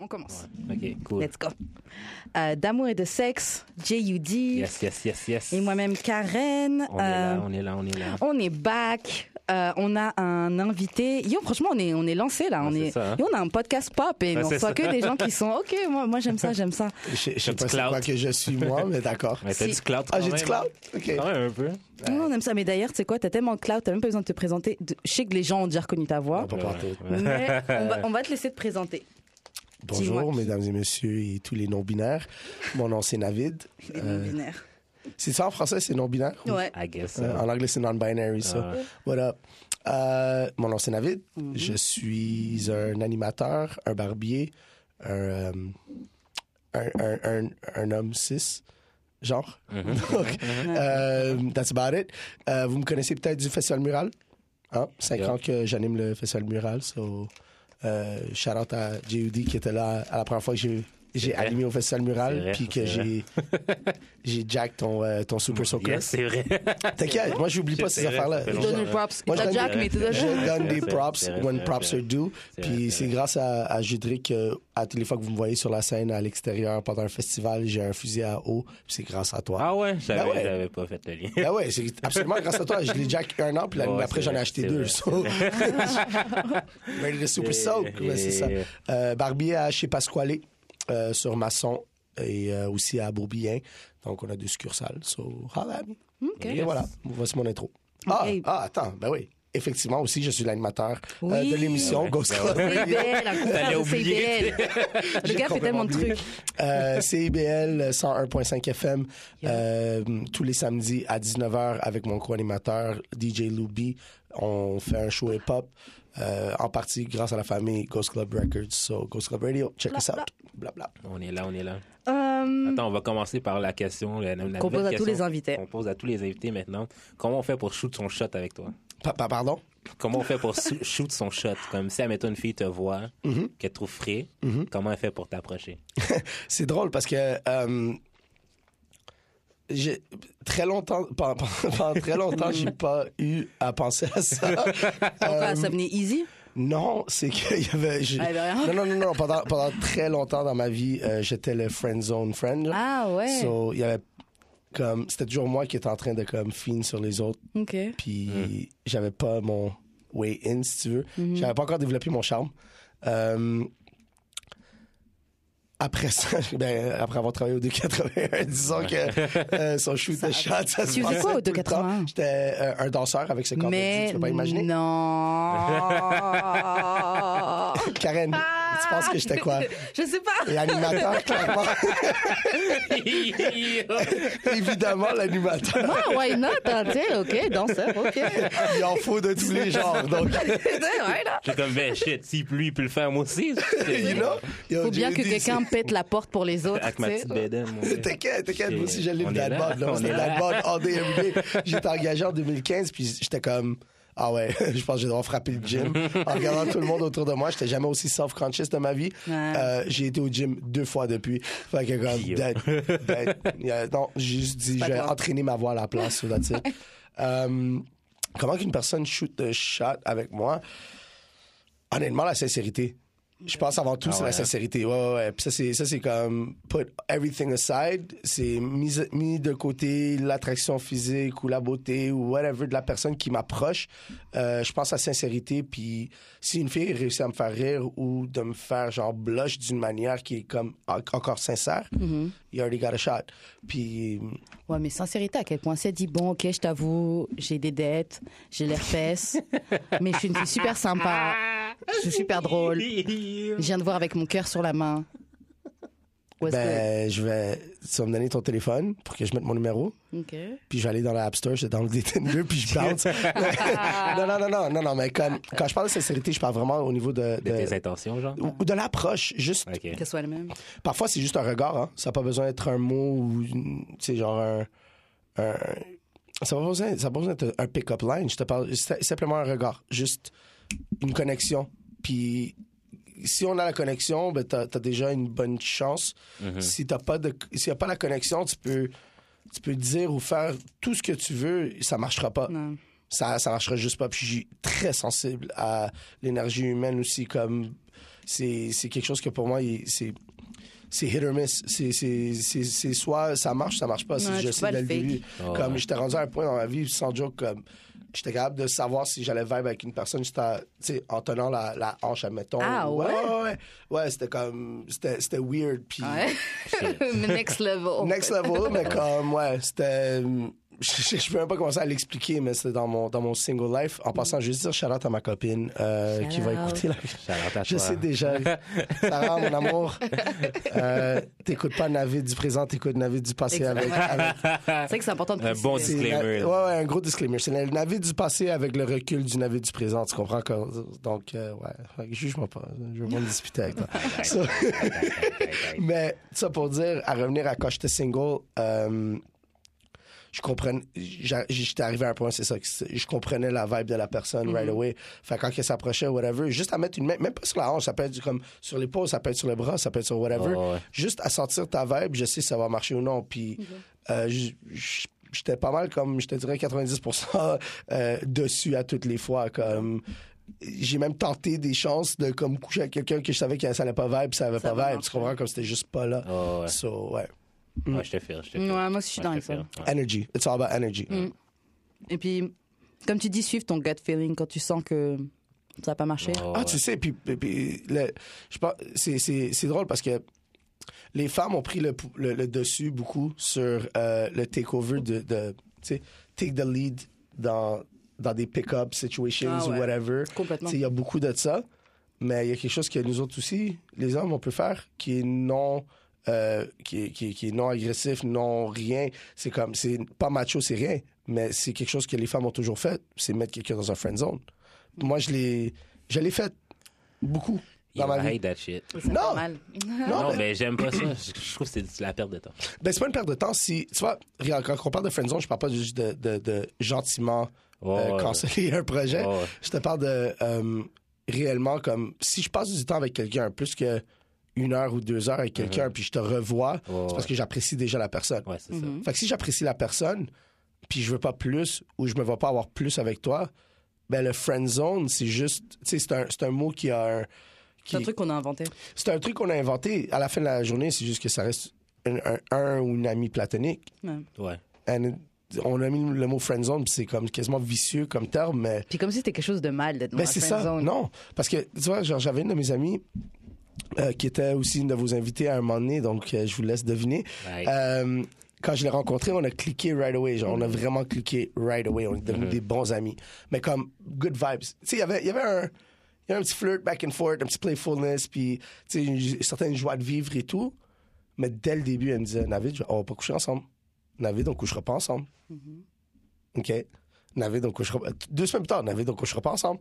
on commence. Ok, cool. Let's go. Euh, D'amour et de sexe, J.U.D. Yes, yes, yes, yes. Et moi-même, Karen. On Euh, est là, on est là, on est là. on est back. Euh, on a un invité. Yo, franchement, on est, on est lancé là. On Ouais, c'est est, ça, hein. Yo, on a un podcast pop et Ouais, on c'est reçoit ça. que des gens qui sont OK, moi, moi j'aime ça, j'aime ça. Je je T'as sais pas du c'est clout. quoi que je suis moi, mais d'accord. Mais t'as Si. du clout Ah, quand j'ai du même, clout? hein. OK. Quand même, un peu. Yo, on aime ça. Mais d'ailleurs, tu sais quoi, t'as tellement de cloud, t'as même pas besoin de te présenter. De- Je sais que les gens ont déjà reconnu ta voix. Pas partout. Mais on va, on va te laisser te présenter. Bonjour, Dis-moi. mesdames et messieurs et tous les non-binaires. Mon nom, c'est Navid. Les Euh, non-binaires. c'est ça en français, c'est non-binaire? Ou- Ouais. I guess. Euh, uh, euh, en anglais, c'est non-binary, so Ah Ouais. Mm-hmm. What up? Euh, mon nom, c'est Navid. Je suis un animateur, un barbier, un, euh, un, un, un- un homme cis, genre. Mm-hmm. Donc, euh, that's about it. Euh, vous me connaissez peut-être du Festival Mural. Hein? Cinq Yeah. ans que j'anime le Festival Mural, so... Euh, shout out à J.U.D. qui était là à la première fois que j'ai- j'ai vrai. animé au Festival C'est Mural, vrai, puis que c'est vrai. j'ai j'ai jack ton, euh, ton Super Soaker. Yes, c'est vrai. T'inquiète, moi j'oublie pas ces C'est vrai, affaires-là. ça fait Je- longtemps. Donne les props. Moi, je T'as donne- Jack, mais t'es Ouais. déjà- Je donne C'est des vrai, props c'est vrai, when c'est props vrai. are due. C'est vrai, Puis c'est c'est vrai. grâce à, à Judric, euh, à tous les fois que vous me voyez sur la scène à l'extérieur pendant un festival, j'ai un fusil à eau. Puis c'est grâce à toi. Ah ouais, j'avais Ah ouais. j'avais pas fait le lien. Ah ouais, c'est absolument grâce à toi. Je l'ai jack un an, puis l'année Ouais, après c'est j'en ai vrai, acheté c'est deux. vrai, so. Mais le super soak, ouais, c'est ça. Euh, Barbier à chez Pasquale, euh, sur Masson et euh, aussi à Beaubien. Donc on a deux succursales. So, holla at me. Ok. Et voilà, voici mon intro. Ah, Ok. ah, attends, ben oui. Effectivement, aussi, je suis l'animateur euh, Oui. de l'émission Ghost Ben Club. C'est IBL, un confrère T'allais de oublier. CIBL. Le gars fait tellement de complètement trucs. Euh, CIBL 101.5 FM euh, tous les samedis à 19h avec mon co-animateur DJ Loubi. On fait un show hip-hop euh, en partie grâce à la famille Ghost Club Records. So, Ghost Club Radio, check Bla, us out. bla. Bla, bla. On est là, on est là. Euh, Attends, on va commencer par la question. la- la nouvelle Qu'on pose à tous question les invités. Qu'on pose à tous les invités maintenant. Comment on fait pour shoot son shot avec toi? Pa- pa- pardon? Comment on fait pour sou- shoot son shot? Comme si, admettons, une fille te voit, Mm-hmm. qu'elle te trouve frais, comment elle fait pour t'approcher? C'est drôle parce que euh, j'ai- très longtemps, pendant, pendant très longtemps, j'ai pas eu à penser à ça. Pourquoi ça venait easy Non, c'est qu'il y avait. j'ai- Ah, il y avait rien. Non, non, non, non. Pendant, pendant très longtemps dans ma vie, euh, j'étais le friend zone friend. là. Ah ouais. So, il y avait comme. C'était toujours moi qui étais en train de comme fiend sur les autres. Ok. Puis Mm. j'avais pas mon way in, si tu veux. Mm-hmm. J'avais pas encore développé mon charme. Euh, après ça, ben, après avoir travaillé au 281, disons que euh, son shoot de shot, ça se Tu faisais quoi au passait tout le temps. 281? J'étais euh, un danseur avec ce corps de Mais tu peux pas imaginer. non. Karen, tu penses que j'étais quoi? Je sais pas. Et animateur, clairement. Évidemment, l'animateur. Ah, why not? hein, tu sais, ok, danseur, ok. Il en faut de tous les genres. Donc, Ouais, là. J'ai comme, ben shit, si lui, il peut le faire, moi aussi. you know? Yo, Faut bien que JD, c'est- quelqu'un pète la porte pour les autres. Avec ma tu sais. petite bédaine, mon gars. T'inquiète, t'inquiète, moi aussi, Et je livre on est dans le là, mode. là. on C'était est dans là. le mode all day, every day. J'étais engagé en 2015, puis j'étais comme... Ah ouais, je pense que je vais devoir frapper le gym. En regardant tout le monde autour de moi, j'étais jamais aussi self-conscious de ma vie. Ouais. Euh, j'ai été au gym deux fois depuis. Fait que comme... Yo. that- that- yeah, non, j'ai juste dit, je Pas vais grave. entraîner ma voix à la place. so that's it. Euh, comment qu'une personne shoot the shot avec moi? Honnêtement, la sincérité. Je pense avant tout, Ah c'est ouais. la sincérité. Ouais, ouais, ouais. Puis ça, c'est, ça, c'est comme put everything aside. C'est mis, mis de côté l'attraction physique ou la beauté ou whatever de la personne qui m'approche. Euh, je pense à la sincérité. Puis si une fille réussit à me faire rire ou de me faire genre blush d'une manière qui est comme en- encore sincère, Mm-hmm. you already got a shot. Puis Ouais, mais sincérité, à quel point c'est dit, bon, ok, je t'avoue, j'ai des dettes, j'ai l'herpès, mais je suis une fille super sympa, je suis super drôle, je viens de voir avec mon cœur sur la main. What's ben, je vais, tu vas me donner ton téléphone pour que je mette mon numéro. good? Ok. puis je vais aller dans la App Store, je download des Tinder, puis je bounce. non, non, non, non, non, non, mais comme, quand je parle de sincérité, je parle vraiment au niveau de, De tes de, intentions, genre? ou de l'approche. Juste, Ok. Qu'elle soit la même. parfois c'est juste un regard, hein. Ça n'a pas besoin d'être un mot ou, une- tu sais, genre un, un- ça n'a pas besoin, ça a pas besoin d'être un pick-up line. Je te parle, c'est simplement un regard, juste une connexion. Puis si on a la connexion, ben t'as as déjà une bonne chance. Si t'as pas de, s'il y a pas la connexion, tu peux, tu peux dire ou faire tout ce que tu veux, ça marchera pas. Non. Ça, ça marchera juste pas. Puis je suis très sensible à l'énergie humaine aussi, comme c'est c'est quelque chose que pour moi, il- c'est c'est hit or miss. C'est- C'est c'est- c'est soit ça marche, ça marche pas. C'est- Ouais, je tu sais vois dès le le fake. début. Ouais, Comme ouais. j'étais rendu à un point dans ma vie, sans joke, comme j'étais capable de savoir si j'allais vibe avec une personne juste à- tu sais, en tenant la, la hanche, admettons. Ah, ouais? ouais? Ouais, ouais. Ouais, c'était comme. C'était c'était weird. Puis Ouais. Next level. Next level, mais comme, ouais, c'était. hum, Je ne peux même pas commencer à l'expliquer, mais c'était dans mon, dans mon single life. En passant, juste dire shout out à ma copine euh, qui va Shout out. écouter la. Shout-out à Je toi. sais déjà. Sarah, mon amour, euh, t'écoutes pas Navid du présent, t'écoutes Navid du passé avec. Exactement. avec- C'est vrai que c'est important de Un bon c'est préciser. Disclaimer. la- ouais, ouais, un gros disclaimer. C'est le Navid du passé avec le recul du Navid du présent. Tu comprends? que- donc, euh, ouais, Fait que juge-moi pas. Je vais pas me disputer avec toi. So- mais ça pour dire, à revenir à quand j'étais single, euh, je comprenais, j'a- j'étais arrivé à un point, c'est ça, que c'est- je comprenais la vibe de la personne right away. Fait quand elle s'approchait, whatever, juste à mettre une main, même pas sur la hanche, ça peut être comme sur l'épaule, ça peut être sur le bras, ça peut être sur whatever. Ouais, ouais. Juste à sentir ta vibe, je sais si ça va marcher ou non. Puis euh, j- j- j'étais pas mal comme, je te dirais, 90% euh, dessus à toutes les fois. Comme, j'ai même tenté des chances de comme coucher avec quelqu'un que je savais que ça allait pas vibe, ça avait Ça pas va vibe. marcher. Tu comprends? Comme c'était juste pas là. Oh, ouais. So, ouais. Mm. Ouais, je te file, je te file. Ouais, moi aussi, je suis dans te les file, folles. ouais. Energy. It's all about energy. Et puis, comme tu dis, suivre ton gut feeling quand tu sens que ça n'a pas marché. Oh, Ah, ouais. tu sais, puis, puis- puis le- je pense, c'est, c'est, c'est drôle parce que les femmes ont pris le, pou- le- le dessus beaucoup sur euh, le takeover de, de tu sais, take the lead dans, dans des pick-up situations Ah ou ouais. whatever. Complètement. Tu sais, Il y a beaucoup de ça, mais il y a quelque chose que nous autres aussi, les hommes, on peut faire qui est non. euh, qui, est- qui est- qui est non agressif, non rien. C'est comme, c'est pas macho, c'est rien, mais c'est quelque chose que les femmes ont toujours fait, c'est mettre quelqu'un dans un friend zone. Moi, je l'ai, je l'ai fait beaucoup You dans ma vie. hate that shit. C'est Non. normal. Non, Non, mais- mais j'aime pas ça. Je je trouve que c'est de la perte de temps. Ben, c'est pas une perte de temps si, tu vois, regarde, quand on parle de friendzone, je parle pas juste de, de, de gentiment Ouais, euh, ouais. canceller un projet. Ouais, ouais. Je te parle de euh, réellement comme si je passe du temps avec quelqu'un plus que une heure ou deux heures avec quelqu'un puis je te revois, Mhm. Ouais, c'est parce ouais. que j'apprécie déjà la personne. Ouais, c'est Mm-hmm. ça. Fait que si j'apprécie la personne, puis je veux pas plus ou je me vois pas avoir plus avec toi, ben le friend zone, c'est juste, tu sais, c'est un, c'est un mot qui a un. qui- C'est un truc qu'on a inventé. c'est un truc qu'on a inventé. À la fin de la journée, c'est juste que ça reste un, un- un ou une amie platonique. Ouais. Ouais. And it- on a mis le mot friend zone, c'est comme quasiment vicieux comme terme, mais Puis comme si c'était quelque chose de mal d'être dans ben, la c'est ça. friend zone. Non, parce que tu vois, genre, j'avais une de mes amies euh, qui était aussi une de vos invitées à un moment donné, donc euh, je vous laisse deviner. Ouais. Euh, quand je l'ai rencontrée, on a cliqué right away. Genre, on a vraiment cliqué right away. On est devenus des bons amis. Mais comme, good vibes. Tu sais, il y avait- il y avait un. Il y avait un petit flirt back and forth, un petit playfulness, puis tu sais, une certaine joie de vivre et tout. Mais dès le début, elle me disait, Navid, je- on va pas coucher ensemble. Navid, on couchera pas ensemble. OK. Navid, on couchera pas. Deux semaines plus tard, Navid, on couchera pas ensemble.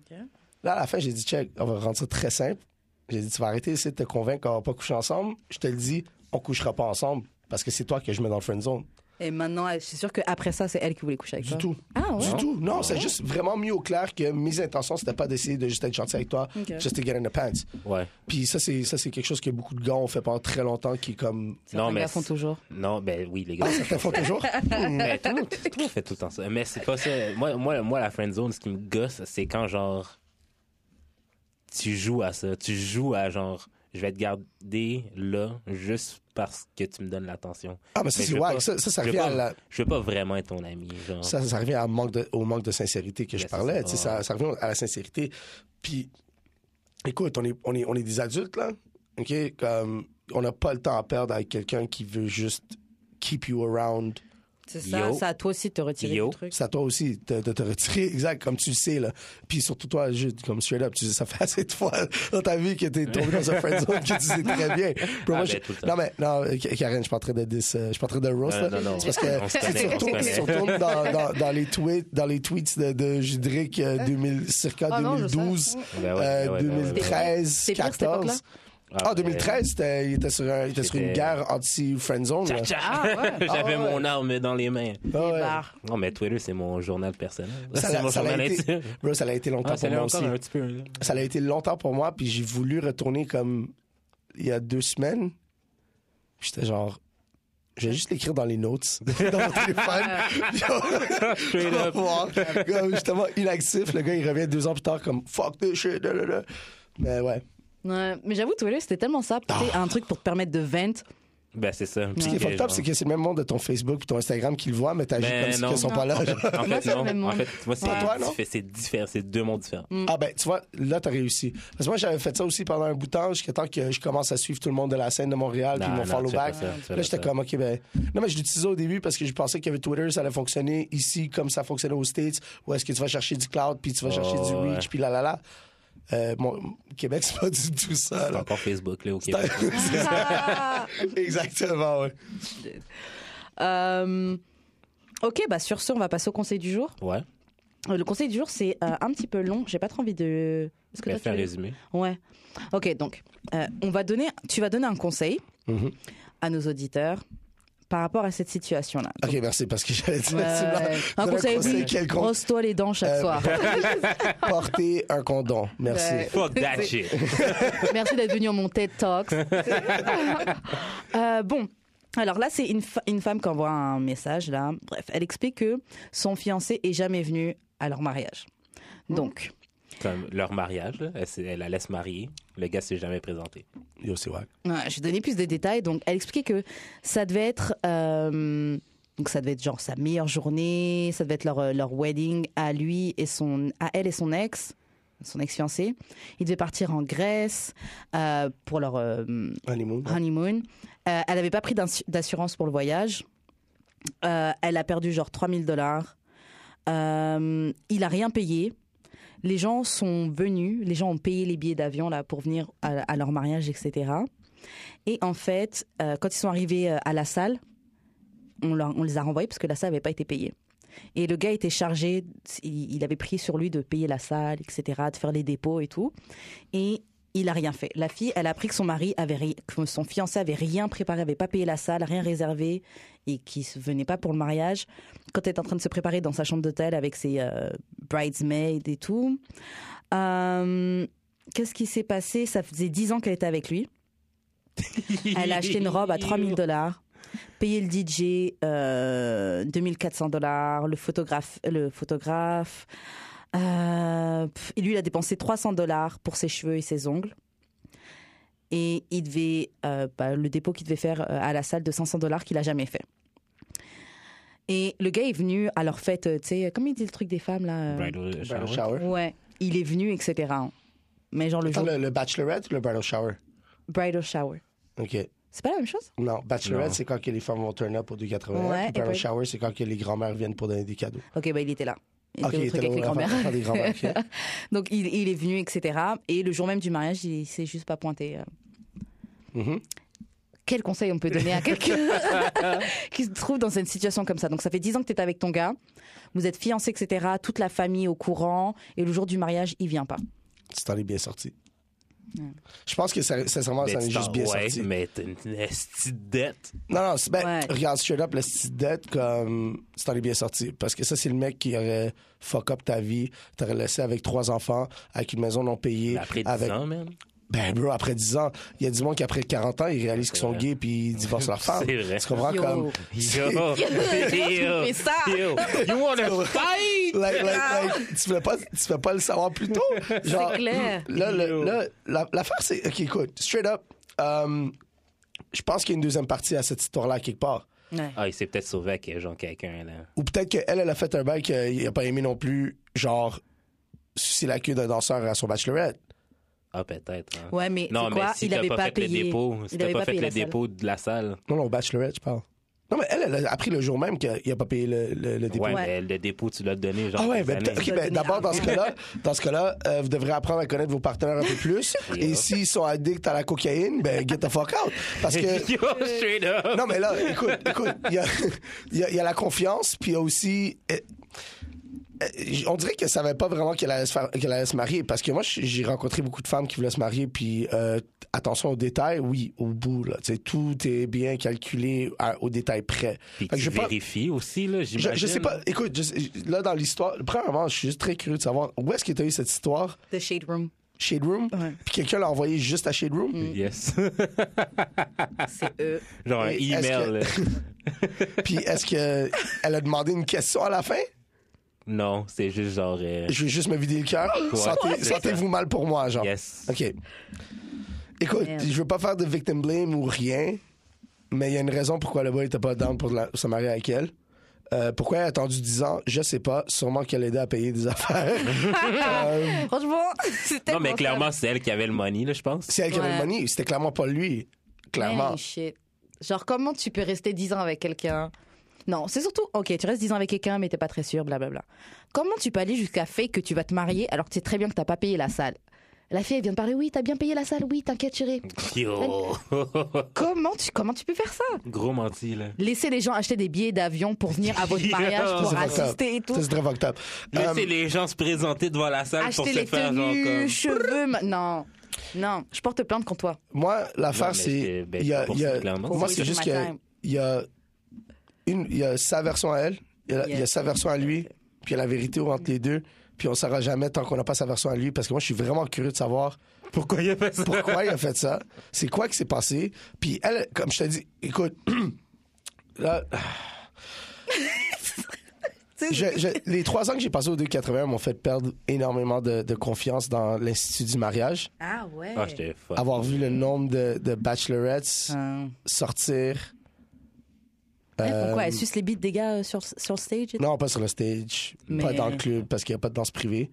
Ok. Là, à la fin, j'ai dit, check, on va rendre ça très simple. J'ai dit, tu vas arrêter d'essayer de te convaincre qu'on va pas coucher ensemble. Je te le dis, on couchera pas ensemble parce que c'est toi que je mets dans le friend zone. Et maintenant, je suis sûre qu'après ça, c'est elle qui voulait coucher avec Du toi. tout. Ah ouais? Du tout. Non, c'est juste vraiment mis au clair que mes intentions, c'était pas d'essayer de juste être gentil avec toi, Ok. just to get in the pants. Ouais. Puis ça, c'est, ça, c'est quelque chose que beaucoup de gars ont fait pendant très longtemps qui est comme. Certains Non, mais gars font c'est- toujours. Non, ben oui, les gars. Certains font toujours. Ah, mais tout, le monde- tout le monde fait tout le temps ça. Mais c'est pas ça. Moi, moi, moi la friend zone, ce qui me gosse, c'est quand genre. Tu joues à ça. Tu joues à genre. Je vais te garder là juste parce que tu me donnes l'attention. Ah, mais ça, Mais c'est je veux wack. pas- Ça, ça, ça je veux revient à pas- la- Je veux pas vraiment être ton ami. Genre. Ça, ça revient à manque de- au manque de sincérité que je Yeah, Ah. Ben, c'est parlais. ça. Tu sais, Ça, ça revient à la sincérité. Puis, écoute, on est, on est, on est des adultes, là. OK? Comme, on n'a pas le temps à perdre avec quelqu'un qui veut juste keep you around. C'est ça, Yo. c'est à toi aussi de te retirer Yo. du truc. C'est à toi aussi de, de te retirer, exact, comme tu le sais, là. Puis surtout toi, juste comme straight up, tu sais, ça fait assez de fois dans ta vie que t'es tombé dans un friend zone que tu sais très bien. Ah, Bro, moi, ben, je- tout le temps. non, mais, non, euh, Karen, je suis pas en train de dis, euh, je suis pas en train de roast, Non, là. non, non. C'est parce que On se si tu connaît, on se retournes, si tu connaît. retournes dans, dans, dans les tweets, dans les tweets de, de Judric, euh, 2000, circa Hein? Ah non, je sais. Ah 2012, Ben ouais, euh, ben ouais, ben ouais, ben ouais. 2013, C'est pire, cette 14. Ah, 2013, c'était- il était sur, un- il était sur une J'étais- guerre anti-friend zone, là. Tcha, tcha. Ah, ouais. J'avais Ah, ouais. mon arme dans les mains. Ah, ouais. Barre. Non, mais Twitter, c'est mon journal personnel. Ça, c'est l'a- mon ça l'a journal été, intime. bro, ça l'a été longtemps Ah, ça pour l'est moi encore aussi. un petit peu. hein. là. ça a été longtemps pour moi, puis j'ai voulu retourner comme il y a deux semaines. J'étais genre, je vais juste l'écrire dans les notes, dans mon téléphone. Straight up. Voir. Comme, Justement, inactif, le gars, il revient deux ans plus tard comme fuck this shit. da, da, da. Mais ouais. Ouais, mais j'avoue, Twitter, c'était tellement ça. tu Ah. sais, Un truc pour te permettre de vent. Ben, c'est ça. Ce Ce qui Puis, est fucked up, genre- c'est que c'est le même monde de ton Facebook et ton Instagram qui le voit, mais t'agis Ben, comme si non. ils sont Non. pas là. En fait, Moi, en fait, c'est le même non. En monde. fait, moi, c'est Pas toi, non? diffé- c'est différent. C'est deux mondes différents. Ah ben, tu vois, là, t'as réussi. Parce que moi, j'avais fait ça aussi pendant un bout de temps, jusqu'à temps que je commence à suivre tout le monde de la scène de Montréal, puis Non, mon non, follow tu fais pas back. ça, tu fais Là, pas j'étais ça. comme, OK, ben... Non, mais je l'utilisais au début parce que je pensais que Twitter, ça allait fonctionner ici comme ça fonctionnait aux States, où est-ce que tu vas chercher du cloud, puis tu vas chercher du Oh, ouais. reach, puis là, là, là. Euh, mon- Québec, c'est pas du tout ça, C'est là. encore Facebook, là, au Québec. Ah. Exactement, ouais. Euh, ok, bah sur ce, on va passer au conseil du jour. Ouais. Euh, Le conseil du jour, c'est euh, un petit peu long. J'ai pas trop envie de. Est-ce Je vais toi, tu faire un l'as- résumé. Ouais. Ok, donc euh, on va donner. Tu vas donner un conseil Mhm. à nos auditeurs par rapport à cette situation-là. OK, merci, parce que j'allais dire... Ouais, tu m'as- ouais. tu m'as un conseil, oui. quelconque. Brosse-toi les dents chaque Euh, soir. Porter un condom. Merci. Ouais. Fuck that shit. Merci d'être venu à mon TED Talks. Euh, bon. Alors là, c'est une, fa- une femme qui envoie un message, là. Bref, elle explique que son fiancé est jamais venu à leur mariage. Donc, Comme leur mariage, là, elle, s'est- elle la laisse marier. Le gars s'est jamais présenté. Yo, c'est wack. euh, je vais donner plus de détails. Donc, elle expliquait que ça devait être... euh, donc ça devait être genre sa meilleure journée, ça devait être leur, euh, leur wedding à lui et son à elle et son ex, son ex-fiancé. Ils devaient partir en Grèce euh, pour leur euh, Honeymoon. honeymoon. Euh, elle n'avait pas pris d'insu- d'assurance pour le voyage. Euh, elle a perdu genre 3000 dollars. Euh, il a rien payé. Les gens sont venus, les gens ont payé les billets d'avion là pour venir à, à leur mariage, etc. Et en fait, euh, quand ils sont arrivés euh, à la salle, on, leur- on les a renvoyés parce que la salle n'avait pas été payée. Et le gars était chargé, il il avait pris sur lui de payer la salle, etc., de faire les dépôts et tout. Et il a rien fait. La fille, elle a appris que son mari avait ri- que son fiancé avait rien préparé, avait pas payé la salle, rien réservé et qui venait pas pour le mariage. Quand elle est en train de se préparer dans sa chambre d'hôtel avec ses euh, bridesmaids et tout. Euh, Qu'est-ce qui s'est passé Ça faisait 10 ans qu'elle était avec lui. Elle a acheté une robe à 3000 dollars, payé le DJ euh, 2400 dollars, le photographe, le photographe. Euh, pff, et lui, il a dépensé 300 dollars pour ses cheveux et ses ongles. Et il devait euh, bah, le dépôt qu'il devait faire euh, à la salle de 500 dollars qu'il a jamais fait. Et le gars est venu à leur fête, euh, tu sais, comment il dit le truc des femmes là euh, Bridal Bridal shower. Ben, shower. Ouais, il est venu, etc. Mais genre le Attends, jour le, le bachelorette ou le bridal shower? bridal shower. OK. C'est pas la même chose Non, bachelorette, Non. c'est quand que les femmes vont turn up pour 2,80. Ouais, puis et bridal puis- shower, c'est quand que les grands-mères viennent pour donner des cadeaux. Ok, bah il était là. Il Ah, OK, était au t'es truc avec les là, grands-mères. les grands-mères. ok. Donc il, il est venu, etc. Et le jour même du mariage, il s'est juste pas pointé. euh. Mhm. Quel conseil on peut donner à quelqu'un qui se trouve dans une situation comme ça Donc ça fait 10 ans que tu es avec ton gars, vous êtes fiancés, etc. Toute la famille au courant, et le jour du mariage, il vient pas. Tu t'en es bien sorti. Je pense que ça- sincèrement, ça en est juste bien ouais, sorti. mais t'as une petite dette. Non, non, c'est- ben, Ouais. regarde, straight up, la petite dette, comme, tu t'en es bien sorti. Parce que ça, c'est le mec qui aurait fuck up ta vie, t'aurais laissé avec trois enfants, avec une maison non payée. Après 10 avec... ans, man. Ben, bro, après 10 ans, il y a du monde qui, après 40 ans, ils réalisent qu'ils sont vrai. gays puis ils divorcent leur femme. C'est vrai. Tu comprends Yo. comme. Yo, Tu fais ça. yo, you wanna fight? Like, like, like, tu voulais pas, tu fais pas le savoir plus tôt. Genre, Ah. C'est clair. Là, le- là, la- l'affaire, c'est. OK, écoute, straight up, euh, je pense qu'il y a une deuxième partie à cette histoire-là, quelque part. Ouais. Ah, il s'est peut-être sauvé avec genre quelqu'un, là. Ou peut-être qu'elle, elle a fait un bail qu'il a pas aimé non plus, genre, c'est la queue d'un danseur à son bachelorette. Ah, peut-être. hein. Ouais, mais Non, c'est mais quoi si Il t'as avait pas, pas fait payé. le dépôt, si Il t'as avait pas pas fait payé le la salle. dépôt de la salle. Non, non, bachelorette, je parle. Non, mais elle, elle a appris le jour même qu'il a pas payé le, le, le dépôt. Ouais, Ouais. mais le dépôt, tu l'as donné, genre. Ah ouais, des ben, années. peut- ok, ben, d'abord dans ce cas-là, dans ce cas-là, euh, vous devrez apprendre à connaître vos partenaires un peu plus. Et Yeah. s'ils sont addicts à la cocaïne, ben get the fuck out. Parce que Yo, straight up. non mais là, écoute, écoute, il y a, il y a- il y a la confiance, puis il y a aussi. euh, euh, on dirait qu'elle savait pas vraiment qu'elle allait, se faire- qu'elle allait se marier parce que moi j- j'ai rencontré beaucoup de femmes qui voulaient se marier puis euh, attention aux détails oui au bout là tu sais, tout est bien calculé à- au détail près Puis Fait que tu je vais pas- vérifies aussi, là, je, j'imagine. je sais pas. Écoute, je sais- là, dans l'histoire, premièrement, je suis juste très curieux de savoir où est-ce que tu as eu cette histoire, The Shade Room. Shade Room, Ouais. puis quelqu'un l'a envoyé juste à Shade Room. Yes. C'est eux. genre un Et est-ce email. là. Puis est-ce que elle a demandé une question à la fin? Non, c'est juste genre. euh, Je vais juste me vider le cœur. Sentez- c'est ça. Sentez-vous mal pour moi, genre. Yes. OK. Écoute, Merde. je veux pas faire de victim blame ou rien, mais il y a une raison pourquoi le boy était pas down pour la- se marier avec elle. Euh, pourquoi elle a attendu 10 ans, je sais pas. Sûrement qu'elle aidait à payer des affaires. Euh, Franchement, c'était. Non, mais clairement, c'est elle qui avait le money, là, je pense. c'est elle qui avait Ouais. le money. C'était clairement pas lui. Clairement. shit. Genre, comment tu peux rester 10 ans avec quelqu'un Non, c'est surtout, ok, tu restes 10 ans avec quelqu'un, mais t'es pas très sûr, blablabla. Comment tu peux aller jusqu'à fake que tu vas te marier alors que tu sais très bien que t'as pas payé la salle La fille, elle vient de parler, oui, t'as bien payé la salle, oui, t'inquiète, chérie. Yo! Comment tu, comment tu peux faire ça Gros menti, là. Laisser les gens acheter des billets d'avion pour venir à votre mariage, pour Ça, c'est fucked assister et up. Ça, tout. c'est très fucked up. Euh, Laissez les gens se présenter devant la salle pour Acheter se les faire genre tenues, comme. cheveux, ma- non. Non, je porte plainte contre toi. Moi, l'affaire, Non, mais c'est. c'est- ben, il y a- pour il y a- ça, clairement. Moi, c'est Pour juste Richard que McClain. il y a, une, il y a sa version à elle, il y a, il y a sa version à lui, puis il y a la vérité entre les deux, puis on ne saura jamais tant qu'on n'a pas sa version à lui, parce que moi, je suis vraiment curieux de savoir Pourquoi il a fait ça? pourquoi il a fait ça, c'est quoi qui s'est passé. Puis elle, comme je te dis, écoute, là, je- je- les trois ans que j'ai passé au 280 m'ont fait perdre énormément de, de confiance dans l'Institut du mariage. Ah ouais. Ah, j'étais fuck. Avoir vu le nombre de, de bachelorettes Ah. sortir. euh, Pourquoi elle suce les bites des gars euh, sur, sur le stage et tout Non, pas sur le stage, Mais- pas dans le club, parce qu'il n'y a pas de danse privée.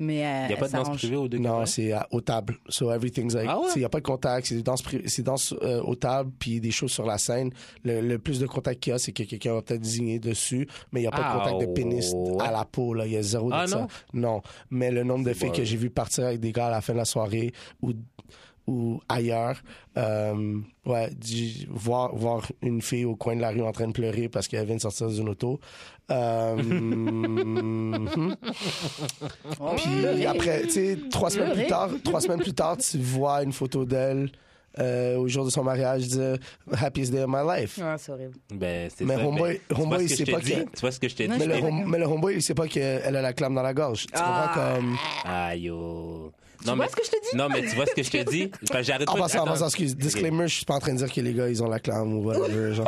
Mais euh, Il n'y a pas elle de danse s'arrange. privée aux deux Non, copains? c'est à- aux tables. So everything's like. Ah ouais? c'est- Il n'y a pas de contact, c'est des danses, pri- c'est danse euh, aux tables, puis des choses sur la scène. Le, le plus de contact qu'il y a, c'est que quelqu'un va peut-être désigner dessus, mais il n'y a pas de Ah contact de pénis ouais. à la peau, là. Il y a zéro de Ah ça. non? Non. Mais le nombre de filles bon. que j'ai vu partir avec des gars à la fin de la soirée ou, ou ailleurs, euh, ouais, du- voir, voir une fille au coin de la rue en train de pleurer parce qu'elle vient de sortir d'une auto. Euh, mhm. Puis après, tu sais, trois semaines plus tard, trois semaines plus tard, tu vois une photo d'elle euh, au jour de son mariage dire happiest day of my life. Ah, c'est horrible. Ben, c'est Mais ça. Homeboy- ben, tu vois Homeboy, ce que je c'est te pas dis? que- Tu vois ce que je t'ai Non, dit? Mais le, hom- mais le homeboy, il sait pas qu'elle a la clame dans la gorge. Tu comprends comme. Aïe, yo. Non, vois ce que je te dis? Non, mais tu vois ce que je te dis? Parce que j'arrête En pas de- passant, en Attends. passant, bah, excuse, Ok. disclaimer, je suis pas en train de dire que les gars, ils ont la clame ou whatever. genre.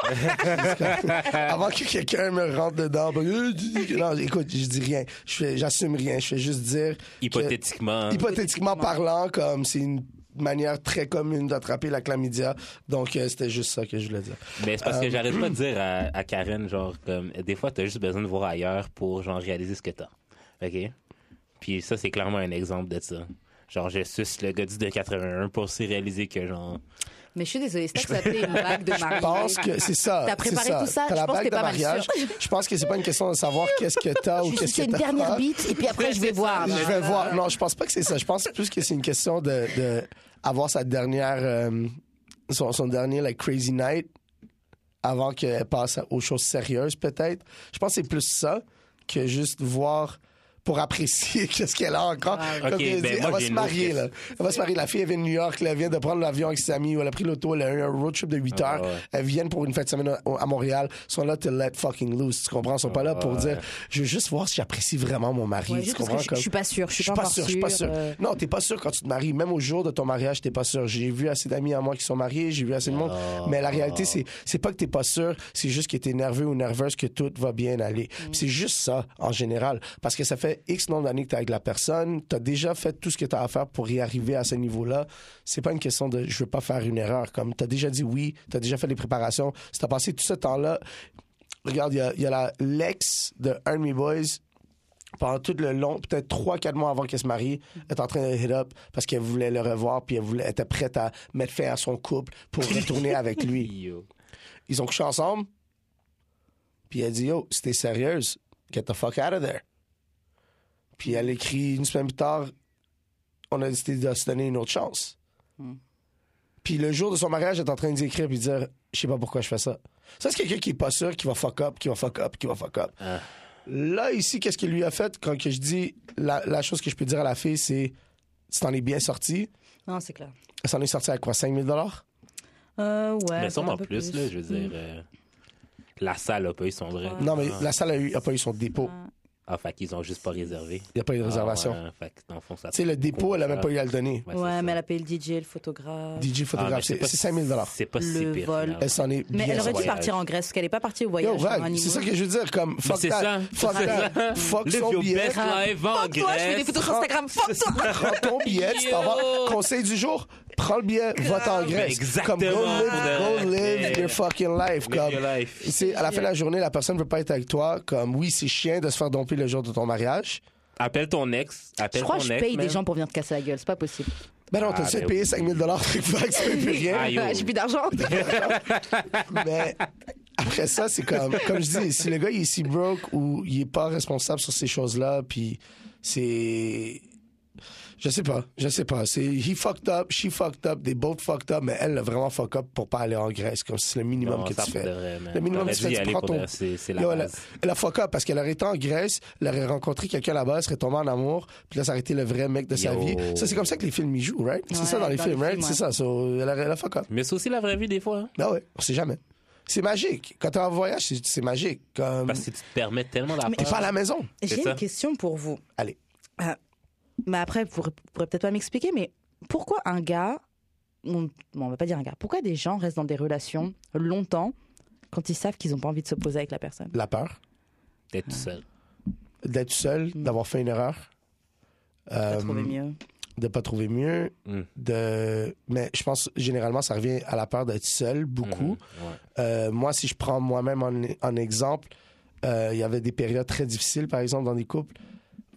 Avant que quelqu'un me rentre dedans, ben, euh, tu dis que- non, écoute, je dis rien. Je fais- J'assume rien. Je fais juste dire. que- Hypothétiquement. hein. hypothétiquement parlant, comme c'est une manière très commune d'attraper la chlamydia. Donc, euh, c'était juste ça que je voulais dire. Mais c'est parce Euh, que j'arrête pas de dire à, à Karen, genre, comme, des fois, t'as juste besoin de voir ailleurs pour, genre, réaliser ce que t'as. OK? Puis ça, c'est clairement un exemple de ça. Genre, je suce le gars du 281 pour se réaliser que, genre, Mais je suis désolée, c'est ça que ça s'appelait une vague de Je mariage. pense que c'est ça. T'as préparé c'est tout ça, T'as je la pense bague que t'es de pas mal mariage. Je pense que c'est pas une question de savoir qu'est-ce que oh, t'as ou Je qu'est-ce suis que une t'as dernière pas. bite et puis après je vais voir. Je vais voir. Non, je pense pas que c'est ça. Je pense plus que c'est une question de, de avoir sa dernière, euh, son, son dernier like crazy night avant qu'elle passe à- aux choses sérieuses peut-être. Je pense que c'est plus ça que juste voir pour apprécier qu'est-ce qu'elle a encore. Ok, Comme elle ben, dit, moi, elle va j'ai se une autre marier là. Elle va se marier. La fille elle vient de New York, là, elle vient de prendre l'avion avec ses amis, ou elle a pris l'auto, elle a eu un road trip de 8 Ah, heures. ouais. Elles viennent pour une fête de semaine à- à Montréal, sont là to let fucking loose. Tu comprends? Ils sont pas là pour Ah, ouais. dire je veux juste voir si j'apprécie vraiment mon mari. Ouais, tu juste parce comprends? que je- Comme- je suis pas sûre, je suis pas encore je suis pas sûr. sûre, euh. Non, t'es pas sûr quand tu te maries. Même au jour de ton mariage, t'es pas sûr. J'ai vu assez d'amis à moi qui sont mariés, j'ai vu assez de monde. Ah. Mais la réalité, c'est, c'est pas que t'es pas sûr, c'est juste que t'es nerveux ou nerveuse que tout va bien aller. Mm. Puis C'est juste ça, en général. Parce que ça fait X nombre d'années que t'es avec la personne, t'as déjà fait tout ce que t'as à faire pour y arriver à ce niveau-là. C'est pas une question de je veux pas faire une erreur. Comme t'as déjà dit oui, t'as déjà fait les préparations, si t'as passé tout ce temps-là, Regarde, il y a, il y a la l'ex de un de mes boys pendant tout le long, peut-être 3-4 mois avant qu'elle se marie, elle est en train de hit up parce qu'elle voulait le revoir puis elle, voulait, elle était prête à mettre fin à son couple pour retourner avec lui. yo. Ils ont couché ensemble. Puis elle dit Yo, si t'es sérieuse, get the fuck out of there. Puis elle écrit une semaine plus tard On a décidé de se donner une autre chance. Hmm. Puis le jour de son mariage, elle est en train d'écrire puis de dire Je sais pas pourquoi je fais ça. Ça, c'est quelqu'un qui est pas sûr, qui va fuck up, qui va fuck up, qui va fuck up. Ah. Là, ici, qu'est-ce qu'il lui a fait quand que je dis la, la chose que je peux dire à la fille, c'est Si t'en es bien sorti, Non, c'est clair. elle s'en est sortie à quoi 5000 Euh, ouais. mais sûrement un peu Mm. plus, là, je veux dire, euh, la salle a pas eu son vrai. Non, mais la salle a, eu- a pas eu son dépôt. Ah, fait qu'ils ont juste pas réservé. Il n'y a pas eu de réservation. Ah, ouais, fait que dans le fond, ça. Tu sais, le dépôt, elle n'a même pas eu à le donner. Ouais, Ah, mais elle a payé le DJ, le photographe. DJ photographe, Ah, c'est pas- 5000 C'est pas si Le pire. vol. finalement. Elle s'en est Mais bien elle aurait dû voyage. sortie. partir en Grèce parce qu'elle est pas partie au Yo, voyage. hein, vague, c'est ça que je veux dire, comme fuck c'est that, ça. fuck C'est that, ça. fuck Live son your billet, best life en Fuck toi, je fais des Grèce. photos sur Instagram. Fuck toi. prends ton billet, tu t'en vas. Yo. Conseil du jour, prends le billet, va-t'en en Grèce. Exactement. Comme go live, go live Yeah. your fucking life. Live Comme, your life. c'est- à la fin de la journée, la personne ne veut pas être avec toi. Comme, oui, c'est chiant de se faire domper le jour de ton mariage. Appelle ton ex. Appelle Je crois que ton je ex, paye man. des gens pour venir te casser la gueule, c'est pas possible. Ben non, Ah, t'as essayé de ben payer oui. 5000 dollars, tu fais plus rien. Ah, yo. J'ai plus d'argent. Mais Ben, après ça, c'est comme, comme je dis, si le gars il est si broke ou il est pas responsable sur ces choses-là, puis c'est. Je sais pas, je sais pas. C'est he fucked up, she fucked up, they both fucked up, mais elle l'a vraiment fuck up pour pas aller en Grèce, comme si c'est le minimum Non, que ça, tu pour fais. de vrai, man. le minimum que T'aurais tu dû y fais, tu aller prends pour ton. de vrai, c'est- c'est la Yo, elle, a, base. elle a fuck up parce qu'elle aurait été en Grèce, elle aurait rencontré quelqu'un là-bas, elle serait tombée en amour, puis là, ça aurait été le vrai mec de sa Yo. vie. Ça, c'est comme ça que les films y jouent, right? c'est Ouais, ça dans les dans les films, right? films, C'est ça, so, elle, a, elle a fuck up. Mais c'est aussi la vraie vie, des fois. hein. Ben ouais, on sait jamais. C'est magique. Quand t'es en voyage, c'est c'est magique. Comme... Parce que tu te permets tellement la T'es pas à la maison. C'est J'ai ça. une question pour vous. Allez. Euh, mais après, vous pourrez, vous pourrez peut-être pas m'expliquer, mais pourquoi un gars, on, bon, on va pas dire un gars, pourquoi des gens restent dans des relations longtemps quand ils savent qu'ils ont pas envie de se poser avec la personne La peur T'es tout seul. d'être seul, d'avoir fait une erreur, Mm. Pas euh, trouver mieux. de pas trouver mieux. Mm. De... Mais je pense, généralement, ça revient à la peur d'être seul, beaucoup. Mhm. Ouais. Euh, moi, si je prends moi-même en, en exemple, euh, il y avait des périodes très difficiles, par exemple, dans des couples,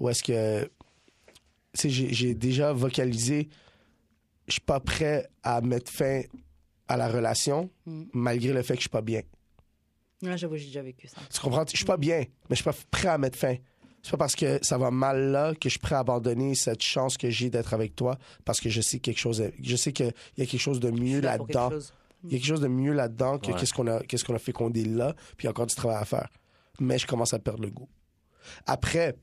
où est-ce que, tu sais, j'ai j'ai déjà vocalisé, je suis pas prêt à mettre fin à la relation, Mm. malgré le fait que je suis pas bien. Ouais, J'avoue, j'ai déjà vécu ça. Tu comprends? Je suis pas bien, mais je suis pas prêt à mettre fin. C'est pas parce que ça va mal là que je suis prêt à abandonner cette chance que j'ai d'être avec toi parce que je sais quelque chose, est- je sais qu'il y a quelque chose de Je mieux suis là pour quelque là-dedans. chose. Il y a quelque chose de mieux là-dedans que Ouais. qu'est-ce qu'on a, qu'est-ce qu'on a fécondé là, puis il y a encore du travail à faire. Mais je commence à perdre le goût. Après,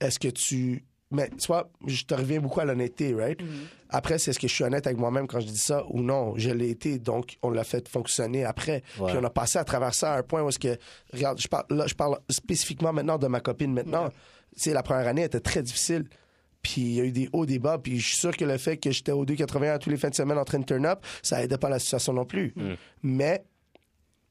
est-ce que tu. Mais tu vois, je te reviens beaucoup à l'honnêteté, right? Mmh. Mm. Après, c'est est-ce que je suis honnête avec moi-même quand je dis ça ou non? Je l'ai été, donc on l'a fait fonctionner après. Ouais. Puis on a passé à travers ça à un point où est-ce que. Regarde, je parle, là, je parle spécifiquement maintenant de ma copine maintenant. Tu sais, la première année était très difficile. Puis il y a eu des hauts, des bas. Puis je suis sûr que le fait que j'étais au 2,81 tous les fins de semaine en train de turn up, ça aidait pas la situation non plus. Mm. Mais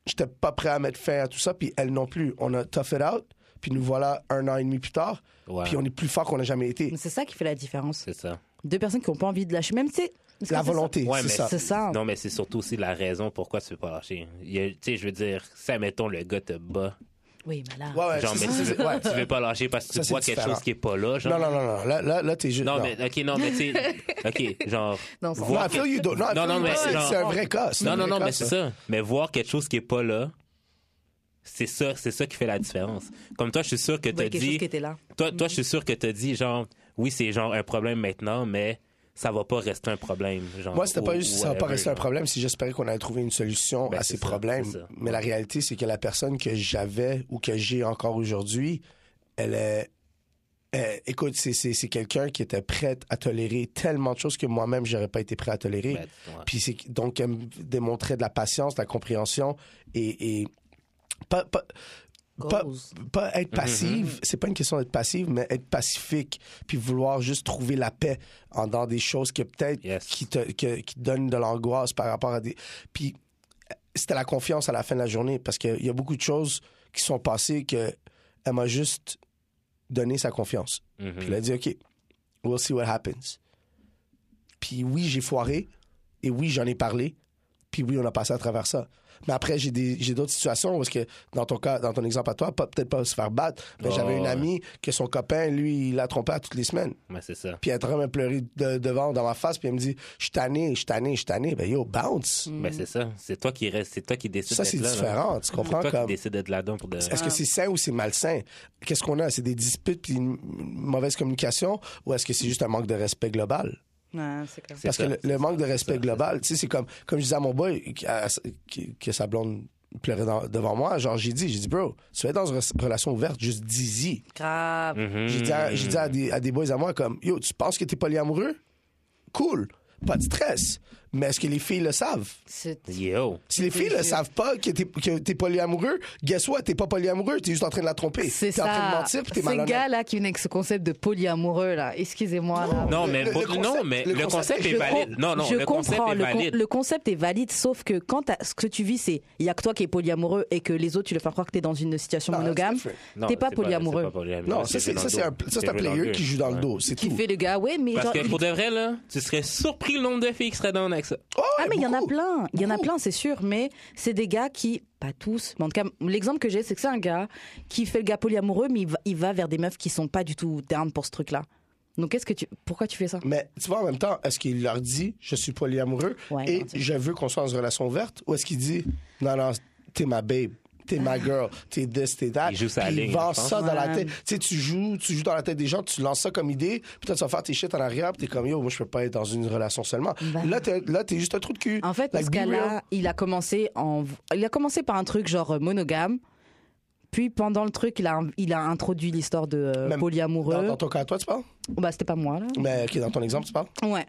j'étais pas prêt à mettre fin à tout ça. Puis elle non plus. On a tough it out. Puis nous voilà un an et demi plus tard. Ouais. Puis on est plus fort qu'on n'a jamais été. Mais C'est ça qui fait la différence. C'est ça. Deux personnes qui ont pas envie de lâcher, même si. parce que La c'est ça. volonté, Ouais, c'est mais ça. C'est ça. Non, mais c'est surtout aussi la raison pourquoi tu veux pas lâcher. Il y a- Tu sais, je veux dire, si, admettons, le gars te bat, Oui, mais là. Ouais, ouais, genre, c'est mais ça, tu c'est- veux, ouais. tu veux pas lâcher parce que Ça, tu c'est vois quelque différent. chose qui est pas là, genre. Non, non, non, non. Là, là, là t'es juste. Non, non. mais, ok, non, mais tu sais, ok, genre, Non, ça- Non, voir I feel que- you don't. Non, I Non, feel non, you. mais C'est- genre- c'est un vrai cas. Non, un non, vrai non, cas, mais c'est ça. Mais voir quelque chose qui est pas là, c'est ça, c'est ça qui fait la différence. Comme toi, je suis sûr que il y t'as a quelque chose dit, qui était là. toi, toi, Mm. je suis sûr que t'as dit, genre, oui, c'est genre un problème maintenant, mais ça va pas rester un problème, genre. Moi, c'était pas ou- juste, ça va pas whatever, rester un genre. problème si j'espérais qu'on allait trouver une solution Ben, à c'est ces ça, problèmes. c'est ça. Mais la réalité, c'est que la personne que j'avais ou que j'ai encore aujourd'hui, elle est. euh, écoute, c'est- c'est c'est quelqu'un qui était prête à tolérer tellement de choses que moi-même, j'aurais pas été prêt à tolérer. Ben, ouais. Puis c'est donc elle me démontrait de la patience, de la compréhension et, et pas, pas, pas, Cause. pas être Mm-hmm. passive. C'est pas une question d'être passive, mais être pacifique puis vouloir juste trouver la paix en dans des choses que peut-être Yes. qui te que- qui te donnent de l'angoisse par rapport à des puis c'était la confiance à la fin de la journée parce qu'il y a beaucoup de choses qui sont passées que elle m'a juste donné sa confiance. Mhm. Puis il a dit, OK, we'll see what happens. Puis oui, j'ai foiré. Et oui, j'en ai parlé. Puis oui, on a passé à travers ça. Mais après, j'ai des- j'ai d'autres situations où, est-ce que, dans ton cas, dans ton exemple à toi, pas- peut-être pas se faire battre, mais Oh, j'avais une ouais. amie que son copain, lui, il la trompait à toutes les semaines. Ouais, c'est ça. Puis elle est en train de me pleurer de- devant, dans ma face, puis elle me dit, je suis tanné, je suis tanné, je suis tanné. Ben yo, bounce. Ben, c'est ça. C'est toi qui reste, c'est toi qui décides Ça, c'est d'être là. là. différent, tu comprends? Toi Comme- qui décides d'être là-dedans pour de. Est-ce que c'est sain ou c'est malsain? Qu'est-ce qu'on a? C'est des disputes puis une mauvaise communication ou est-ce que c'est juste un manque de respect global? Ouais, c'est clair. C'est Parce ça, que le, c'est le ça, manque de c'est respect ça, global, tu sais, c'est comme, comme je disais à mon boy qui- à- qui- que sa blonde pleurait dans- devant moi, genre j'ai dit, j'ai dit, bro, tu es dans une re- relation ouverte, juste dis-y. Grave. Mhm. J'ai dit, à, j'ai dit à des, à des boys à moi comme, yo, tu penses que t'es polyamoureux? Cool, pas de stress. Mais est-ce que les filles le savent? C'est- Yo. Si les filles C'est ne sûr. savent pas que t'es, que t'es polyamoureux, guess what? T'es pas polyamoureux, t'es juste en train de la tromper. C'est T'es en train de ça. mentir, puis t'es Ces malhonnête. Ah, gars-là qui viennent avec ce concept de polyamoureux, là, excusez-moi. là. Non, Le- mais, le- bon, le concept- non, mais le le concept concept- est je valide. com- Non, non, je le concept comprends. est le, con- valide. le concept est valide, sauf que quand t'as- ce que tu vis, c'est il y a que toi qui es polyamoureux et que les autres, tu leur fais croire que t'es dans une situation Non, monogame. Ah, c'est fait. Non, T'es pas c'est polyamoureux. c'est pas polyamoureux, Non, ça, c'est, jouer ça, dans c'est le un, dos. ça, c'est un jouer dans le player qui joue dans le Ouais. dos, c'est Qui tout. fait le gars, ouais, mais Parce genre, que il- pour de vrai, là, tu serais surpris le nombre de filles qui seraient down avec ça. Oh, Ah, mais il y en a beaucoup. plein, il y en a Beaucoup. plein, c'est sûr, mais c'est des gars qui, pas tous, mais en tout cas, l'exemple que j'ai, c'est que c'est un gars qui fait le gars polyamoureux, mais il va, il va vers des meufs qui sont pas du tout down pour ce truc-là. Donc, qu'est-ce que tu, pourquoi tu fais ça Mais tu vois, en même temps, est-ce qu'il leur dit je suis polyamoureux Ouais, et non, c'est- je veux qu'on soit dans une relation ouverte ou est-ce qu'il dit non, non, t'es ma babe, t'es ma girl, t'es this, t'es that. Il joue sa Puis ligne, Il vend je pense. ça dans la Ouais. tête. Tu sais, tu joues, tu joues dans la tête des gens, tu lances ça comme idée, puis toi, tu vas faire tes shit en arrière, puis t'es comme yo, moi, je peux pas être dans une relation seulement. Bah. Là, t'es, là, t'es juste un trou de cul. En fait, Like, ce be real. gars-là, il a commencé en, il a commencé par un truc genre euh, monogame. Puis pendant le truc, il a, il a introduit l'histoire de euh, Même polyamoureux. Dans, dans ton cas, toi, tu parles Bah, c'était pas moi là. Mais ok, dans ton exemple, tu parles Ouais.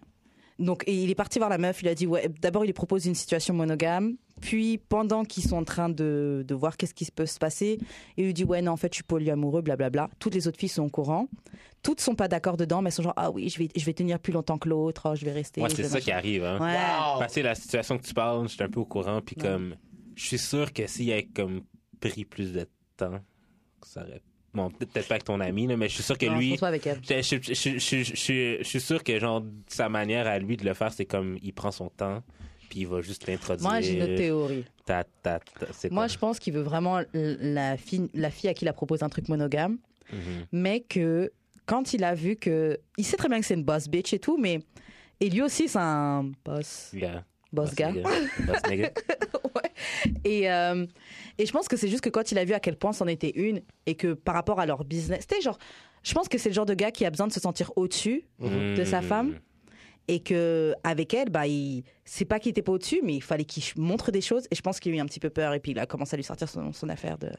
Donc et il est parti voir la meuf, il a dit ouais, d'abord il lui propose une situation monogame, puis pendant qu'ils sont en train de, de voir qu'est-ce qui peut se passer, il lui dit ouais non en fait je suis polyamoureux, blablabla. Toutes les autres filles sont au courant, toutes sont pas d'accord dedans, mais elles sont genre ah oui je vais, je vais tenir plus longtemps que l'autre, oh, je vais rester. Moi, je c'est vais ça qui machin. arrive. Hein. Ouais. Parce que la situation que tu parles, je suis un peu au courant, puis comme, je suis sûr que s'il avait comme pris plus de temps, ça aurait. Bon, peut-être pas avec ton ami, là, mais je suis sûr que Non, je lui. pense pas avec elle. Je, je- je- je- je- je- je suis sûr que genre sa manière à lui de le faire, c'est comme il prend son temps, puis il va juste l'introduire. Moi j'ai une autre théorie. Ta, ta, ta, c'est Moi, quoi? je pense qu'il veut vraiment l- la fille, la fille à qui il a proposé un truc monogame, Mhm. mais que quand il a vu que. Il sait très bien que c'est une boss bitch et tout, mais. Et lui aussi, c'est un boss, Gars. boss gars. Boss nigga. Et, euh, et je pense que c'est juste que quand il a vu à quel point c'en était une et que par rapport à leur business. C'était genre. Je pense que c'est le genre de gars qui a besoin de se sentir au-dessus de sa Mhm. femme et que avec elle, bah, il... c'est pas qu'il était pas au-dessus, mais il fallait qu'il ch- montre des choses. Et je pense qu'il a eu un petit peu peur. Et puis il a commencé à lui sortir son, son affaire de.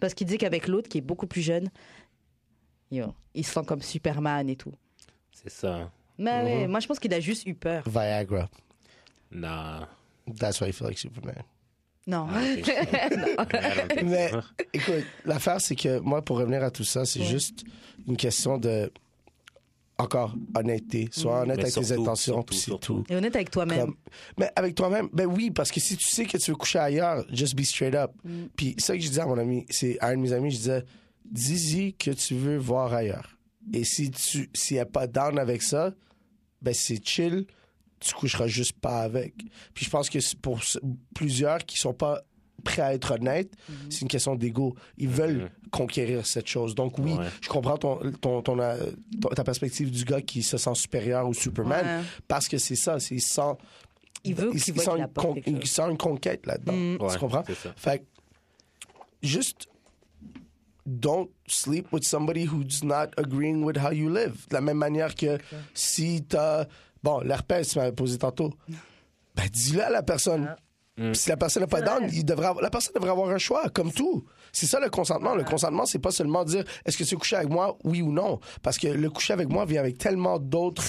Parce qu'il dit qu'avec l'autre qui est beaucoup plus jeune, yo, il se sent comme Superman et tout. C'est ça. Mais ouais, moi je pense qu'il a juste eu peur. Viagra. Non. That's why you feel like Superman. Non. Ah, ok. I don't think Mais- so. Écoute, l'affaire, c'est que moi, pour revenir à tout ça, c'est Ouais. juste une question de, encore, honnêteté. Sois honnête Mm. Mais avec tes surtout, intentions, surtout, puis c'est surtout. tout. Et honnête avec toi-même. Comme- mais avec toi-même, ben oui, parce que si tu sais que tu veux coucher ailleurs, just be straight up. Mm. Puis ça que je disais à mon ami, c'est à un de mes amis, je disais, dis-y que tu veux voir ailleurs. Et si tu si elle n'est pas down avec ça, ben c'est chill, tu coucheras juste pas avec. Puis je pense que c'est pour s- plusieurs qui sont pas prêts à être honnêtes, Mhm. c'est une question d'ego. Ils veulent conquérir cette chose. Donc oui, Ouais. je comprends ton, ton, ton, euh, ton- ta perspective du gars qui se sent supérieur au Superman, Ouais. parce que c'est ça, c'est il se sent Il veut il- qu'il il voit sent qu'il une, apporte con- quelque il chose. sent une conquête là-dedans. Ouais, tu comprends? c'est ça. Fait que, juste, don't sleep with somebody who's not agreeing with how you live. De la même manière que si t'as. Bon, l'herpès, tu m'avais posé tantôt. Ben, dis-le à la personne. Mm. Puis Si la personne n'est pas down, il devrait avoir- la personne devrait avoir un choix, comme tout. C'est ça le consentement. Le consentement, c'est pas seulement dire est-ce que tu veux coucher avec moi, oui ou non. Parce que le coucher avec moi vient avec tellement d'autres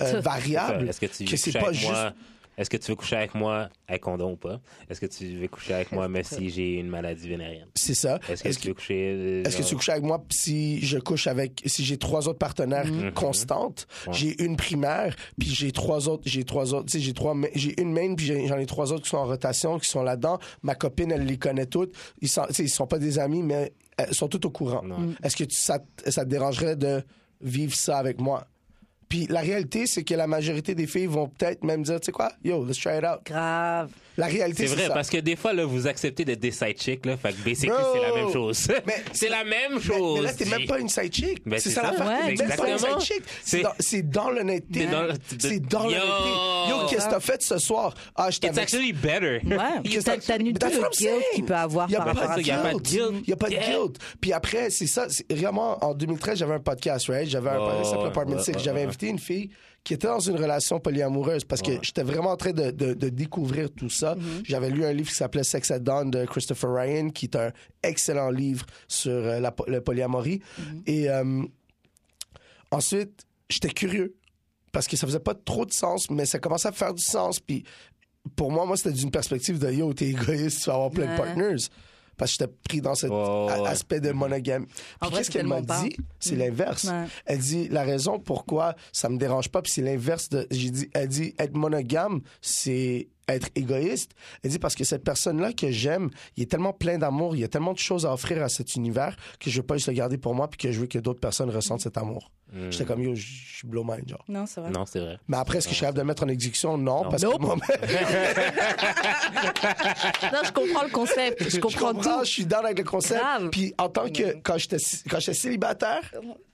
euh, variables Est-ce que tu veux que c'est coucher pas avec juste. moi? Est-ce que tu veux coucher avec moi avec condom ou pas? Est-ce que tu veux coucher avec moi même si j'ai une maladie vénérienne? C'est ça. Est-ce que tu veux coucher... euh, Est-ce que genre- tu couches avec moi pis si je couche avec si j'ai trois autres partenaires Mhm. constantes, j'ai une primaire puis j'ai trois autres j'ai trois autres tu sais j'ai trois ma- j'ai une main puis j'ai- j'en ai trois autres qui sont en rotation qui sont là-dedans, ma copine elle les connaît toutes, ils sont tu sais, ils sont pas des amis mais elles sont toutes au courant. Non. Mhm. Est-ce que tu- ça te- ça te dérangerait de vivre ça avec moi Puis la réalité c'est que la majorité des filles vont peut-être même dire tu sais quoi, yo, let's try it out. Grave. La réalité C'est c'est vrai, ça. parce que des fois, là, vous acceptez d'être des side chicks, là. Fait que basically, c'est la Bro! même chose. Mais- c'est la même Mais- chose. Mais là, t'es G. même pas une side chick. Ben, c'est c'est ça, ça. l'affaire. Ouais, T'es même pas une exactement. side chick. C'est- C'est dans, c'est dans l'honnêteté. T'es dans le- C'est dans Yo! l'honnêteté. Yo, qu'est-ce que t'as fait ce soir? Ah, je It's t'avais. actually better. Ouais. Qu'est-ce T'as- que- T'as nul Mais tout that's what le I'm guilt saying. qu'il peut avoir Y a par pas rapport à de ça, y a ça. pas de guilt. Il n'y a pas de Yeah. guilt. Puis après, c'est ça. c'est- Vraiment, en 2013, j'avais un podcast, right? J'avais un Ouais, podcast qui s'appelait ouais, Apartment ouais, Six. ouais, J'avais ouais. invité une fille qui était dans une relation polyamoureuse parce que j'étais vraiment en train de, de- de découvrir tout ça. Mm-hmm. J'avais lu un livre qui s'appelait Sex at Dawn de Christopher Ryan, qui est un excellent livre sur euh, la, Mm-hmm. po- le polyamorie. Et euh, ensuite, j'étais curieux. parce que ça faisait pas trop de sens, mais ça commençait à faire du sens. Puis pour moi, moi, c'était d'une perspective de yo, t'es égoïste, tu vas avoir plein Ouais. de partners. Parce que j'étais pris dans cet Ouais, ouais, ouais. a- aspect de monogame. En Puis vrai, qu'est-ce c'est qu'elle m'a tellement Mm. dit? C'est l'inverse. Ouais. Elle dit la raison pourquoi ça me dérange pas, puis c'est l'inverse de. J'ai dit, elle dit être monogame, c'est être égoïste. Elle dit parce que cette personne-là que j'aime, il est tellement plein d'amour, il y a tellement de choses à offrir à cet univers que je veux pas juste le garder pour moi, puis que je veux que d'autres personnes ressentent cet amour. Mm. J'étais comme yo, je suis blow mind, genre. Non, c'est vrai. Non, c'est vrai. Mais après, est-ce que je suis capable de le mettre en exécution? Non, Non. parce Nope. que moi, Non, je comprends le concept. Je je comprends comprends, tout. je suis dans avec le concept. Grave. Puis en tant que quand j'étais quand j'étais célibataire,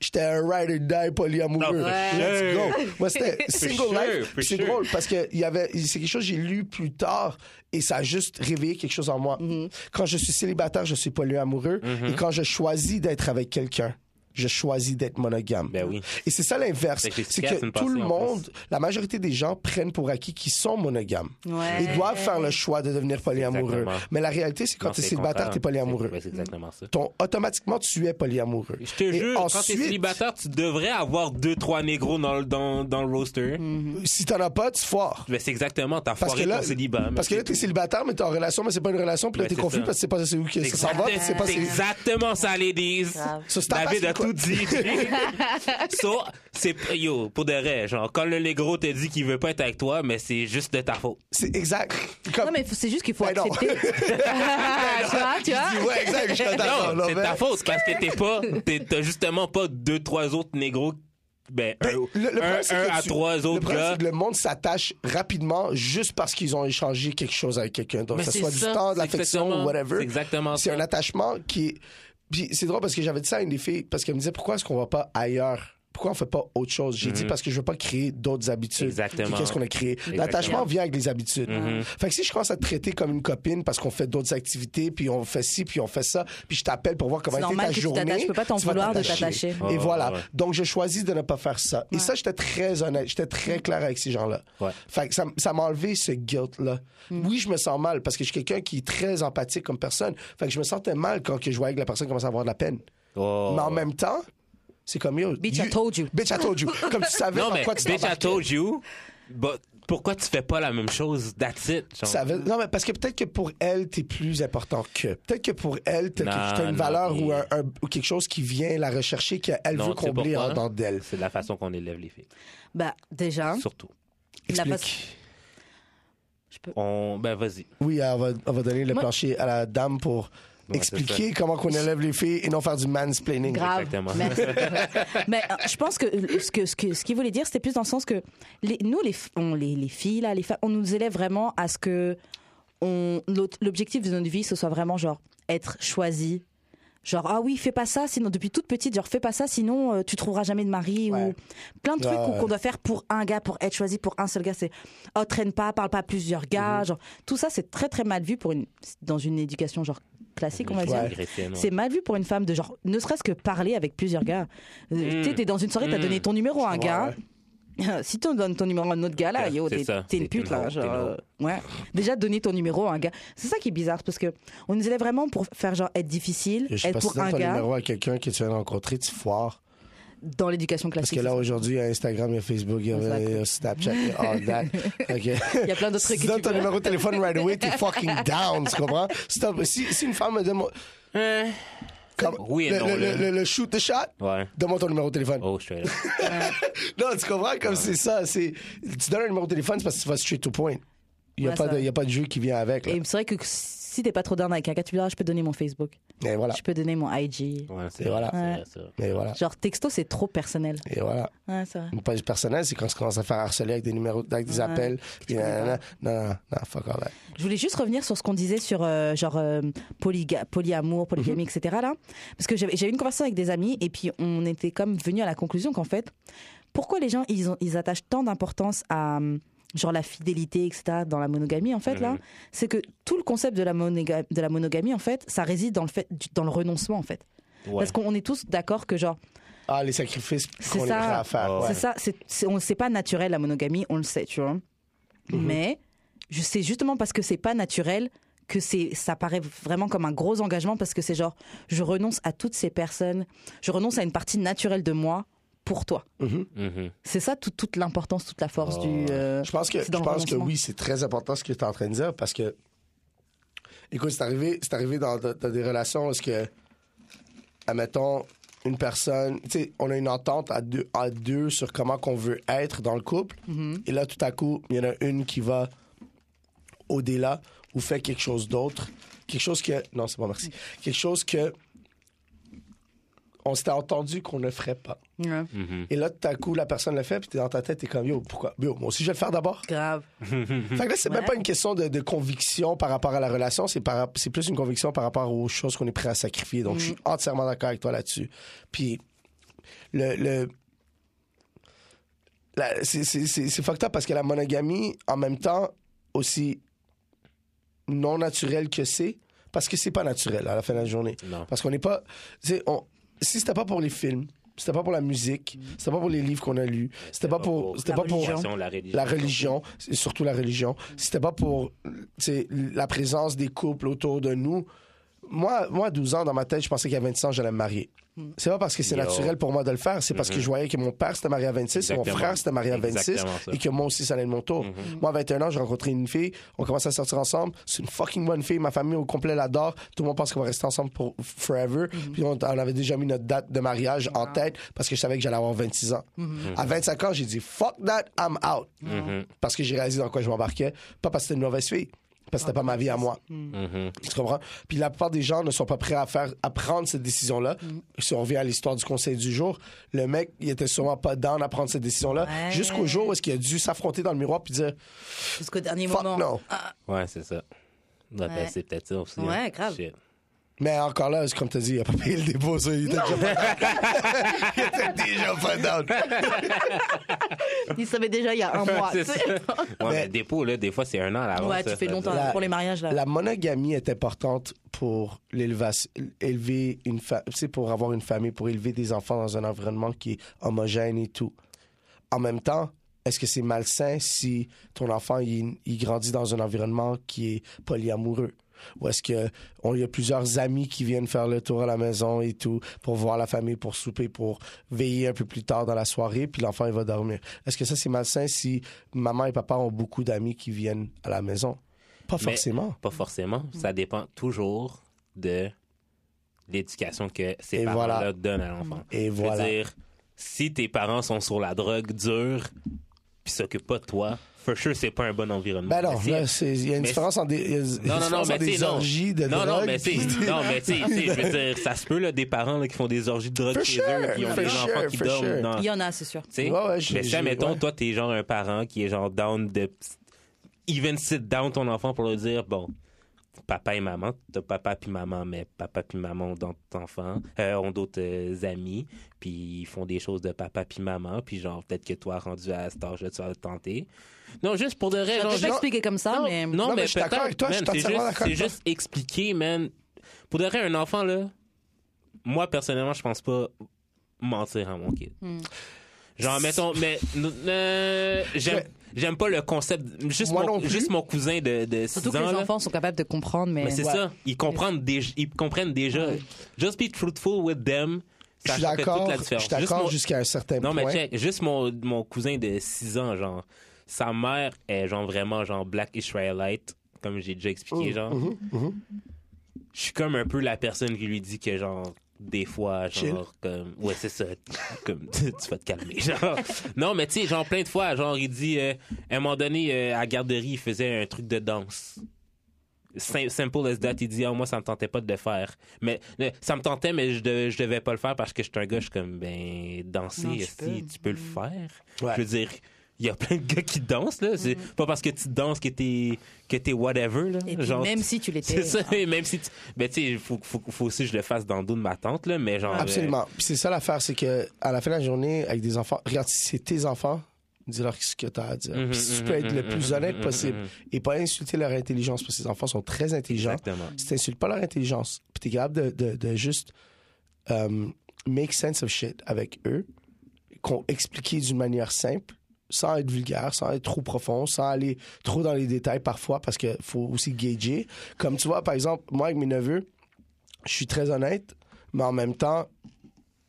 j'étais un ride or die polyamoureux. Non, for Let's sure. go. Moi c'était single sure, life. for C'est sure. drôle parce que il y avait c'est quelque chose que j'ai lu plus tard et ça a juste réveillé quelque chose en moi. Mm-hmm. Quand je suis célibataire, je suis polyamoureux et quand je choisis d'être avec quelqu'un, je choisis d'être monogame. Ben oui. Et c'est ça l'inverse, Fait que j'ai c'est quatre, que une tout le passée en plus. monde, la majorité des gens prennent pour acquis qu'ils sont monogames. Ouais. Ils doivent faire le choix de devenir polyamoureux. Exactement. Mais la réalité, c'est quand Non, tu es c'est célibataire, contraire. tu es polyamoureux. Ouais, C'est exactement ça. Ton, automatiquement, tu es polyamoureux. Je te Et jure, quand t'es ensuite, célibataire, tu devrais avoir deux, trois négros dans, le- dans, dans le roster. Si t'en as pas, tu foires. Mais c'est exactement, t'as Mm. Parce que foiré là, ton célibat. parce que là, t'es célibataire, mais t'es en relation, mais c'est pas une relation, puis là, Ouais, t'es Ben, c'est confus ça. parce que c'est pas c'est où que C'est ça s'en va, puis c'est pas exact- c'est. c'est exactement ça, ladies. Ça, c'est ta David face, a quoi. tout dit. so, c'est yo pour de vrai, genre quand le négro te dit qu'il veut pas être avec toi, mais c'est juste de ta faute. C'est exact. Comme- Non, mais faut- c'est juste qu'il faut Ben non. accepter. tu vois, tu vois. Je dis, ouais, exact, je suis d'accord, Non, là, c'est mais- ta faute parce que t'es pas, t'es- t'as justement pas deux, trois autres négros. Ben, un, Le- le un, problème, c'est un que à tu- trois le autres problème, gars. c'est que le monde s'attache rapidement juste parce qu'ils ont échangé quelque chose avec quelqu'un d'autre. Mais Que ce c'est soit du ça, temps, de c'est l'affection exactement- ou whatever. c'est exactement C'est ça. un attachement qui est. Puis c'est drôle parce que j'avais dit ça à une des filles parce qu'elle me disait pourquoi est-ce qu'on va pas ailleurs? Pourquoi on fait pas autre chose? J'ai dit parce que je veux pas créer d'autres habitudes. Mhm. Exactement. Mhm. Qu'est-ce qu'on a créé? L'attachement vient avec les habitudes. Fait que si je commence à te traiter comme une copine parce qu'on fait d'autres activités, puis on fait ci, puis on fait ça, puis je t'appelle pour voir comment C'est était normal Ben, que ta tu journée. t'attaches. Je peux pas t'en vas vouloir de t'attacher. t'attacher. Ouais, Et ouais, voilà. ouais. Donc, je choisis de ne pas faire ça. Et ça, j'étais très honnête. J'étais très clair avec ces gens-là. Ouais. Fait que ça, ça m'a enlevé ce guilt-là. Mm. Oui, je me sens mal parce que je suis quelqu'un qui est très empathique comme personne. Fait que je me sentais mal quand que je voyais que la personne commençait à avoir de la peine. Oh. Mais en même temps, c'est comme yo. Bitch, you- I told you. Bitch, I told you. Comme tu savais non dans mais quoi tu bitch, I t'embarquais. told you. But pourquoi tu fais pas la même chose? That's it. genre. Tu savais- Non, mais parce que peut-être que pour elle, t'es plus important que. Peut-être que pour elle, t'as Non, quelque- t'as une non, valeur mais- ou, un- un- ou quelque chose qui vient la rechercher, qu'elle Non, veut tu sais combler en pourquoi? dedans d'elle. C'est de la façon qu'on élève les filles, Bah, déjà, Hein? surtout. la Explique. façon- Je peux- On, ben vas-y. Oui, on va, on va donner le Moi- plancher à la dame pour Ouais, expliquer comment qu'on élève les filles et non faire du mansplaining. Grave. Exactement. Merci. Mais euh, je pense que ce que ce que ce qu'il voulait dire, c'était plus dans le sens que les- nous les f- on, les les filles là, les femmes, on nous élève vraiment à ce que on l'aut- l'objectif de notre vie, ce soit vraiment genre être choisi. Genre ah oui, fais pas ça, sinon depuis toute petite, genre fais pas ça, sinon euh, tu trouveras jamais de mari Ouais. ou plein de trucs Ouais, qu'on- ouais. qu'on doit faire pour un gars pour être choisi pour un seul gars, c'est oh traîne pas, parle pas à plusieurs Mhm. gars, genre tout ça c'est très très mal vu pour une dans une éducation genre classique on va dire. Ouais. Chrétienne, ouais. C'est mal vu pour une femme de genre, ne serait-ce que parler avec plusieurs gars. Mm. Euh, Tu sais, t'es dans une soirée, t'as donné ton numéro à un Ouais, gars. si tu donnes ton numéro à un autre gars là, Ouais, yo, c'est t'es ça. t'es une C'est pute une là. hoe, genre, t'es une hoe. euh, ouais. Déjà, donner ton numéro à un gars. C'est ça qui est bizarre parce que on nous élève vraiment pour faire genre être difficile, Je sais être pas si pour tu donnes un ton gars Ben, numéro à quelqu'un que tu viens de rencontrer, tu foires. dans l'éducation Parce classique. que là, aujourd'hui, il y a Instagram, il y a Facebook, il y a, Exact. il y a Snapchat, il y a all that. Il y a plein d'autres trucs Si que tu donnes tu ton peux- numéro de téléphone right away, t'es fucking down, tu comprends? Si, t'as- si- si une femme me demande. Hein? comme- Oui et le, non, le- là. le- le shoot the shot, Ouais. donne-moi ton numéro de téléphone. Oh, je suis là. Non, tu comprends comme c'est ça. C'est, tu donnes un numéro de téléphone, c'est parce que tu vas straight to point. Il n'y a, Ouais, pas ça. de- il y a pas de jeu qui vient avec. là. Et c'est vrai que si t'es pas trop down avec un gars, tu peux dire, Ah, je peux donner mon Facebook, Et voilà. je peux donner mon IG. Ouais, c'est Et voilà. vrai, c'est vrai, c'est vrai. Et voilà. Genre texto, c'est trop personnel. Et voilà. Ouais, c'est vrai. Une page personnelle, c'est quand tu commences à faire harceler avec des numéros, avec des appels. Puis nanana. non, non, non, non, fuck all that. Je voulais juste revenir sur ce qu'on disait sur euh, genre euh, polyga- polyamour, polygamie, etc. Là, parce que j'avais j'avais eu une conversation avec des amis et puis on était comme venu à la conclusion qu'en fait, pourquoi les gens ils, ont- ils attachent tant d'importance à hum, genre la fidélité, etc. Dans la monogamie, en fait, là, c'est que tout le concept de la, monoga- de la monogamie, en fait, ça réside dans le fait du- dans le renoncement, en fait. Ouais. Parce qu'on est tous d'accord que genre Ah, les sacrifices C'est qu'on est prêt ça. à faire. Ouais. ouais. c'est ça, c'est, c'est, on- c'est pas naturel la monogamie, on le sait, tu vois. Mhm. Mais je sais justement parce que c'est pas naturel que c'est, ça paraît vraiment comme un gros engagement parce que c'est genre, je renonce à toutes ces personnes, je renonce à une partie naturelle de moi pour toi. Mhm. Mhm. C'est ça tout- toute l'importance, toute la force Oh, du. euh, Je pense que, c'est dans je le pense que renoncement. oui, c'est très important ce que tu es en train de dire parce que, écoute, c'est arrivé, c'est arrivé dans, dans- dans des relations où est-ce que, admettons, une personne, tu sais, on a une entente à deux, à deux sur comment qu'on veut être dans le couple. Et là, tout à coup, il y en a une qui va au-delà ou fait quelque chose d'autre. Quelque chose que. Non, c'est bon, merci. Quelque chose que. On s'était entendu qu'on ne ferait pas. ouais. Mhm. Et là, tout à coup, la personne le fait, puis t'es dans ta tête, t'es comme, yo, pourquoi? Yo, moi aussi, je vais le faire d'abord. Grave. Fait que là, c'est même Ouais. pas une question de, de conviction par rapport à la relation, c'est par- c'est plus une conviction par rapport aux choses qu'on est prêt à sacrifier. Donc, je suis entièrement d'accord avec toi là-dessus. Puis, le. le la- c'est- c'est c'est- c'est fucked up parce que la monogamie, en même temps, aussi non naturelle que c'est, parce que c'est pas naturel à la fin de la journée. Non. Parce qu'on n'est pas. tu sais, on- si c'était pas pour les films, c'était pas pour la musique, c'était pas pour les livres qu'on a lus, c'était pas pour. C'était La pas pour religion. La religion. la religion, c'est surtout la religion, si c'était pas pour tu sais, la présence des couples autour de nous, moi, moi, à 12 ans, dans ma tête, je pensais qu'à 26 ans, j'allais me marier. C'est pas parce que c'est Yo. naturel pour moi de le faire, c'est parce que je voyais que mon père s'était marié à 26, mon Exactement. frère s'était marié à 26, Exactement ça. Mhm. et que moi aussi, ça allait de mon tour. Moi, à 21 ans, j'ai rencontré une fille, on commençait à sortir ensemble, c'est une fucking bonne fille, ma famille au complet l'adore, tout le monde pense qu'on va rester ensemble pour forever, puis on, on avait déjà mis notre date de mariage en tête parce que je savais que j'allais avoir 26 ans. À 25 ans, j'ai dit fuck that, I'm out. Mhm. Parce que j'ai réalisé dans quoi je m'embarquais, pas parce que c'était une mauvaise fille, parce que c'était pas ma vie à moi. Mhm. Tu comprends? Puis la plupart des gens ne sont pas prêts à faire, à prendre cette décision-là. Si on revient à l'histoire du conseil du jour, le mec, il était sûrement pas down à prendre cette décision-là. Ouais. Jusqu'au jour où est-ce qu'il a dû s'affronter dans le miroir puis dire Jusqu'au dernier fuck moment. Ah, non. Ouais, c'est ça. Ouais, ben, Ouais. c'est peut-être ça aussi. Ouais, hein. grave. Shit. Mais encore là, c'est comme t'as dit, il a pas payé le dépôt, ça, il était déjà pas Il était déjà pas down. Il savait déjà il y a un mois. C'est tu sais. ça. Ouais, mais... Mais- le dépôt, là, des fois, c'est un an à l'avance. Ouais, tu ça, fais ça, longtemps ça. La- pour les mariages là. La monogamie est importante pour l'élevation- élever une fa- tu sais, pour avoir une famille, pour élever des enfants dans un environnement qui est homogène et tout. En même temps, est-ce que c'est malsain si ton enfant il, il grandit dans un environnement qui est polyamoureux? Ou est-ce que on il y a plusieurs amis qui viennent faire le tour à la maison et tout pour voir la famille, pour souper, pour veiller un peu plus tard dans la soirée, puis l'enfant il va dormir. Est-ce que ça c'est malsain si maman et papa ont beaucoup d'amis qui viennent à la maison? Pas Mais- forcément. Pas forcément. Mm. Ça dépend toujours de l'éducation que ces Et parents-là voilà. donnent à l'enfant. Et Je veux voilà. dire, si tes parents sont sur la drogue dure, puis s'occupent pas de toi, for sure, c'est pas un bon environnement. Ben non, Mais si- là, c'est- il y a une mais différence en des, il y a une non, non, non, différence mais entre tu des sais, non. orgies de non, non, drogue, mais tu puis sais, des- non, mais tu sais, tu sais, je veux dire, ça se peut, là, des parents là, qui font des orgies de drogue For chez sure, eux, qui ont for des sure, enfants qui for dorment sure. dans. Il y en a, c'est sûr. Tu sais, Ouais, ouais, je- mais si, je- admettons, ouais. toi, t'es genre un parent qui est genre down de even sit down ton enfant pour lui dire, bon, papa et maman, t'as papa puis maman, mais papa puis maman ont d'autres enfants, euh, ont d'autres euh, amis, puis ils font des choses de papa puis maman, puis genre, peut-être que toi, rendu à cet âge-là, tu vas le tenter. Non, juste pour de vrai, Je genre, peux pas genre- expliquer comme ça, non, Ah, mais. non, Non, mais mais, je suis d'accord peut-être, avec toi, je suis man, c'est entièrement juste- d'accord C'est avec toi. juste expliquer, man. Pour de vrai, un enfant, là, moi, personnellement, je pense pas mentir à mon kid. Genre, mettons, mais n- euh, j'aime j'aime pas le concept. Juste, Moi non mon, plus. juste mon cousin de, de 6 Surtout que ans. les là. enfants sont capables de comprendre, mais. Mais c'est Ouais. ça. Ils comprennent, déjà- ils comprennent déjà. Just be truthful with them. Je Ça suis fait toute d'accord, la je différence. suis Juste d'accord mon- jusqu'à un certain non, point. mais check, juste mon, mon cousin de 6 ans, genre, sa mère est genre vraiment genre black Israelite, comme j'ai déjà Mmh, expliqué, genre. Je suis comme un peu la personne qui lui dit que genre des fois genre Chill. comme ouais c'est ça comme tu vas te calmer genre non mais tu sais genre plein de fois genre il dit euh, à un moment donné euh, à la garderie il faisait un truc de danse Sim- simple as that il dit Ah, moi ça me tentait pas de le faire mais euh, ça me tentait mais je, devais- je devais pas le faire parce que je suis un gars je suis comme ben danser Non, tu si peux. Mm-hmm. tu peux le faire Ouais. je veux dire il y a plein de gars qui dansent là c'est pas parce que tu danses que t'es que t'es whatever là Mm-hmm. Et puis, Genre, même si tu l'étais. c'est ça, et même si tu. Ben, tu sais, il faut, faut, faut aussi que je le fasse dans le dos de ma tante, là, mais genre. euh, Absolument. Puis c'est ça l'affaire, c'est que à la fin de la journée, avec des enfants, regarde, si c'est tes enfants, dis-leur ce que t'as à dire. Mhm, Puis si tu mhm, peux être le mhm, plus mhm, honnête mhm, possible mhm. et pas insulter leur intelligence, parce que ces enfants sont très euh, intelligents. Exactement. Si t'insultes pas leur intelligence, puis t'es capable de, de, de juste um, make sense of shit avec eux, qu'on expliquer d'une manière simple, sans être vulgaire, sans être trop profond, sans aller trop dans les détails parfois, parce que faut aussi gager. Comme tu vois, par exemple, moi avec mes neveux, je suis très honnête, mais en même temps,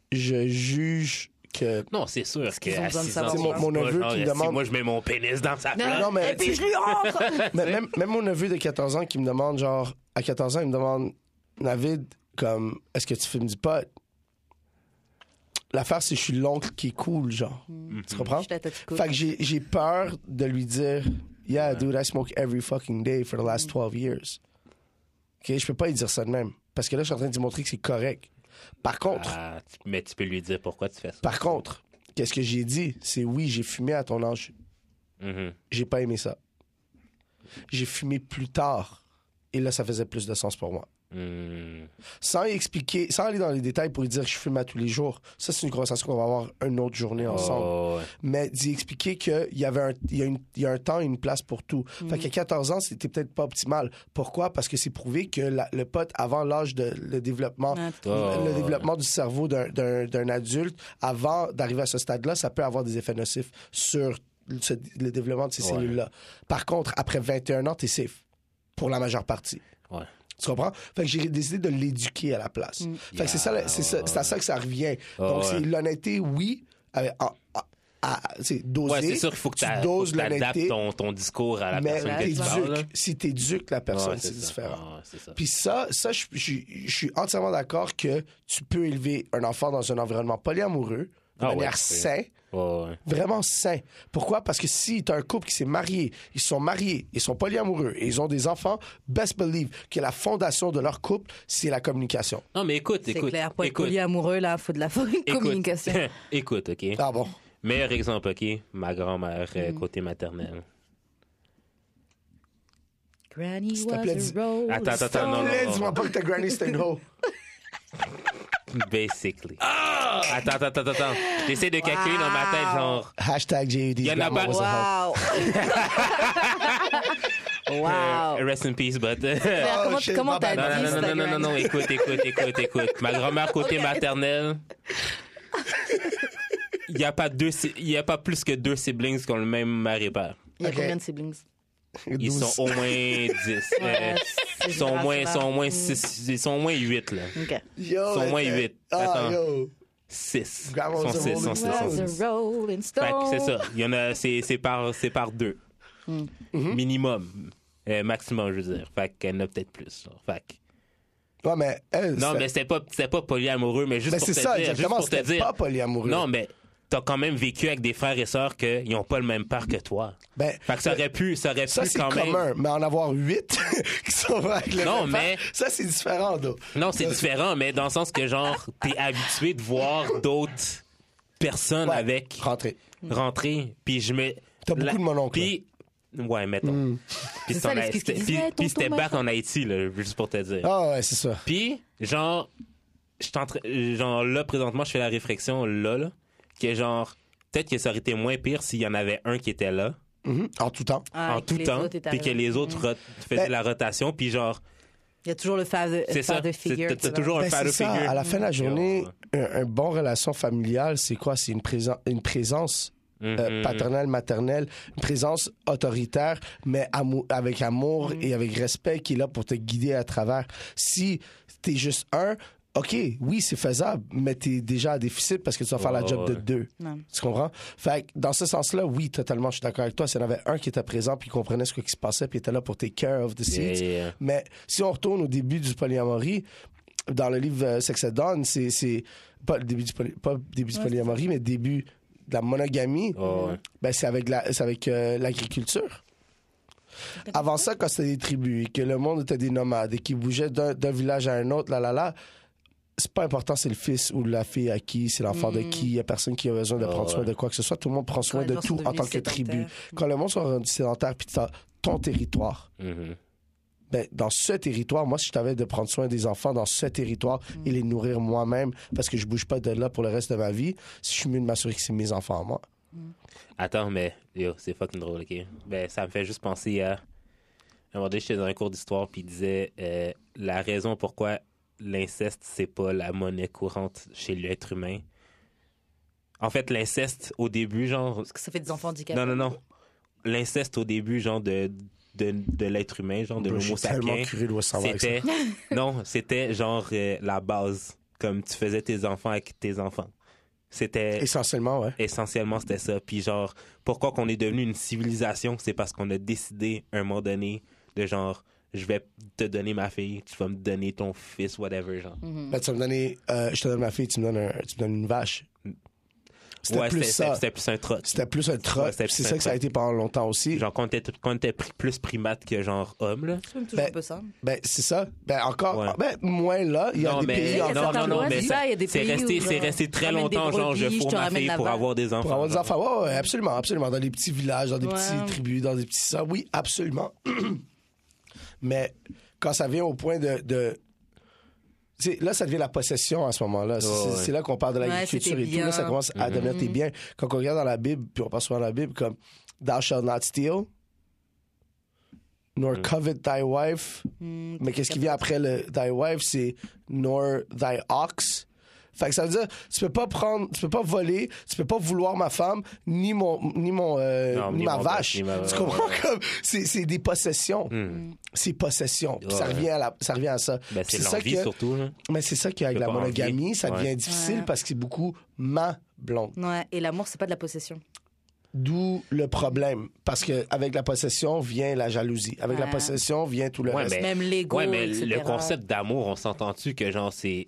je juge que. Non, c'est sûr qu'ils que ont à besoin de six savoir ans, ça. tu Mon- dis mon pas, neveu genre, qui si demande- Moi, je mets mon pénis dans sa place. Non, mais. Et puis je lui rentre Mais même, même mon neveu de 14 ans qui me demande, genre, à 14 ans, il me demande, Navid, comme, est-ce que tu fumes du pot? L'affaire, c'est que je suis l'oncle qui est cool, genre. Tu comprends? Je suis la tête cool. Fait que j'ai j'ai peur de lui dire, Yeah, dude, I smoke every fucking day for the last Mm. 12 years. OK? Je peux pas lui dire ça de même. Parce que là, je suis en train de lui montrer que c'est correct. Par contre, Ah, tu- mais tu peux lui dire pourquoi tu fais ça. par contre, qu'est-ce que j'ai dit? C'est oui, j'ai fumé à ton âge. Mhm. J'ai pas aimé ça. J'ai fumé plus tard. Et là, ça faisait plus de sens pour moi. Mhm. Sans y expliquer, sans aller dans les détails pour lui dire que je fume à tous les jours. Ça, c'est une conversation qu'on va avoir une autre journée ensemble. Oh, ouais. Mais d'y expliquer qu'il y avait un, il y a une- il y a un temps et une place pour tout. Fait qu'à 14 ans, c'était peut-être pas optimal. Pourquoi? Parce que c'est prouvé que la- le pote, avant l'âge de le développement, Ouais, Oh, le, le ouais. développement du cerveau d'un- d'un d'un adulte, avant d'arriver à ce stade-là, ça peut avoir des effets nocifs sur le, ce- le développement de ces Ouais. cellules-là. Par contre, après 21 ans, t'es safe. Pour la majeure partie. Ouais. Tu comprends? Fait que j'ai décidé de l'éduquer à la place. Fait que c'est ça, la- c'est ça- c'est à ça que ça revient. Ah, Donc, ouais. c'est l'honnêteté, oui, avec- en- en- à- c'est dosé. Ouais, c'est sûr qu'il faut que tu t'a- faut doses que t'adaptes l'honnêteté, ton, ton discours à la mais personne que tu parles. là. t'éduques. Si t'éduques la personne, Ouais, c'est ça. différent. Ouais, c'est ça. Puis ça, ça je, je- je suis entièrement d'accord que tu peux élever un enfant dans un environnement polyamoureux de Ah ouais, manière c'est- saine, Ouais, ouais. vraiment sain. Pourquoi? Parce que si t'as un couple qui s'est marié, ils sont mariés, ils sont polyamoureux et ils ont des enfants, best believe que la fondation de leur couple, c'est la communication. Non, mais écoute, C'est écoute. clair, pour être écoute, polyamoureux, là, faut de la écoute. communication. écoute, OK? Ah bon? Meilleur exemple, OK? Ma grand-mère, euh, Mm. côté maternel. Granny S'il te was plaît, dis- a road. Attends, attends, S'il attends, non, te non, plaît, non, dis-moi pas que ta granny c'était une hoe. Basically. Ah! Attends, attends, attends, attends. J'essaie de calculer dans ma tête, genre... Hashtag j'ai eu des Y en a pas- grandmas à Wow. wow. euh, rest in peace, but... euh, Mais Oh, comment- shit, comment my t'as bad. Non, non, non, dit non, non, non, ça, non, Gwen écoute, écoute, écoute, écoute. Ma grand-mère côté maternelle, il n'y a, pas deux si- il y a pas plus que deux siblings qui ont le même mari et père. Il y a Ok. combien de siblings home. Ils Douze. sont au moins 10. Ouais, c'est ils sont au moins, grave, sont au moins là. six- ils sont au moins 8, là. OK. Yo, sont au moins mais- huit. Ah, Attends. yo. 6. Grave, on Ils sont se 6, ils sont roule. six, ils sont six. Was a rolling stone. Fait que c'est ça. Il y en a, c'est, c'est par, c'est par deux. Hmm. Mhm. Minimum. Euh, maximum, je veux dire. Fait qu'il y en a peut-être plus. genre. Fait que- Ouais, mais elle, Non, c'est- mais c'était pas, c'était pas polyamoureux, mais juste Mais pour Ben, c'est te ça, dire. juste exactement. pour te C'était dire. pas polyamoureux. Non, mais t'as quand même vécu avec des frères et sœurs qu'ils n'ont pas le même père que toi. Ben, Fait que ça aurait pu, ça aurait ça, pu c'est quand même. commun, mais en avoir huit qui sont avec le Non, même père, mais- Ça, c'est différent, d'eau. Non, c'est différent, mais dans le sens que, genre, t'es habitué de voir d'autres personnes Ouais. avec Rentrez. rentrer, puis je me... T'as beaucoup de mononcles, Puis... Ouais, mettons. Puis Hmm. C'est ça, c'est en les Haï- excuses qu'ils puis- disent, Ouais, puis tonton, c'était back en Haïti, là, juste pour te dire. Ah ouais, c'est ça. Puis, genre, je suis en train- genre, là, présentement, je fais la réflexion, là, là, que genre, peut-être que ça aurait été moins pire s'il y en avait un qui était là, Mhm. En tout temps. Ah, en et que tout les temps, autres étaient Mm. puis que arrivés. les autres rot- faisaient Ben- la rotation, puis genre, Il y a toujours le father, c'est ça, father c'est- figure. t'as tu t'as vois. toujours un Ben, c'est father ça. figure. Mm-hmm. À la fin de la journée, Genre, un, un bon relation familiale, c'est quoi? C'est une, présen- une présence euh, mhm. paternelle, maternelle, une présence autoritaire, mais amou- avec amour Mm-hmm. et avec respect qui est là pour te guider à travers. Si t'es juste un, OK, oui, c'est faisable, mais t'es déjà à déficit parce que tu vas faire la Ouais, job de ouais. deux. Ouais. Tu comprends? Fait que dans ce sens-là, oui, totalement, je suis d'accord avec toi. S'il y en avait un qui était présent puis qui comprenait ce qui se passait puis était là pour tes care of the seats. Yeah, yeah, yeah. Mais si on retourne au début du polyamorie, dans le livre euh, Sex and Dawn, c'est- c'est pas le début du, poly- pas le début du polyamorie, mais début de la monogamie, Oh, ouais. ben c'est avec la- c'est avec euh, l'agriculture. Avant ça, quand c'était des tribus et que le monde était des nomades et qu'ils bougeaient d'un d'un village à un autre, là, là, là, c'est pas important, c'est le fils ou la fille à qui, c'est l'enfant Mm. de qui, il y a personne qui a besoin de Ah prendre soin ouais. de quoi que ce soit. Tout le monde prend soin les de gens sont tout en tant devenus que tribu. sédentaires. Quand le monde soit rendu sédentaire, puis t'as ton territoire, Mhm. ben, dans ce territoire, moi, si je t'avais de prendre soin des enfants dans ce territoire Mm. et les nourrir moi-même parce que je bouge pas de là pour le reste de ma vie, si je suis mieux de m'assurer que c'est mes enfants à moi. Attends, mais yo, c'est fucking drôle, ok? Ben, ça me fait juste penser à. Un moment donné, j'étais dans un cours d'histoire, puis il disait euh, la raison pourquoi l'inceste, c'est pas la monnaie courante chez l'être humain. En fait, l'inceste, au début, genre. Parce que ça fait des enfants handicapés. Non, non, non. L'inceste, au début, genre, de, de, de l'être humain, genre, de Bro, je l'homo suis tellement sapiens. curieux de voir ça. avec ça. C'était. Non, c'était genre euh, la base. Comme tu faisais tes enfants avec tes enfants. C'était Essentiellement, ouais. essentiellement c'était ça. Puis genre, pourquoi qu'on est devenu une civilisation, c'est parce qu'on a décidé à un moment donné de genre, je vais te donner ma fille, tu vas me donner ton fils, whatever, genre. Ben, tu vas me donner, euh, je te donne ma fille, tu me donnes, un- tu me donnes une vache. C'était Ouais, plus ça. c'était plus un trot. C'était plus un troc. Ouais, c'était c'est plus ça un que ça a troc. été pendant longtemps aussi. Genre, quand t'es, quand t'es pri- plus primate que genre homme, là. C'est toujours Ben, un peu ça. Ben, c'est ça. Ben, encore, Ouais. ben, moins là. Il y a non, des mais, pays il y a encore non, non, certains non, lois, mais c'est ça- ça, il y a des c'est pays où, resté, c'est genre, resté très ramène des longtemps, genre, je brebis, je fourre te ma ramène fille la pour vache. avoir des enfants. Pour avoir des genre. enfants, ouais, ouais, absolument, absolument. Dans des petits villages, dans des Ouais. petites tribus, dans des petits ça, oui, absolument. Mais quand ça vient au point de. de- tu sais, là, ça devient la possession à ce moment-là. C'est- Ouais, Mhm. ouais. C'est là qu'on parle de l'agriculture c'était et tout. Là, ça bien. commence à devenir tes biens. Quand on regarde dans la Bible, puis on passe souvent dans la Bible, comme Thou shalt not steal, nor covet thy wife. Mais qu'est-ce qui vient après le thy wife, c'est nor thy ox. Fait que ça veut dire, tu peux pas prendre, tu peux pas voler, tu peux pas vouloir ma femme, ni mon, ni mon, euh, Non, ni, ni ma mon vache. bœuf, ni ma- Tu comprends comme c'est, c'est des possessions, Hmm. c'est possession. Puis ça Ouais. revient à la, ça revient à ça. Ben, Puis c'est ça l'envie que- surtout, hein. là. mais c'est ça qu'avec peux la pas monogamie, envier. ça devient Ouais. difficile Ouais. parce que c'est beaucoup ma blonde. Ouais, et l'amour, c'est pas de la possession. D'où le problème, parce que avec la possession vient la jalousie, avec la Ouais. possession vient tout le Ouais, reste. mais, Même l'ego, ouais, mais etc. le concept d'amour, on s'entend-tu que genre, c'est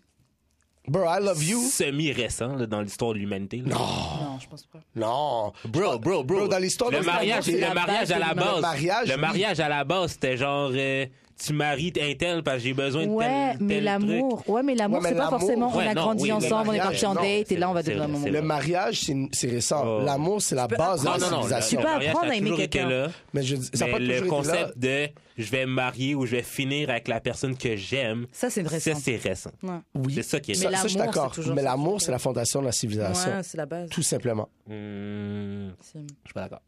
ben- Bro, I love you. semi-récent là, dans l'histoire de l'humanité? là? Non, je pense pas. Non. Bro, bro, bro. Bro, dans l'histoire le de mariage, l'humanité, le la mariage base à la de base. l'humanité. Mariage, le oui. mariage à la base, c'était genre euh, tu maries un tel parce que j'ai besoin de Ouais, tel, tel mais truc. l'amour, ouais, mais l'amour, Ouais, mais c'est pas l'amour- forcément Ouais, on a non, grandi oui, le ensemble, on est mariage, parti en non, date et c'est là on va vrai, devenir c'est un moment. vrai, Le mariage, c'est c'est récent. Oh. L'amour, c'est la base de Non, la non, non. le- civilisation. le peux mariage apprendre a à aimer toujours été quelqu'un. là, Mais je dis- ça a mais pas toujours le été concept de je vais me marier ou je vais finir avec la personne que j'aime, Ça, c'est ça récent. c'est récent. Ouais. Oui. C'est ça qui est Ça, Mais ça, je suis l'amour, d'accord. c'est toujours Mais ça. l'amour, c'est la fondation de la civilisation. Ouais, c'est la base. Tout simplement. Hmm, C'est- je suis pas d'accord.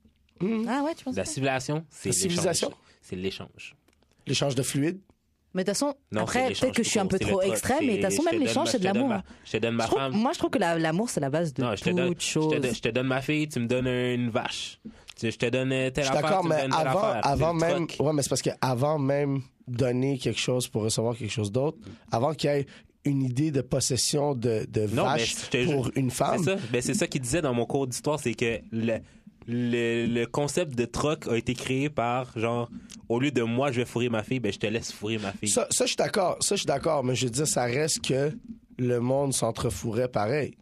Ah ouais, tu penses La pas civilisation, c'est La civilisation? l'échange. C'est l'échange. L'échange de fluides. Mais de toute façon, Non, c'est après, l'échange peut-être que je suis un tout peu court, c'est trop le truc, extrême, mais de toute c'est- façon, je même te donne l'échange, ma- c'est de je te donne l'amour. ma- Je te donne ma Je trouve- femme, moi, je trouve que la- l'amour, c'est la base de Non, je te, donne, toute je, te chose. donne, je te donne ma fille, tu me donnes une vache. Tu- Je te donne euh, telle Je suis affaire, d'accord, tu me mais donnes telle avant, affaire. avant C'est le même. truc. Ouais, mais c'est parce qu'avant même donner quelque chose pour recevoir quelque chose d'autre, avant qu'il y ait une idée de possession de, de Non, mais vache je te jure. pour une femme. C'est ça, ben, c'est ça qu'il disait dans mon cours d'histoire, c'est que le, le, le concept de troc a été créé par, genre, au lieu de moi, je vais fourrer ma fille, ben, je te laisse fourrer ma fille. Ça, ça, je suis d'accord. Ça, je suis d'accord. Mais je veux dire, ça reste que le monde s'entrefourrait pareil.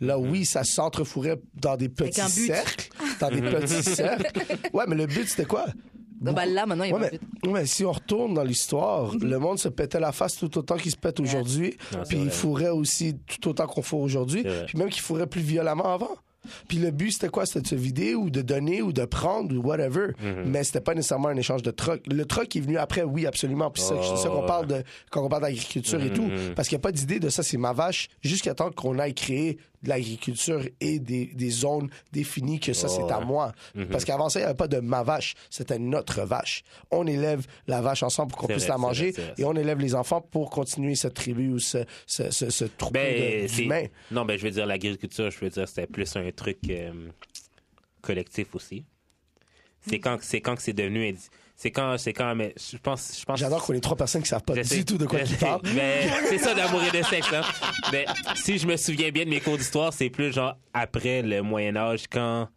Là, oui, ça s'entrefourrait dans des petits un but. cercles. Dans des petits cercles. Ouais, mais le but, c'était quoi? Bah, bah, là, maintenant, il y a Ouais, pas mais, de- Mm-hmm. ouais, mais si on retourne dans l'histoire, le monde se pétait la face tout autant qu'il se pète aujourd'hui, Ah, Non, c'est puis il vrai. fourrait aussi tout autant qu'on fourre aujourd'hui, C'est vrai. puis même qu'il fourrait plus violemment avant. Puis le but, c'était quoi? C'était de se vider ou de donner ou de prendre ou whatever. Mm-hmm. Mais c'était pas nécessairement un échange de troc. Le troc est venu après, oui, absolument. Puis c'est ça- Oh, Mm-hmm. c'est ça qu'on ouais. parle de, quand on parle d'agriculture et tout. Parce qu'il n'y a pas d'idée de ça, c'est ma vache, jusqu'à temps qu'on aille créer de l'agriculture et des, des zones définies que ça, Oh, c'est à ouais. moi. Parce qu'avant ça, il n'y avait pas de ma vache, c'était notre vache. On élève la vache ensemble pour qu'on C'est puisse vrai, la c'est vrai, manger c'est vrai, c'est et on élève les enfants pour continuer cette tribu ou ce, ce, ce, ce troupeau Ben, de- c'est- d'humains. non, ben, je veux dire, l'agriculture, je veux dire, c'était plus un truc euh, collectif aussi. C'est quand, c'est quand que c'est devenu, indi- c'est quand, c'est quand, mais je pense, je pense. J'adore qu'on ait trois personnes qui savent pas Je sais, du tout de quoi je tu sais, parles. Mais c'est ça d'amour et de sexe, hein. Mais si je me souviens bien de mes cours d'histoire, c'est plus genre après le Moyen Âge quand.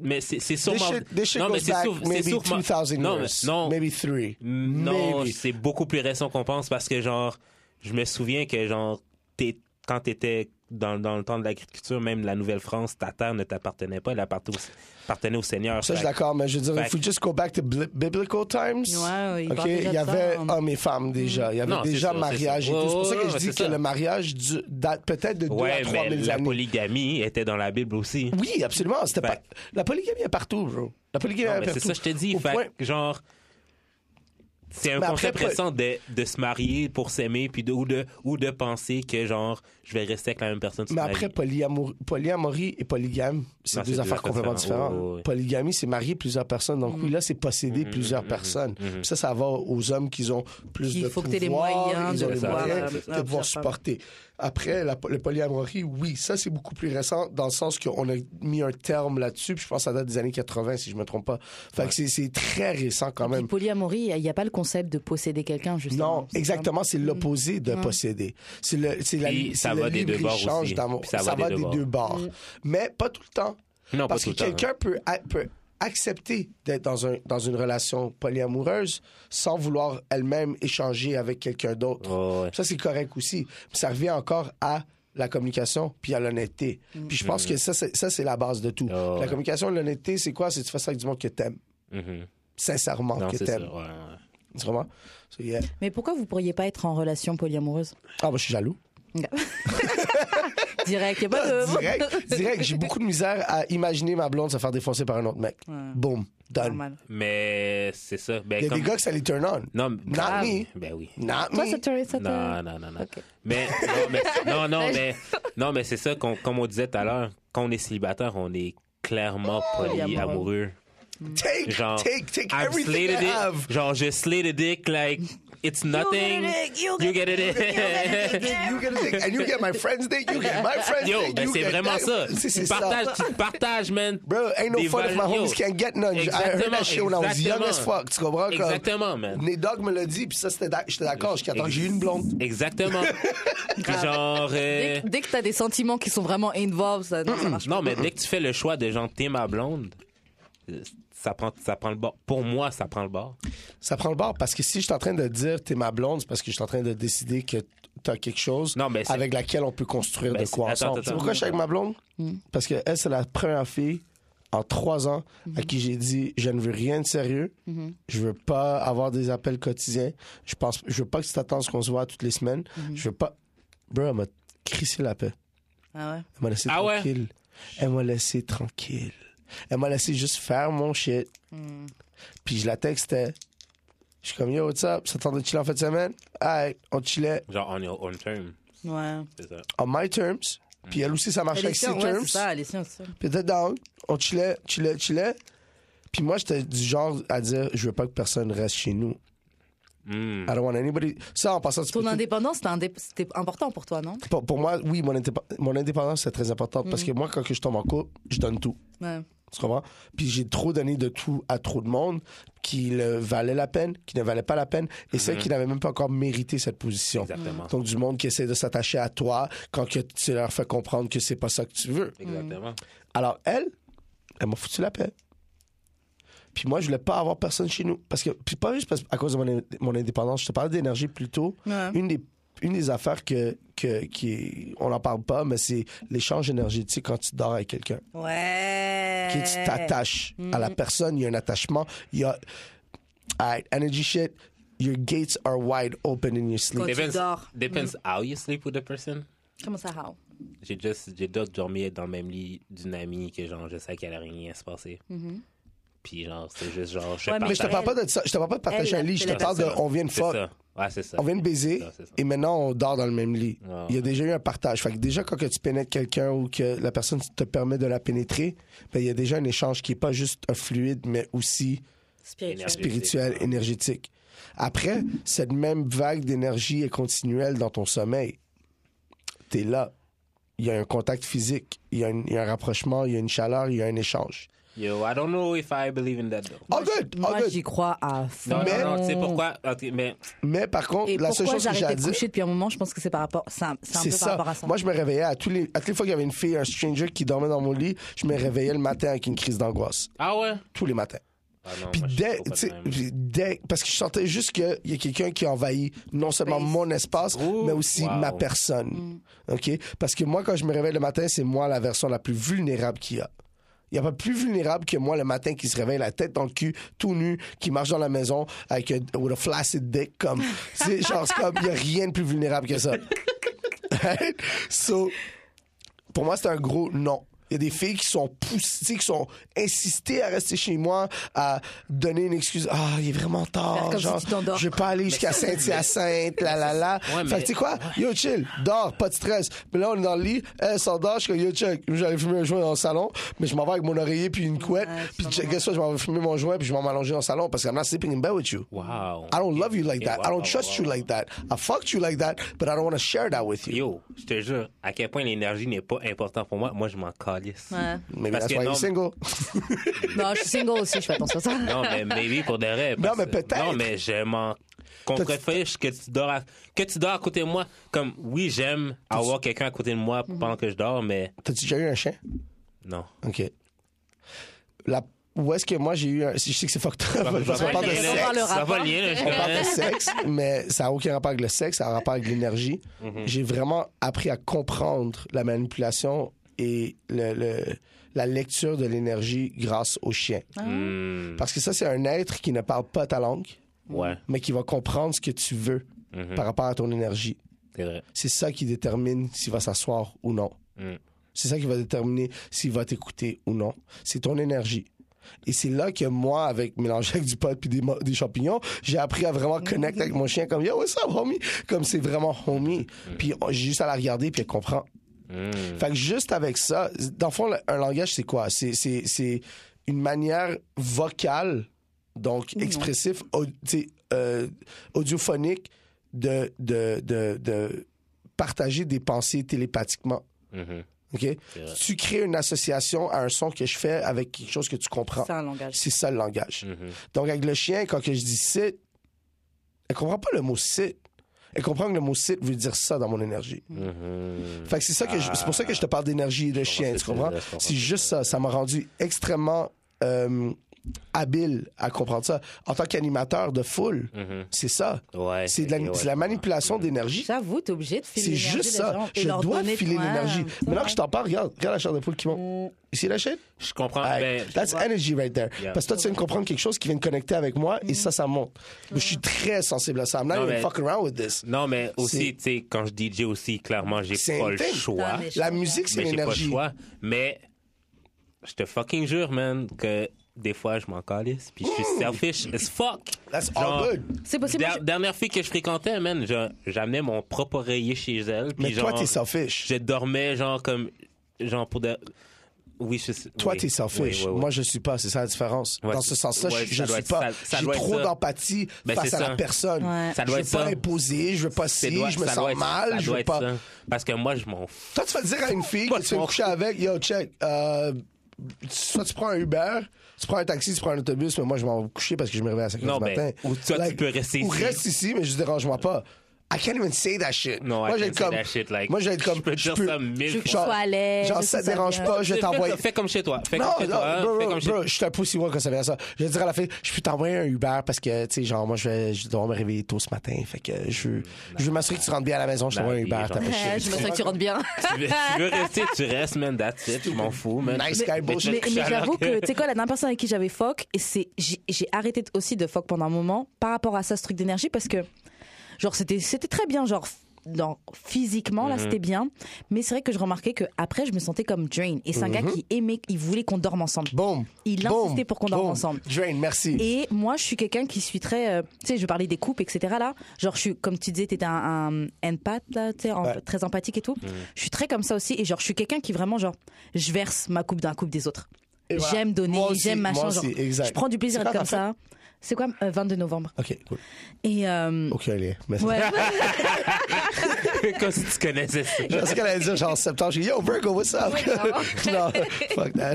Mais c'est c'est This sûrement. shit, this shit non, mais goes c'est back sûr- c'est maybe sûrement. 2000 non, mais- years, non, maybe three. non, Maybe. c'est beaucoup plus récent qu'on pense parce que genre, je me souviens que genre, t'es- quand t'étais dans, dans le temps de l'agriculture, même la Nouvelle-France, ta terre ne t'appartenait pas, elle appartenait au, appartenait au Seigneur. Ça, je suis Fait que- d'accord, mais je veux dire, Fait- if we just go back to bli- biblical times, Ouais, ouais, il ok, parle déjà il de y ça, avait hein. hommes et femmes déjà. Il y avait Non, c'est déjà sûr, c'est mariage et sûr. tout. C'est pour Ouais, ça que ouais, je ouais, dis c'est que ça. le mariage du- date peut-être de 2 Ouais, à 3 mais 000 la années. polygamie était dans la Bible aussi. Oui, absolument. C'était Fait- pas... La polygamie est partout, bro. La polygamie Ben. Non, est mais partout. c'est ça, je te dis. Au Fait point- que, genre, c'est un Mais après, concept pas- récent de, de se marier pour s'aimer, puis de, ou, de, ou de penser que, genre, je vais rester avec la même personne. toute Mais ma après, vie. polyamour- polyamorie et polygame, c'est Non, c'est deux affaires deux affaires complètement différentes. Oh, différentes. Ouais, Mhm, ouais, ouais. Polygamie, c'est marier plusieurs personnes. Donc oui, là, c'est posséder plusieurs personnes. mhm, Puis Ça, ça va aux hommes qui ont plus Il de faut que pouvoir. t'aies les moyens ils ont de les pouvoir, moyens euh, de euh, pouvoir faire ça. supporter. Après, la, le polyamorie, oui, ça, c'est beaucoup plus récent dans le sens qu'on a mis un terme là-dessus. Puis je pense que ça date des années 80, si je me trompe pas. Fait que c'est- c'est très récent quand Puis même. polyamorie, il n'y a pas le concept de posséder quelqu'un, justement. Non, exactement, c'est Mm. l'opposé de posséder. C'est le, c'est la, Puis c'est ça le va des deux bords libre-échange aussi. d'amour. Puis Ça, va, des, deux bords. Mm. Mais pas tout le temps. Non, pas Parce tout que le temps, hein. quelqu'un peut, a- peut accepter d'être dans, un, dans une relation polyamoureuse sans vouloir elle-même échanger avec quelqu'un d'autre. hein. Ouais, ouais. Ça, c'est correct aussi. Puis ça revient encore à la communication puis à l'honnêteté. Puis je pense que ça, c'est, ça, c'est la base de tout. Ah Mm. ouais. La communication et l'honnêteté, c'est quoi? C'est que tu fais ça avec du monde que t'aimes. Mhm. Sincèrement, Non, que c'est ça. t'aimes. ouais, ouais. Tu comprends? So, yeah. Mais pourquoi vous pourriez pas être en relation polyamoureuse Ah, bah, je suis jaloux. Direct, y a pas Ah, de. direct, direct. J'ai beaucoup de misère à imaginer ma blonde se faire défoncer par un autre mec. Ouais. Boom, done. Normal. Mais c'est ça. Ben, Il y a comme... des gars que ça les turn on. Non, grave. me. Ben oui. Not Toi, me. Ben- ça te. ça te- Non, non, non, non. Mais, non, mais, non, non, mais, non, mais c'est ça, qu'on- comme on disait tout à l'heure, quand on est célibataire, on est clairement polyamoureux. Take, Genre, take, take I'm everything slay the I dick. have. Genre, je slay the dick, like, it's nothing. You get it. You get a dick, and you get my friend's dick, you get my friend's Yo, dick, ben you c'est get vraiment ça. that- C'est Tu c'est ça. partages, tu partages, man. Bro, ain't no Des fun if my valeurs- homies Yo. can't get none. I heard Exactement, that shit when I was young exactement. as fuck. Tu comprends? comme- Exactement, man. Nate Dogg me l'a dit, puis ça, c'était d'ac- j'étais d'accord. Jusqu'à temps que j'ai eu une blonde. Exactement. Puis genre. euh, Dès, dès que t'as des sentiments qui sont vraiment involved, ça, non, ça marche Non, mais dès que tu fais le choix de genre, t'es ma blonde, euh, ça prend, ça prend le bord. Pour moi, ça prend le bord. Ça prend le bord parce que si je suis en train de dire t'es ma blonde, c'est parce que je suis en train de décider que t'as quelque chose Non, mais c'est- avec laquelle on peut construire Ben, de quoi c'est- attends, ensemble. attends, C'est pourquoi je suis avec ma blonde? Parce que elle, c'est la première fille en trois ans à qui j'ai dit je ne veux rien de sérieux, je veux pas avoir des appels quotidiens, je pense, je veux pas que tu t'attendes à ce qu'on se voit toutes les semaines, je veux pas. Bro, elle m'a crissé la paix. Ah ouais. Elle m'a laissé Ah ouais? tranquille. Elle m'a laissé tranquille. Elle m'a laissé juste faire mon shit. Hmm. Puis je la textais. Je suis comme, yo, what's up? Ça te tente de chiller en fin de semaine? Alright, on chillait Genre, on your own term. Ouais. C'est ça. on my terms. Puis elle aussi, ça marche Elle est avec ses science, ouais, terms. c'est ça, elle est science, ça. Puis elle était down. On chillait, chillait, chillait. Puis moi, j'étais du genre à dire, je veux pas que personne reste chez nous. Hmm. I don't want anybody. Ça, en passant, tu peux Ton tout- indépendance, c'était indép- c'était important pour toi, non pour, pour moi, oui, mon, indép- mon indépendance, c'est très importante. Hmm. Parce que moi, quand que je tombe en couple, je donne tout. Ouais. Tu comprends? Puis j'ai trop donné de tout à trop de monde qui le valait la peine, qui ne valait pas la peine, et celles qui n'avaient même pas encore mérité cette position. Exactement. Donc du monde qui essaie de s'attacher à toi quand que tu leur fais comprendre que c'est pas ça que tu veux. Exactement. Alors elle, elle m'a foutu la paix. Puis moi, je voulais pas avoir personne chez nous. Parce que, puis pas juste parce- à cause de mon, in- mon indépendance, je te parlais d'énergie plus tôt. Ouais. Une des, une des affaires que, que qui est- on n'en parle pas, mais c'est l'échange énergétique quand tu dors avec quelqu'un Ouais. que tu t'attaches à la personne, il y a un attachement, il y a Alright, energy shit, your gates are wide open in your sleep. Quand- tu dors. depends Hmm. how you sleep with the person. Comment ça, how J'ai just, j'ai déjà dormi dans le même lit d'une amie que genre, je sais qu'elle a rien à se passer. Puis genre, c'est juste genre, je Ouais, mais Mm-hmm. Mais je te parle pas de ça, je te parle pas de partager Elle, un lit, je te elle, parle de C'est ça. on vient de C'est fuck, ça. Ouais, c'est ça. on vient de baiser C'est ça, c'est ça. et maintenant on dort dans le même lit. Ouais. Il y a déjà eu un partage. Fait que déjà quand que tu pénètres quelqu'un ou que la personne te permet de la pénétrer, ben, il y a déjà un échange qui est pas juste un fluide mais aussi Spirituel. Énergie. spirituel, Énergétique. énergétique. Après, cette même vague d'énergie est continuelle dans ton sommeil. T'es là. Il y a un contact physique, il y, a une- il y a un rapprochement, il y a une chaleur, il y a un échange. Yo, I don't know if I believe in that though. All good, all Moi, good. j'y crois à fond. Non, Mais- non, non, tu sais pourquoi? Ok, Mais Mais par contre, Et la seule pourquoi chose que j'ai à j'arrêtais de dire, coucher depuis un moment, je pense que c'est par rapport, c'est un, c'est un c'est peu par ça. rapport à ça. Moi, je me réveillais à, tous les, à toutes les fois qu'il y avait une fille, un stranger qui dormait dans mon lit, je me réveillais le matin avec une crise d'angoisse. ah ouais? Tous les matins. Ah non, Puis moi, je suis dès, pas de tu sais, même. puis dès- parce que je sentais juste qu'il y a quelqu'un qui envahit non seulement mon espace, Ouh, mais aussi wow. ma personne. OK? Parce que moi, quand je me réveille le matin, c'est moi la version la plus vulnérable qu'il y a. Il n'y a pas plus vulnérable que moi le matin qui se réveille la tête dans le cul, tout nu, qui marche dans la maison avec un with a flaccid dick. Comme, tu sais, genre, c'est comme, il n'y a rien de plus vulnérable que ça. Right? so, pour moi, c'est un gros non. Il y a des filles qui sont poussées, tu sais, qui sont insistées à rester chez moi, à donner une excuse. Ah, il est vraiment Faire tard. comme si Genre, tu t'endors. je vais pas aller jusqu'à Saint-Hyacinthe, la la la. Ouais, fait mais- que tu sais quoi? Yo, chill, dors, pas de stress. Mais là, on est dans le lit, elle s'endort, je suis comme, yo, check, j'allais fumer un joint dans le salon, mais je m'en vais avec mon oreiller puis une couette, Ouais, puis je check, comprends. guess what, je m'en vais fumer mon joint puis je m'en vais m'allonger dans le salon parce que I'm not sleeping in bed with you. Wow. I don't love you like Et that. I wow, don't trust wow, you like that. I fucked you like that, but I don't want to share that with you. Yo, je te jure, à quel point l'énergie n'est pas importante pour moi, moi je m'en calisse. Ouais. Mais Parce la que soirée non, single. Non, je suis single aussi, je fais attention à ça. Non, mais maybe pour de vrai. Non, parce- mais peut-être. Non, mais je m'en contrefiche que tu dors à, que tu dors à côté de moi. Comme, oui, j'aime avoir quelqu'un à côté de moi pendant que je dors, mais T'as-tu déjà eu un chien? non. OK. La... Où est-ce que moi j'ai eu un. Je sais que c'est fucked up. Ça parce qu'on va parle de lier- on sexe. parle de Ça va rapport. lier, là, je On parle de connais. sexe, mais ça n'a aucun rapport avec le sexe, ça a un rapport avec l'énergie. Mm-hmm. J'ai vraiment appris à comprendre la manipulation et le- le- la lecture de l'énergie grâce au chien. Ah. Hmm, Parce que ça, c'est un être qui ne parle pas ta langue, ouais, mais qui va comprendre ce que tu veux Mhm. par rapport à ton énergie. c'est vrai. C'est ça qui détermine s'il va s'asseoir ou non. Mm. C'est ça qui va déterminer s'il va t'écouter ou non. C'est ton énergie. Et c'est là que moi, avec mélangé avec du pot puis des, mo- des champignons, j'ai appris à vraiment connecter avec mon chien comme yo what's up homie, comme c'est vraiment homie. Puis on- j'ai juste à la regarder puis elle comprend. Hmm. Fait que juste avec ça, dans le fond, le- un langage, c'est quoi? C'est- C'est c'est une manière vocale, donc expressif, au- tu sais, euh, audiophonique, de, de, de, de partager des pensées télépathiquement. Mhm. OK? vrai. Tu crées une association à un son que je fais avec quelque chose que tu comprends. C'est un langage. C'est ça le langage. Mhm. Donc, avec le chien, quand que je dis sit, elle comprend pas le mot sit. Elle comprend que le mot sit veut dire ça dans mon énergie. Mhm. Fait que c'est ça que je- c'est pour ça que je te parle d'énergie et de chien, ce tu que tu comprends? veux dire, je comprends C'est ce que juste ça. Ça m'a rendu extrêmement euh, habile à comprendre ça. En tant qu'animateur de foule, Mhm. c'est ça. Ouais, C'est de la, ok, ouais, Mm. c'est je de la comprends. manipulation d'énergie. J'avoue, t'es obligé de filer C'est l'énergie juste des ça. gens et Je leur dois donner- filer Ouais, Mm. l'énergie. c'est Maintenant vrai. que je t'en parle, regarde, regarde la chair de poule qui monte. Ici, la chaîne? Je comprends. Hey, Ben, that's energy right there. Yeah. Parce que toi, tu viens de comprendre quelque chose qui vient de connecter avec moi Mm. et ça, ça monte. Je suis très sensible à ça. I'm not Non, even mais- fucking around with this. non, mais C'est- aussi, tu sais, quand je DJ aussi, clairement, j'ai C'est pas le intense. choix. Non, mais je La comprends. musique, c'est mais j'ai pas le l'énergie. choix. Mais je te fucking jure, man, que des fois, je m'en calisse. Puis je suis selfish as fuck. That's Genre, all good. C'est possible. der- dernière fille que je fréquentais, man, je- j'amenais mon propre oreiller chez elle. Puis Mais toi, genre, t'es selfish. Je dormais, genre, comme. Genre, pour de. Oui, je suis. Toi, oui. t'es selfish. Oui, oui, oui. Moi, je suis pas. C'est ça la différence. Ouais, Dans ce c'est- sens-là, ouais, je, je ça doit suis être- pas. ça- ça J'ai doit être trop ça. d'empathie Ben, face c'est à la ça. personne. Ouais. Ça Je doit veux être pas ça. imposer, je veux pas Ça si, doit- je me ça doit sens être- mal, ça je doit veux être pas. ça. Parce que moi, je m'en fous. Toi, tu vas dire à une fille Moi, que je tu veux m'en coucher avec, yo, check, euh, soit tu prends un Uber, tu prends un taxi, tu prends un autobus, mais moi, je m'en vais coucher parce que je me réveille à 5 h Non, du ben, matin. ou toi, tu peux rester ou ici. reste ici, mais je dérange-moi pas. I can't even say that shit. Non, I moi, j'ai can't say that shit, like, moi, j'ai comme. je peux dire ça mille Je veux que tu genre- sois à l'aise, Genre, je ça veux te que ça dérange vienne. pas, je vais Fais- t'envoyer. Fais comme chez toi. Fais Non, comme chez non, toi. hein. bro, Fais bro, comme chez bro, je suis un pussy one quand ça vient à ça. Je vais dire à la fille, je peux t'envoyer un Uber parce que, tu sais, genre, moi, je vais, je dois me réveiller tôt ce matin. Fait que je Mm, veux, je veux m'assurer que tu rentres bien à la maison, je t'envoie un Nah, Uber, les t'as gens- pas chier. Ouais, Je me sens que tu rentres bien. tu, veux, tu veux rester, tu restes, man. That's it. Je m'en fous, man. Nice guy bullshit. Mais, je- mais alors j'avoue que- que, tu sais quoi, la dernière personne avec qui j'avais foc, et c'est, j'ai j'ai arrêté t- aussi de foc pendant un moment par rapport à ça, ce truc d'énergie, parce que, genre, c'était, c'était très bien, genre, dans, physiquement, là, c'était bien. Mais c'est vrai que je remarquais que après, je me sentais comme Drain. Et c'est un gars qui aimait, il voulait qu'on dorme ensemble. Boom. Il Boom. insistait pour qu'on dorme Boom. ensemble. Drain, merci. Et moi, je suis quelqu'un qui suis très. euh, tu sais, je parlais des coupes, etc. Là, genre, je suis, comme tu disais, t'étais un, un empath, là, tu sais, en- Ouais. très empathique et tout. Je suis très comme ça aussi. Et genre, je suis quelqu'un qui vraiment, genre, je verse ma coupe d'un couple des autres. Et voilà. J'aime donner, Moi aussi, j'aime machin. moi aussi, genre, exact. Je prends du plaisir à C'est être quand comme ça. C'est quoi euh, 22 novembre. OK, cool. Et. euh, Aucun lien. Mais ouais. comme si tu connaissais ça. Je pensais qu'elle allait dire genre en septembre. J'ai dit, yo, Virgo, what's up? non, fuck that.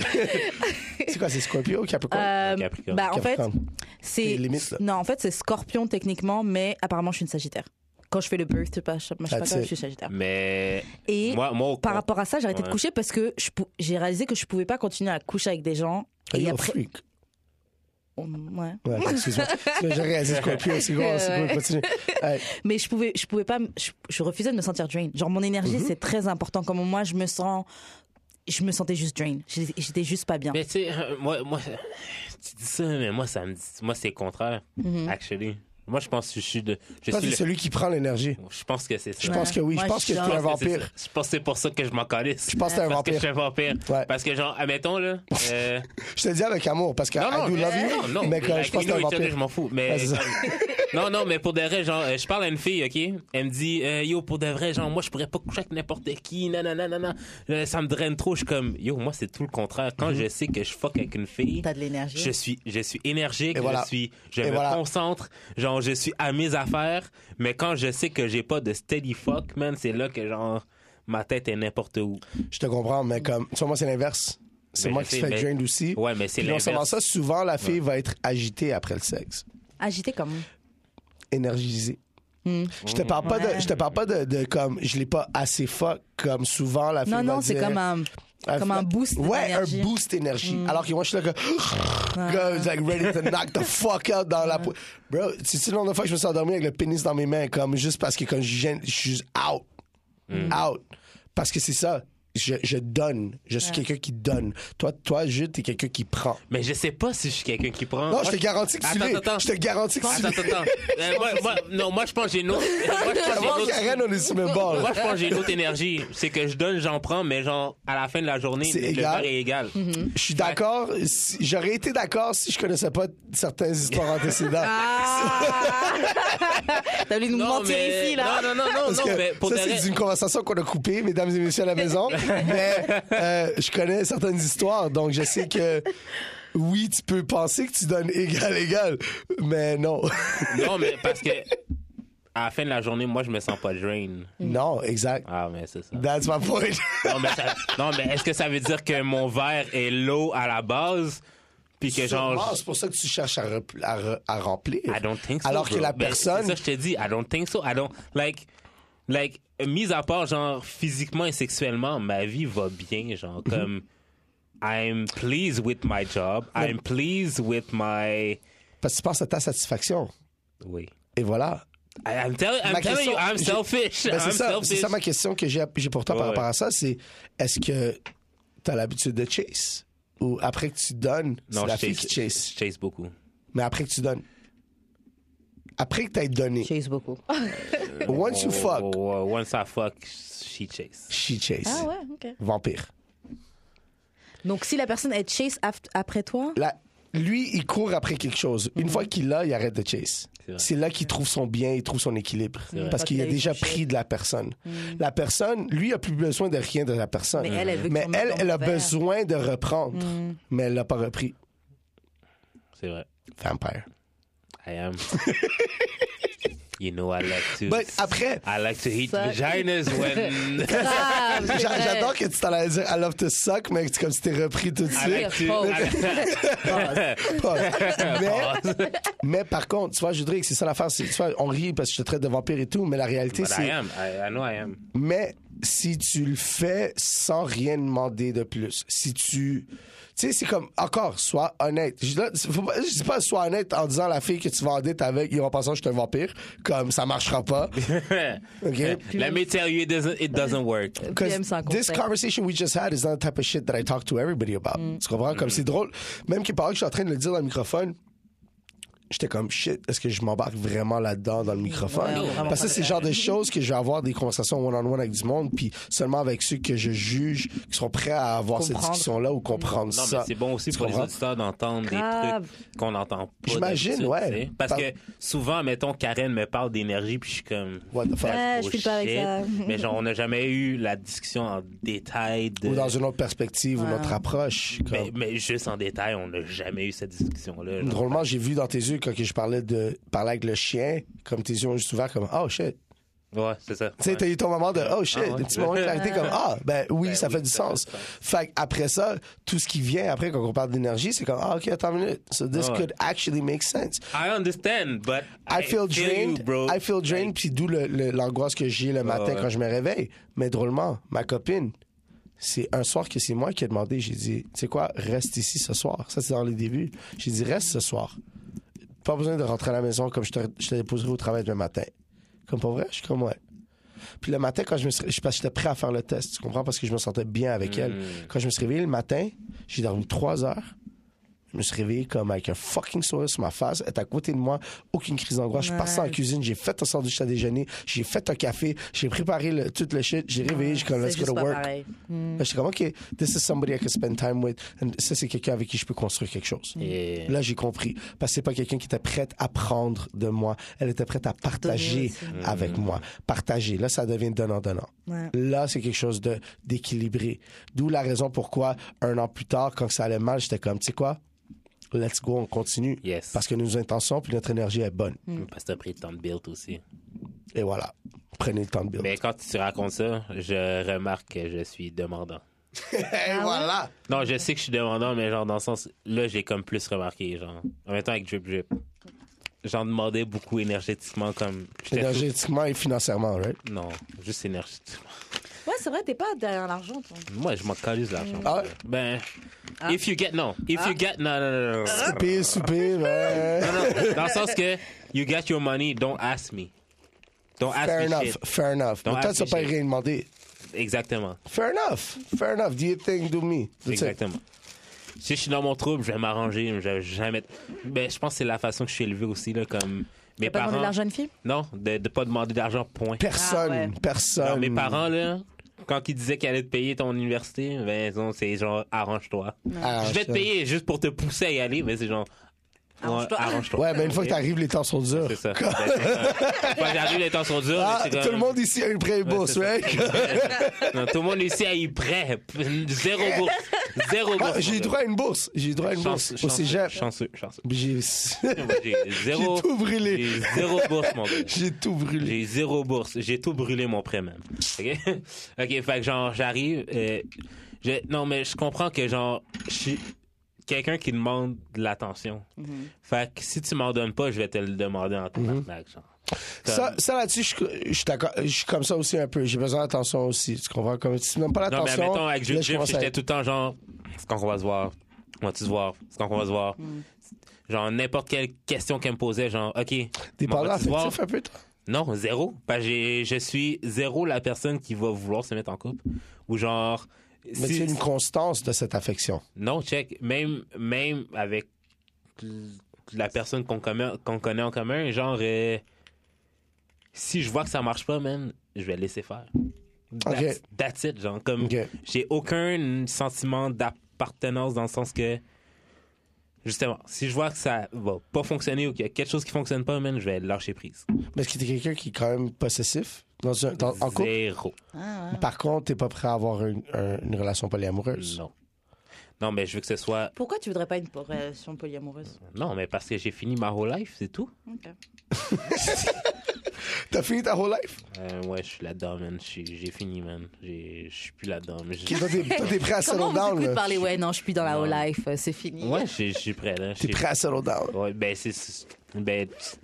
c'est quoi, c'est Scorpio, Capricorn? Euh, Capricorne. bah, en fait, Capricorne. c'est. C'est limite, là. Non, en fait, c'est scorpion techniquement, mais apparemment, je suis une sagittaire. Quand je fais le birth, je sais pas, je sais pas, That's je it. suis sagittaire. Mais Et. moi, moi, au par con- rapport à ça, j'ai arrêté de Ouais. coucher parce que je pou- j'ai réalisé que je pouvais pas continuer à coucher avec des gens. Are et you a après, freak? Oh, ouais. Ouais, excuse-moi. Excuse-moi, J'ai réalisé Scorpio, c'est quoi, c'est quoi, continue. Hey, Mais je pouvais, je pouvais pas, me- je, je refusais de me sentir drain. Genre mon énergie, Mm-hmm. c'est très important. Comme moi, je me sens, je me sentais juste drain. J'ai- J'étais juste pas bien. Mais tu sais, euh, moi, moi, tu dis ça, mais moi, ça me dit, moi, c'est le contraire, Mm-hmm. actually. Moi, je pense que je suis de, je toi, suis c'est le- celui qui prend l'énergie. je pense que c'est ça. Je pense que oui. Moi, je pense je que t'es suis un genre- que c'est ça. vampire. Je pense que c'est pour ça que je m'en calisse. Je pense que t'es un Parce que je vampire. suis un vampire. Ouais. Parce que, genre, admettons, là, euh, Je te le dis avec amour parce que Non, non, I do love mais- you, non, non, mais que like, je pense que you t'es un know each other, vampire. Je m'en fous. Mais Ouais, c'est ça. non, non, mais pour de vrai, genre, euh, je parle à une fille, ok. Elle me dit, euh, yo, pour de vrai, genre, moi, je pourrais pas coucher avec n'importe qui, nanana, nanana. Euh, ça me draine trop. Je suis comme, yo, moi, c'est tout le contraire. Quand Mm-hmm. je sais que je fuck avec une fille, T'as de l'énergie. je suis, je suis énergique, Hein? Et voilà. je suis, je Et me voilà. concentre, genre, je suis à mes affaires. Mais quand je sais que j'ai pas de steady fuck, man, c'est là que genre. ma tête est n'importe où. Je te comprends, mais comme, tu vois, moi, c'est l'inverse. C'est Ben, moi je qui se sais, fais ben- drain aussi. Ouais, mais c'est Puis non seulement l'inverse. ça, souvent, la fille va être agitée après le sexe, Agité comme. énergisée. Hmm. Je te parle pas de, je te parle pas de, de comme je l'ai pas assez fuck comme souvent la fille Non, va non, c'est dire- comme un. Elle comme fait- un boost Ouais, d'énergie. Mm. un boost d'énergie. Alors que moi, je suis là que. Girls, like ready to knock the fuck out dans la. po- Bro, c'est si nombre de fois que je me suis endormi avec le pénis dans mes mains, comme juste parce que quand je gêne, je suis juste out. Mm. Out. Parce que c'est ça. Je, je donne. Je suis quelqu'un qui donne. Toi, toi, Jules, t'es quelqu'un qui prend. Mais je sais pas si je suis quelqu'un qui prend. Non, Moi, je te garantis que tu Attends, l'es. attends. Je te garantis que tu Attends, l'es. attends, attends. Euh, moi- moi- non, moi, je pense que j'ai une autre. Moi, je pense que j'ai une Moi, autre- Karen, on est sur le bord. Moi, je pense que j'ai une autre énergie. C'est que je donne, j'en prends, mais genre, à la fin de la journée, C'est le égal. verre est égal. Mhm. Je suis d'accord. si- J'aurais été d'accord si je connaissais pas certaines histoires antécédentes. Ah. T'as voulu nous mentir mais... ici, là. Non, non, non, non, Parce non, que mais pour ça, de vrai- c'est une conversation qu'on a coupée, mesdames et messieurs à la maison. mais euh, je connais certaines histoires, donc je sais que oui, tu peux penser que tu donnes égal, égal, mais non. Non, mais parce que à la fin de la journée, moi, je me sens pas drain. non, exact. Ah, mais c'est ça. That's my point. Non, mais, ça- non, mais est-ce que ça veut dire que mon verre est low à la base? Puis que Sûrement, genre. C'est pour ça que tu cherches à, rep- à re- à remplir. je- I don't think so. Alors que bro. la Ben, personne. C'est ça, que je te dis. I don't think so. I don't. Like. Like, mis à part, genre, physiquement et sexuellement, ma vie va bien, genre, comme. I'm pleased with my job. I'm pleased with my. Parce que tu penses à ta satisfaction. Oui. Et voilà. I- I'm, tell- I'm Ma telling you, question- I'm j'ai- selfish. Ben, I'm c'est ça, c'est selfish. ça ma question que j'ai j'ai pour toi par Ouais, rapport ouais. à ça, c'est est-ce que t'as l'habitude de chase ou après que tu donnes, c'est Non, la je fille chase, qui chase, je chase beaucoup. mais après que tu donnes, après que t'aies donné, Chase beaucoup. once you Oh, fuck, oh, oh, once I fuck, she chase. she chase, Ah ouais, ok. vampire. Donc si la personne elle chase aft- après toi, Là, lui, il court après quelque chose. Mhm. Une fois qu'il l'a, il arrête de chase. C'est vrai. C'est là qu'il trouve son bien, il trouve son équilibre. vrai. Parce Quand qu'il il a a eu déjà son pris de la personne. La personne, lui, a plus besoin de rien de la personne. Mhm. Mais elle, elle veut que Mais tu remettes elle, dans elle a le verre. besoin de reprendre. Mhm. Mais elle l'a pas repris. C'est vrai. Vampire. I am. you know I like to. But après, I like to eat Ça- vaginas when. Ah, j'a- c'est vrai. j'adore que tu t'en allais dire I love to suck, mais c'est comme si t'es repris tout de I suite. like to. Oh. mais, mais par contre, tu vois, je voudrais que c'est ça l'affaire. c'est- Tu vois, on rit parce que je te traite de vampire et tout, mais la réalité, But I c'est. am. I, I know I am. Mais si tu le fais sans rien demander de plus, si tu. Tu sais, c'est comme, encore, sois honnête. Je, là, faut pas- je dis pas sois honnête en disant à la fille que tu vas en date avec, ils vont penser que je suis un vampire, comme ça marchera pas. OK? Let me tell you, it doesn't, it doesn't work. Because PM sans this conseil. conversation we just had is not the type of shit that I talk to everybody about. Mm. Tu comprends? Comme c'est drôle. Même qu'il paraît que je suis en train de le dire dans le microphone, j'étais comme shit, est-ce que je m'embarque vraiment là-dedans dans le microphone? Ouais, on va vraiment Parce que pas c'est le genre de choses que je vais avoir des conversations one-on-one avec du monde, puis seulement avec ceux que je juge qui sont prêts à avoir cette Comprendre. discussion-là ou comprendre Non, ça. mais c'est bon aussi Tu pour les comprends? auditeurs d'entendre des Grave. trucs qu'on n'entend pas. J'imagine, d'habitude, ouais. tu sais. Parce Par- que souvent, mettons, Karen me parle d'énergie, puis je suis comme. What the fuck? Ouais, Ah, je Oh, file pas avec shit. ça. Mais genre, on n'a jamais eu la discussion en détail de. Ou dans une autre perspective ou notre approche. comme- mais, mais juste en détail, on n'a jamais eu cette discussion-là. genre. Drôlement, j'ai vu dans tes yeux quand que je parlais de parler avec le chien, comme tes yeux ont juste ouvert comme oh shit. Ouais, c'est ça. Tu sais, t'as eu ton moment de oh shit, Ah ouais. le petit moment de clarté comme ah ben oui, Ben ça oui, fait du ça fait sens. du sens. Fait après ça, tout ce qui vient après quand on parle d'énergie, c'est comme ah ok attends une minute, so this Ah ouais. could actually make sense. I understand, but I feel drained, you, bro. Ah I feel drained, puis d'où le- le- l'angoisse que j'ai le matin ouais. quand je me réveille. Mais drôlement, ma copine, c'est un soir que c'est moi qui ai demandé, j'ai dit, tu sais quoi, reste ici ce soir. Ça, c'est dans les débuts. J'ai dit, reste ce soir. Pas besoin de rentrer à la maison comme je te, je te déposerai au travail demain matin. Comme pour vrai, je suis comme ouais. Puis le matin, quand je me suis, je, parce que j'étais prêt à faire le test, tu comprends, parce que je me sentais bien avec elle. Quand je me suis réveillé le matin, j'ai dormi trois heures. Je me suis réveillé comme avec un fucking sourire sur ma face. Elle était à côté de moi, aucune crise d'angoisse. Je suis passé en cuisine, j'ai fait un sandwich à déjeuner, j'ai fait un café, j'ai préparé le, tout le shit, j'ai réveillé, j'ai comme c'est let's juste go to pas work. pareil. Là, J'étais comme ok, this is somebody I can spend time with, and ça c'est quelqu'un avec qui je peux construire quelque chose. Yeah. Là, j'ai compris. Parce que c'est pas quelqu'un qui était prête à prendre de moi. Elle était prête à partager Mm. avec moi. Partager. Là, ça devient donnant-donnant. Ouais. Là, c'est quelque chose de- d'équilibré. D'où la raison pourquoi, un an plus tard, quand ça allait mal, j'étais comme, tu sais quoi? Let's go, on continue. Yes. Mm. Mm. Parce que nos intentions puis notre énergie est bonne. Parce que t'as pris le temps de build aussi. Et voilà. Prenez le temps de build. Mais quand tu racontes ça, je remarque que je suis demandant. Et voilà. Non, je sais que je suis demandant, mais genre dans le sens, là, j'ai comme plus remarqué, genre. En même temps, avec Drip Drip, j'en demandais beaucoup énergétiquement, comme. j'étais Énergétiquement et financièrement, right? fou- Non, juste énergétiquement. Ouais, c'est vrai, t'es pas derrière l'argent, toi. Moi, je m'en calise l'argent. Ah ouais? Ben, Ah. if you get, non. If you get, non, non, non, non, non. Souper, souper, ben. Non, Ah. non, Dans le sens que, you get your money, don't ask me. Don't ask Fair me enough, Ah, shit. fair enough. Don't Mais toi, ask tu vas me pas shit. rien demander. Exactement. Fair enough, fair enough. Do you think, do me. That's it. Exactement. Si je suis dans mon trouble, je vais m'arranger, je vais jamais. Ben, je pense que c'est la façon que je suis élevé aussi, là, comme. Mes T'as pas demandé de parents. l'argent de fille Non, de ne pas demander d'argent, point. Personne, Ah ouais. personne. Genre, mes parents, là, quand ils disaient qu'ils allaient te payer ton université, ben, ils ont- c'est genre, arrange-toi. Ah, je vais te ça. payer juste pour te pousser à y aller, mais c'est genre, Arrange-toi. arrange-toi. Ouais, mais une fois que t'arrives, les temps sont durs. C'est ça. Ben, c'est ça. Quand j'arrive, les temps sont durs. Ah, mais c'est tout comme- le monde ici a eu prêt une bourse, c'est ça. right? Non, tout le monde ici est prêt. Zéro bourse. Zéro bourse. Ah, j'ai eu droit à une bourse. J'ai eu droit à une Chance- bourse. Au chanceux, cégep. Chanceux, chanceux. J'ai Moi, J'ai zéro. J'ai tout brûlé. J'ai zéro bourse, mon gars. j'ai tout brûlé. J'ai zéro bourse. J'ai tout brûlé mon prêt même. OK? OK, fait que genre, j'arrive. euh, je- non, mais je comprends que genre, je suis quelqu'un qui demande de l'attention. Fait que si tu m'en donnes pas, je vais te le demander en tabarnak, genre. Comme- Ça, ça là-dessus, je, je suis d'accord. Je suis comme ça aussi un peu. J'ai besoin d'attention aussi. Tu comprends? Comme, si tu n'aimes pas Non, mais l'attention, mettons, avec là, Jules je Jim, commence à j'étais être- tout le temps genre, c'est quand qu'on va se voir? On va-tu se voir? C'est quand qu'on va se voir? Genre, n'importe quelle question qu'elle me posait, genre, OK. T'es on pas là, va-tu se voir? affectif un peu, toi? Non, zéro. Parce que j'ai- je suis zéro la personne qui va vouloir se mettre en couple. Ou genre. Mais si- tu as une constance de cette affection. Non, check. Même, même avec l- la personne qu'on commun- qu'on connaît en commun, genre, euh, si je vois que ça marche pas, man, je vais laisser faire. That's, Ok. that's it, genre. Comme, Ok. j'ai aucun sentiment d'appartenance dans le sens que, justement, si je vois que ça va pas fonctionner ou qu'il y a quelque chose qui fonctionne pas, man, je vais lâcher prise. Parce que t'es quelqu'un qui est quand même possessif dans un, dans- en couple. Zéro. Ah, Ah. Par contre, t'es pas prêt à avoir une, un- une relation polyamoureuse. Non. Non, mais je veux que ce soit. Pourquoi tu voudrais pas une relation polyamoureuse Non, mais parce que j'ai fini ma whole life, c'est tout. T'as fini ta whole life? Euh, ouais, je suis là-dedans, man. Je suis- J'ai fini, man. J'ai- Je suis plus là-dedans. mais j'ai- Toi, t'es toi, t'es prêt à Comment on settle vous down, écoute là. parler Ouais, non, je suis dans la Non. whole life, euh, c'est fini. Ouais, je je suis prêt, là. Je suis- T'es prêt à settle down. Ouais, ben, c'est- c'est. Ben. pss-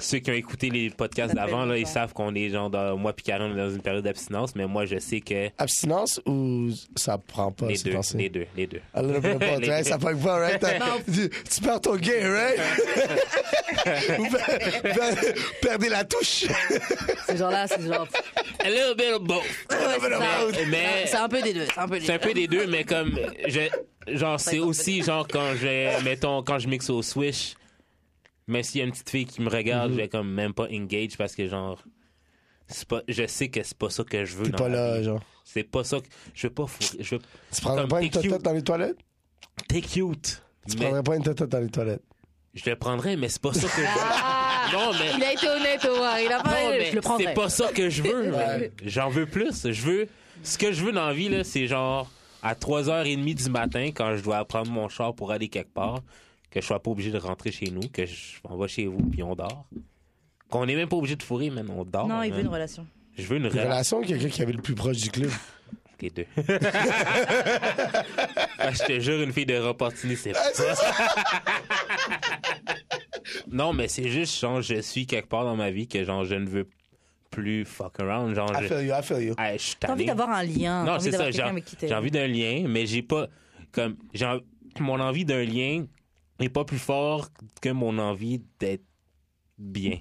Ceux qui ont écouté les podcasts Ça fait d'avant, là, ils longtemps. savent qu'on est, genre, dans- moi puis Karen, on est dans une période d'abstinence, mais moi, je sais que. Abstinence ou ça prend pas, Les c'est deux, les pensé? Ah, deux, les deux. A little bit of both, Les right? deux. Ça pogne pas, right? T'as- Tu, tu perds ton gain, right? Vous per- per- perdez la touche. Ces gens-là, c'est genre. pff, A little bit of both. ouais, c'est ça. Mais- C'est un peu des deux. C'est un peu des C'est un deux. peu des deux, mais comme je, genre c'est aussi genre quand je mettons quand je mixe au Swish, même s'il y a une petite fille qui me Mm-hmm. regarde, je vais comme même pas engage parce que genre c'est pas, je sais que c'est pas ça que je veux. T'es dans pas la là, vie. genre. C'est pas ça que je veux pas. fourrer- Je veux, Tu prendrais Comme pas t'es une cute. totote dans les toilettes? t'es cute. Tu mais prendrais pas une totote dans les toilettes? je le prendrais, mais c'est pas ça que je veux. Non mais Ah! Il a été honnête, ouais. Il a pas. Non, mais je le prendrai. C'est pas ça que je veux. Ouais. J'en veux plus. Je veux. Ce que je veux dans la vie, là, c'est genre à 3h30 du matin, quand je dois prendre mon char pour aller quelque part, que je sois pas obligé de rentrer chez nous, que je m'en vais chez vous, puis on dort. Qu'on n'est même pas obligé de fourrer, man. On dort. Non, il man. veut une relation. Je veux une Une relation. relation avec quelqu'un qui avait le plus proche du club. Les deux. Ah, je te jure, une fille de Repentigny, c'est pas ça. non, mais c'est juste, genre, je suis quelque part dans ma vie que, genre, je ne veux plus fuck around. Genre, I je, feel you, I feel you. Ah, je suis T'as envie tanné. d'avoir un lien. t'as Non, envie c'est d'avoir ça. J'ai quelqu'un avec qui t'es- j'ai envie d'un lien, mais j'ai pas. Comme, j'ai en- mon envie d'un lien n'est pas plus fort que mon envie d'être bien.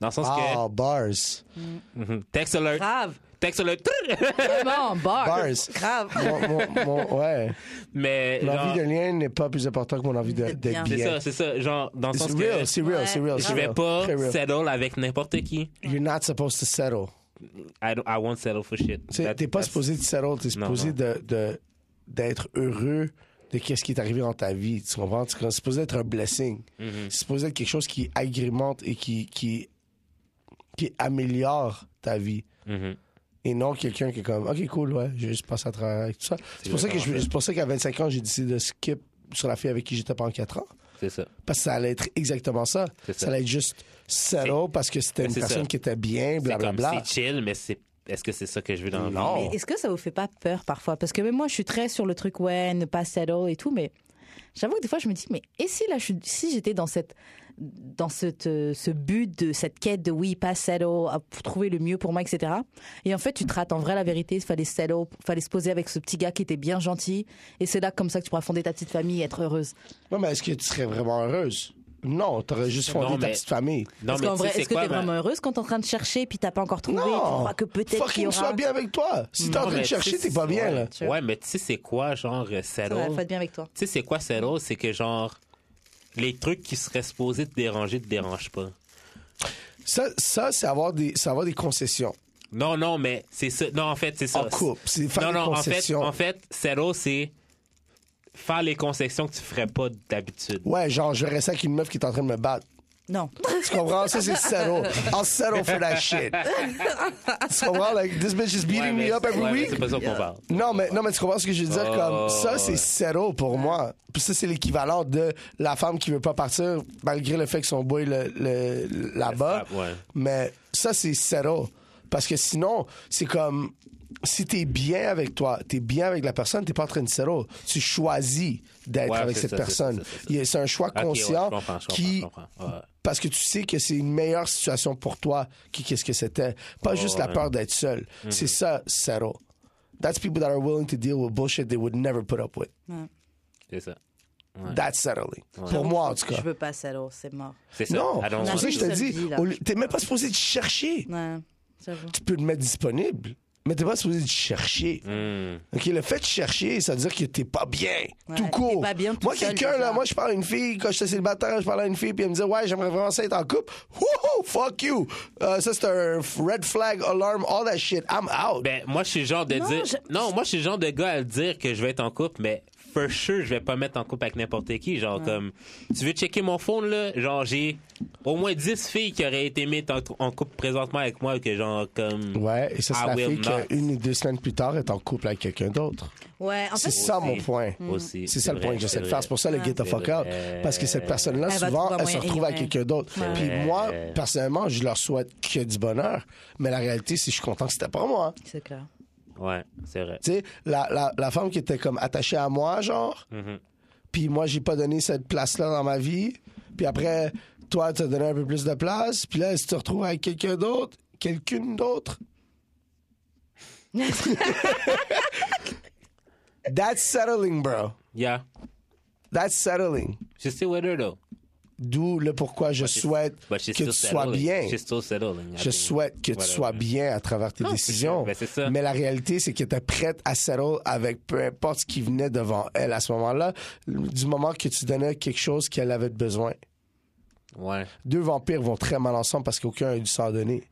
Dans le sens Ah, bars. que. Ah. Mhm. Text alert. Grave. Text alert. Vraiment, bar. Bars. Grave. Mon- mon- mon- ouais. mais. Mon genre, envie de lien n'est pas plus important que mon envie de- C'est d'être bien. bien. C'est ça, c'est ça. Genre, dans le C'est sens real, que. c'est real, Ouais. c'est real. Je c'est vais real. pas Très real. settle avec n'importe qui. You're not supposed to settle. I, don't- I won't settle for shit. Tu sais, That- T'es pas that's- supposé de settle, t'es Non, supposé non. de- de- d'être heureux de qu'est-ce qui est arrivé dans ta vie. Tu comprends? Tu- C'est supposé être un blessing. Mhm. C'est supposé être quelque chose qui agrémente et qui, qui, qui améliore ta vie. Mhm. Et non quelqu'un qui est comme, OK, cool, ouais, je juste passe à travers avec tout ça. C'est pour ça que je- exactement c'est pour ça qu'à 25 ans, j'ai décidé de skip sur la fille avec qui j'étais pendant 4 ans. C'est ça. Parce que ça allait être exactement ça. C'est Ça ça. allait être juste settle parce que c'était Mais une c'est personne ça. qui était bien, C'est comme blablabla. c'est chill, mais c'est est-ce que c'est ça que je veux dans Non. le Mais est-ce que ça vous fait pas peur parfois Parce que même moi, je suis très sur le truc, ouais, ne pas settle et tout, mais j'avoue que des fois, je me dis, mais et si là, je suis- si j'étais dans cette dans cette, euh, ce but de cette quête de oui, pas settle, à p- trouver le mieux pour moi, etc. Et en fait, tu te rates. En vrai, la vérité, il fallait settle, fallait se poser avec ce petit gars qui était bien gentil. Et c'est là, comme ça, que tu pourras fonder ta petite famille et être heureuse. Non, mais est-ce que tu serais vraiment heureuse? Non, t'aurais juste fondé Non, ta mais- petite famille. Non, Parce qu'en tu sais, vrai, c'est est-ce que quoi, ben, t'es ma- vraiment heureuse quand t'es en train de chercher, puis t'as pas encore trouvé, tu non! crois que peut-être qu'il y Fucking sois aura... bien avec toi! Si t'es en Non, train de mais chercher, tu sais, t'es pas bien, ouais. là. Tu vois. Ouais, mais tu sais, c'est quoi, genre, euh, Ça settle? va, faut être bien avec toi. Tu sais, c'est quoi settle? C'est que, genre, les trucs qui seraient supposés te déranger te dérangent pas. Ça, ça c'est avoir des, c'est avoir des concessions. Non, non, mais c'est ça. Non, en fait, c'est ça. En couple, c'est faire non, des non, en fait, concessions. en fait, settle, c'est faire les concessions que tu ferais pas d'habitude. Ouais, genre, je vais rester avec une meuf qui est en train de me battre. Non. Tu comprends? Ça, c'est settle. I'll settle for that shit. tu comprends? Like, this bitch is Ouais, beating mais me up c'est- every ouais, mais week. C'est pas ça qu'on parle. Non, mais, non, mais tu comprends ce que je veux dire? Oh, comme, ça, c'est ouais. settle pour moi. Puis ça, c'est l'équivalent de la femme qui veut pas partir, malgré le fait que son boy le, le- là-bas. frappe, ouais. Mais ça, c'est settle. Parce que sinon, c'est comme, si t'es bien avec toi, t'es bien avec la personne, t'es pas en train de settle. Tu choisis d'être Ouais, avec c'est cette ça, c'est personne. ça, c'est ça, Il y a- C'est un choix Ok, ouais, je conscient comprends, je comprends, qui je comprends. Ouais. parce que tu sais que c'est une meilleure situation pour toi que qu'est-ce que c'était. Pas juste la ouais. Mm-hmm. peur d'être seul. C'est ça, settle. That's people that are willing to deal with bullshit they would never put up with. C'est ça. That's settling. Pour moi, en tout Je cas. veux pas settle, c'est mort. C'est ça. Non, I don't c'est want ça que je to. te Seule dis. vie, là. au lieu- T'es même pas supposé te chercher. Ouais, j'avoue. Tu peux le mettre disponible, mais t'es pas supposé te chercher. Hmm. OK, le fait de chercher, ça veut dire que t'es pas bien, Ouais, tout court. t'es pas bien tout moi, seul, quelqu'un, là, déjà. moi, je parle à une fille, quand j'étais célibataire, je parlais à une fille, puis elle me disait, ouais, j'aimerais vraiment ça être en couple. Wouhou, fuck you! Euh, ça, c'est un f- red flag, alarm, all that shit. I'm out. Ben, moi, je suis le genre de Non, dire. je- Non, moi, je suis le genre de gars à le dire que je vais être en couple, mais for sure, je vais pas mettre en couple avec n'importe qui. Genre, comme, tu veux checker mon phone, là? Genre, j'ai au moins 10 filles qui auraient été mises en, en couple présentement avec moi, que genre, comme. ouais, et ça, c'est I la will fille not. qui, une ou deux semaines plus tard, est en couple avec quelqu'un d'autre. Ouais, en fait, Mm. Ah. C'est ça, Aussi. mon point. Aussi. C'est ça le vrai, point que j'essaie de vrai. faire. C'est pour ça le get the C'est fuck out. vrai. Parce que cette personne-là, Elle va souvent, trouver un elle se moyen, retrouve avec ouais. quelqu'un d'autre. Ouais. Puis moi, Ouais. personnellement, je leur souhaite que du bonheur. Mais la réalité, c'est que je suis content que c'était pas moi. c'est clair. Ouais, c'est vrai. Tu sais, la, la, la femme qui était comme attachée à moi, genre, Mhm. puis moi, j'ai pas donné cette place-là dans ma vie. Puis après, toi, t'as donné un peu plus de place. Puis là, si tu te retrouves avec quelqu'un d'autre, quelqu'une d'autre. That's settling, bro. Yeah. That's settling. She's still with her, though. D'où le pourquoi je she's- souhaite But she's que tu still sois bah, settling. bien. She's still settling. I Je think. souhaite que tu Whatever. sois bien à travers tes décisions. Ben, c'est ça. Mais la réalité, c'est que tu es prête à settle avec peu importe ce qui venait devant elle à ce moment-là, du moment que tu donnais quelque chose qu'elle avait besoin. Ouais. Deux vampires vont très mal ensemble parce qu'aucun a dû s'en donner.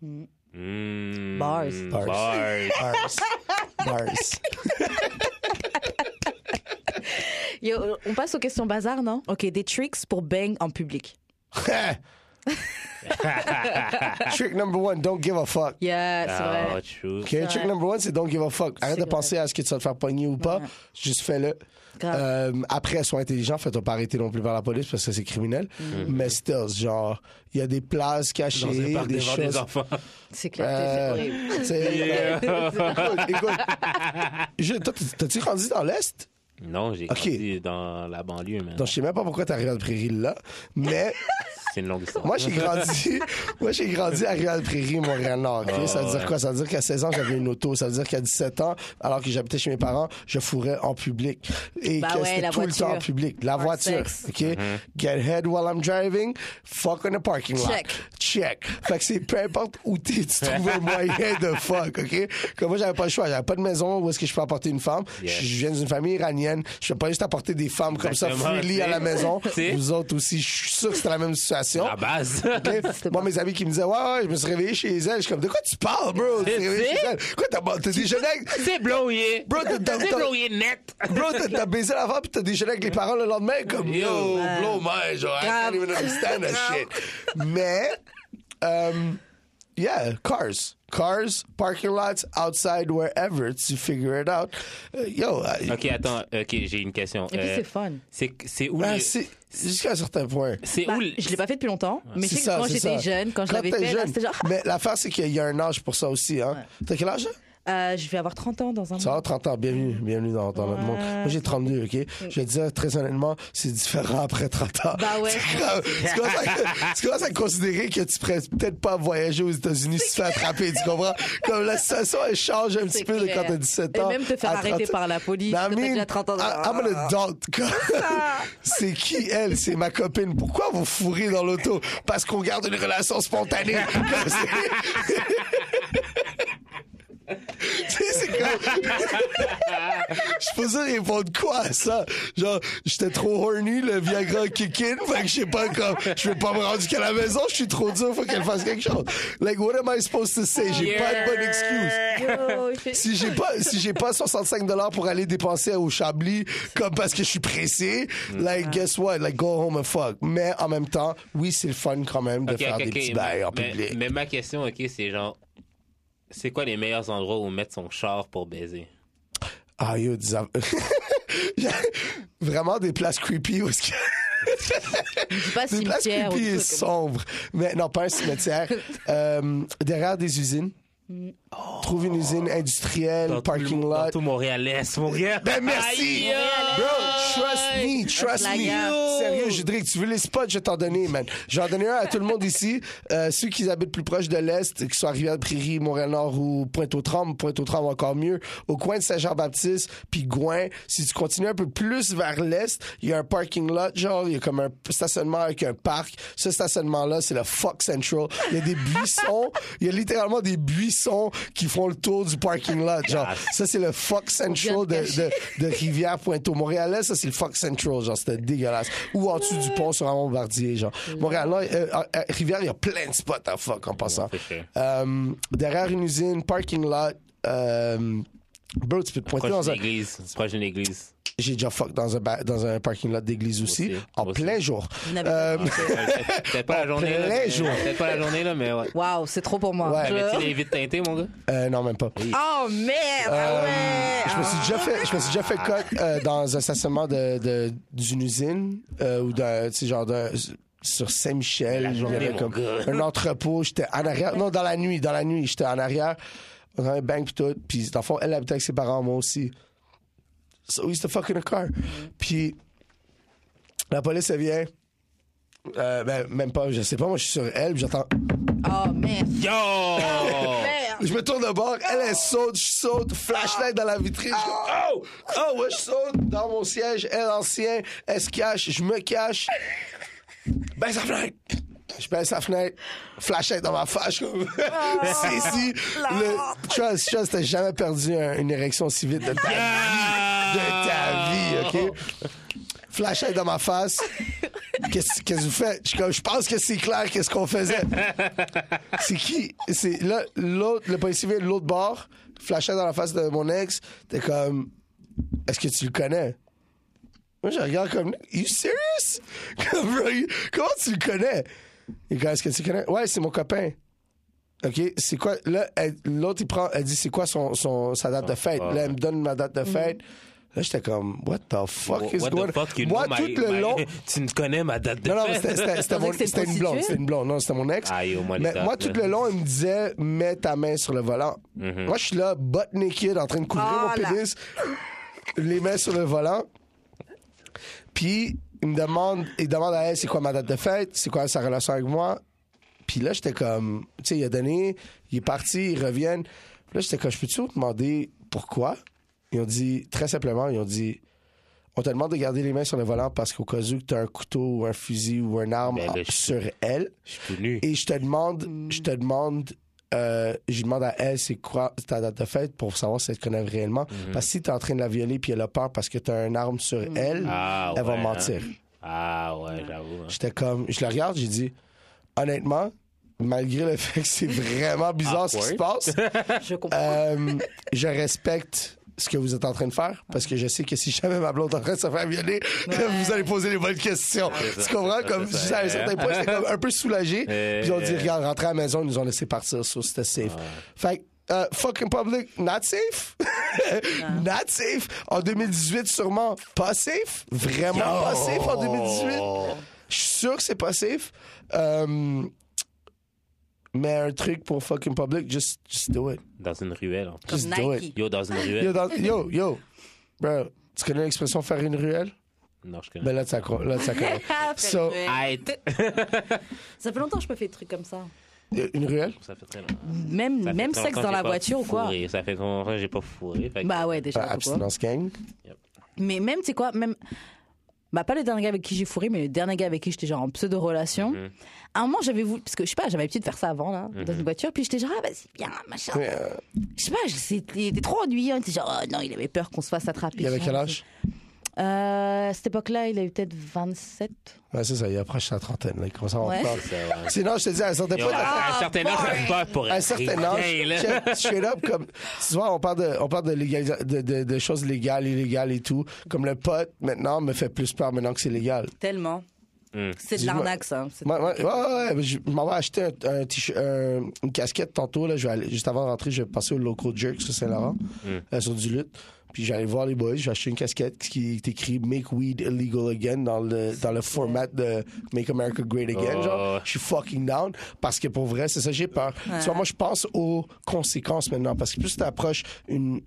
Mm. Bars. Bars. Bars. Bars. Bars. Yo, on passe aux questions bazar, non Ok, des tricks pour bang en public. Trick number one, don't give a fuck. Yeah, c'est Ah, vrai. true. OK, trick number one, c'est don't give a fuck. Arrête C'est de vrai. penser à ce que tu vas te faire pogner ou pas. Ouais. Juste fais-le. Grave. Euh, après, sois intelligent. Fais-toi pas arrêter non plus par la police parce que c'est criminel. Mm. Mais still, genre, il y a des places Mm. Dans un cachées, parc des devant des choses. enfants. C'est clair. Euh, c'est horrible. tu sais, écoute, écoute. Je- toi, t'as- T'as-tu grandi dans l'Est? Non, j'ai Ok. grandi dans la banlieue, man. Donc, je sais même pas pourquoi t'es arrivé à la prairie là. Mais C'est une longue histoire. moi, j'ai grandi, moi, j'ai grandi à Real Prairie, Montréal-Nord. ok? Ça veut dire ouais. quoi? Ça veut dire qu'à 16 ans, j'avais une auto. Ça veut dire qu'à 17 ans, alors que j'habitais chez mes parents, je fourrais en public. Et Bah que ouais, c'était la tout le temps en voiture. public. La Our voiture. sex. OK? Mm-hmm. Get head while I'm driving. Fuck on the parking lot. Check. Check. Fait que c'est peu importe où t'es, tu trouves un moyen de fuck. OK? Comme moi, j'avais pas le choix. J'avais pas de maison où est-ce que je peux apporter une femme. Yes. Je je viens d'une famille iranienne. Je peux pas juste apporter des femmes comme ça, Exactement, freely tu à la sais. maison. Tu sais. Ah, Vous autres aussi, je suis sûr que c'était la même situation. À base. Oh. Ok? Moi, mes amis qui me disaient, ouais, ouais, je me suis réveillé chez elle. Je suis comme, de quoi tu parles, bro? Tu t'es C'est- réveillé c'est- chez elle. Quoi, t'as, t'as déjeuné avec, C'est bloyé. Bro, t'as- t'as- C'est t'as- bloyé net. bro, t'as, t'as baisé la femme pis t'as déjeuné avec les parents le lendemain? Comme, yo, blow my, genre, I can't even understand that shit. Mais, euh, Yeah, cars. Cars, parking lots, outside, wherever, to figure it out. Euh, yo, I- Ok, attends, ok, j'ai une question. Et puis Euh, c'est fun. c'est c'est où ben, le- c'est- jusqu'à un certain point. C'est Bah, où le- je l'ai pas fait depuis longtemps, mais je C'est sais que ça, quand c'est j'étais ça. jeune, quand je l'avais t'es fait, là, jeune. c'était genre, Mais l'affaire, c'est qu'il y a un âge pour ça aussi. Hein. T'as quel âge? Ah, euh, je vais avoir 30 ans dans un Ça mois. va, 30 ans. Bienvenue, bienvenue dans, dans notre Ouais. monde. Moi, j'ai 32, OK? Je vais te dire, très honnêtement, c'est différent après 30 ans. Bah ouais. C'est grave. tu, commences à, tu commences à considérer que tu pourrais peut-être pas voyager aux États-Unis si tu te fais attraper, tu comprends? Comme la situation, elle change un petit peu de clair. quand t'as 17 Et ans. même te faire à arrêter 30 par la police, Nah, t'as I mean, déjà 30 ans. I- I'm an adult. C'est qui elle C'est ma copine. Pourquoi vous fourrez dans l'auto Parce qu'on garde une relation spontanée. Tu sais, c'est comme- Je faisais répondre quoi à ça? Genre, j'étais trop horny, le Viagra kick in, fait que je sais pas comme, je vais pas me rendre jusqu'à la maison, je suis trop dur, faut qu'elle fasse quelque chose. Like, what am I supposed to say? J'ai pas de bonne excuse si j'ai pas si j'ai pas 65 dollars pour aller dépenser au Chablis comme parce que je suis pressé like guess what like go home and fuck mais en même temps oui c'est le fun quand même de Ok, faire ok, des ok, petits bails en mais- public Mais ma question, ok, c'est genre, c'est quoi les meilleurs endroits où mettre son char pour baiser? ah yo des av- vraiment des places creepy où est-ce que pas des places cimetière ou creepy des et trucs comme- sombres mais non pas un cimetière Euh, derrière des usines Mm. trouve une usine industrielle parking tout, lot Dans tout Montréal-Est, mon gars. Ben merci! Aïe, hein. aïe. Bro, trust me, trust That's me. like a- Sérieux, Judric, tu veux les spots, je vais t'en donner, man. Je vais en donner un à tout le monde ici. Euh, ceux qui habitent plus proche de l'Est, qui sont arrivés à Prairie, Montréal-Nord ou Pointe-aux-Trembles, Pointe-aux-Trembles encore mieux, au coin de Saint-Jean-Baptiste, puis Gouin. Si tu continues un peu plus vers l'Est, il y a un parking lot, genre, il y a comme un stationnement avec un parc. Ce stationnement-là, c'est le Fuck Central. Il y a des buissons, il y a littéralement des buissons qui font le tour du parking lot, genre. Ça, c'est le Fuck Central de, de, de Rivière Pointe au Montréal. Ça, c'est le Fuck Central, genre, c'était dégueulasse. Ou en dessous du pont sur un bombardier, genre. Montréal, là, euh, à- à Rivière, il y a plein de spots à fuck en passant. c'est sûr. Euh, derrière une usine, parking lot, euh, bro, tu peux te pointer Proche dans d'une un. église. Proche d'une église. J'ai déjà fuck dans un, ba- dans un parking lot d'église aussi, Aussi, en aussi. plein jour. Vous n'avez- Euh, Peut-être pas la journée. là, plein mais- jour. Peut-être pas la journée, là, mais ouais. Waouh, c'est trop pour moi. Ouais. Je- Mais tu l'as vite teinté, mon gars. euh, non, même pas. Oh merde, ah ouais. Euh, Je me suis déjà fait, je me suis déjà fait cut euh, dans un stationnement de, de- d'une usine euh, ou d'un, tu sais, genre d'un- sur Saint-Michel, il y avait mon comme gars. un entrepôt, j'étais en arrière, non, dans la nuit, dans la nuit, j'étais en arrière, dans un bank pis tout, puis dans le fond, elle habitait avec ses parents, moi aussi. So we used to fuck in a car. Puis la police, elle vient, euh, ben, même pas, je sais pas, moi, je suis sur elle, puis j'entends... Oh merde. Yo! Merde. Je me tourne de bord, elle, elle saute, je saute, flashlight dans la vitrine, je go, oh, oh, ouais, je saute dans mon siège, elle ancien, elle se cache, je me cache, baisse la fenêtre. Je baisse la fenêtre, flashlight dans ma face, je comme, c'est ici. Le, trust, trust, t'as jamais perdu un- une érection si vite de ta Ah. vie, euh, de ta vie, ok? Flashlight dans ma face. Qu'est-ce qu'est-ce que vous faites? Je, suis comme, je pense que c'est clair qu'est-ce qu'on faisait. C'est qui? C'est là, l'autre, le policier vient de l'autre bord, flashait dans la face de mon ex. T'es comme, est-ce que tu le connais? Moi, je regarde comme, you serious? Comme, bro, you- comment tu le connais? Il dit, est-ce que tu le connais? Ouais, c'est mon copain. OK, c'est quoi? Là, elle- l'autre, il prend, elle dit, c'est quoi son, son, sa date de fête? ah. Là, elle me donne ma date de fête. Là, j'étais comme, what the fuck is What going the fuck, you Moi, know tout my- le my- long, Tu ne connais ma date de non, non, mais fête. c'était- c'était- c'était Pensais mon- que c'était une c'était une prostituée? blonde. C'était une blonde. Non, c'était mon ex. Aïe, au moins, les mais dates, moi, là. Mm-hmm. tout le long, il me disait mets ta main sur le volant. Moi, je suis là, butt naked, en train de couvrir Oh mon là. pénis, les mains sur le volant. Puis, il me demande, il demande à elle c'est quoi ma date de fête, c'est quoi sa relation avec moi. Puis là, j'étais comme, tu sais, il a donné, il est parti, ils reviennent. Là, j'étais comme, je peux toujours demander pourquoi? Ils ont dit, très simplement, ils ont dit, on te demande de garder les mains sur le volant parce qu'au cas où tu as un couteau ou un fusil ou une arme Ben là, en- je- sur elle. Je suis tout nu. Et je te demande, je te demande, euh, je demande à elle c'est quoi ta date de fête pour savoir si elle te connaît réellement. Mhm. Parce que si tu es en train de la violer puis elle a peur parce que tu as une arme sur elle, Ah, elle va ouais, hein. mentir. Ah, ouais, j'avoue. hein. J'étais comme, je la regarde, j'ai dit, honnêtement, malgré Ah, le fait que c'est vraiment bizarre ce qui se passe, Je comprends. euh, je respecte ce que vous êtes en train de faire parce que je sais que si jamais ma blonde est en train de se faire violer, vous allez poser les bonnes questions. ça, tu comprends? c'est ça, Comme c'est ça. ça, à un certain point, j'étais comme un peu soulagé. Eh, Puis on dit, eh. regarde, rentrer à la maison, ils nous ont laissé partir. So c'était safe. Fait que, euh, fucking public, not safe. not safe. En 2018, sûrement pas safe. Vraiment pas safe en 2018. Oh. Je suis sûr que c'est pas safe. Euh, mais un truc pour fucking public, just, just do it. Dans une ruelle. en plus. Just do it. Nike. Yo, dans une Yo, ruelle. dans- yo, yo, bro, tu connais l'expression faire une ruelle? Non, je Ben connais. là, tu la co- là, tu la connais. Ah, So- parfait. Aïe. Ça fait longtemps que je peux faire des trucs comme ça. Une ruelle? Ça fait très longtemps. Même, Ça fait même très sexe dans longtemps la que j'ai pas voiture ou quoi. fourré. Ça fait longtemps que j'ai pas fourré. fait que- Bah ouais, Ah, déjà. pourquoi Ah, abstinence gang. Mais même, tu sais quoi, même. Bah, pas le dernier gars avec qui j'ai fourré, mais le dernier gars avec qui j'étais genre en pseudo-relation. Mm-hmm. À un moment, j'avais voulu. Parce que je sais pas, j'avais l'habitude de faire ça avant, là, dans une voiture. Puis j'étais genre, ah, vas-y, bien, machin. Mais, euh, Je sais pas, je- c'était il était trop ennuyant. Il était genre, oh, non, il avait peur qu'on se fasse attraper. il y avait quel âge? Euh, À cette époque-là, il avait peut-être 27. Ouais, c'est ça, il approche la trentaine. Là, il commence à avoir Ouais. peur. C'est vrai. Sinon, je te dis, à un certain Yo, point, à un certain âge, t'as peur pour Ah, à un certain rien, là. âge, check, straight up, comme, tu vois, on parle de, on parle de, légalisa- de, de- de choses légales, illégales et tout. Comme le pote, maintenant, me fait plus peur maintenant que c'est légal. Tellement. Mm. C'est de Dis-moi- l'arnaque, ça. C'est- Moi, moi- ouais, ouais, ouais, je m'en vais acheter un, un t-shirt- un- une casquette tantôt. Là, je vais aller, juste avant de rentrer, je vais passer au Local Jerk sur Saint-Laurent, euh, sur du lutte. Puis j'allais voir les boys, j'ai acheté une casquette qui est écrit Make Weed Illegal Again dans le, dans le format de Make America Great Again. Oh. Genre, je suis fucking down parce que pour vrai, c'est ça, j'ai peur. Tu vois, moi, je pense aux conséquences maintenant parce que plus tu approches une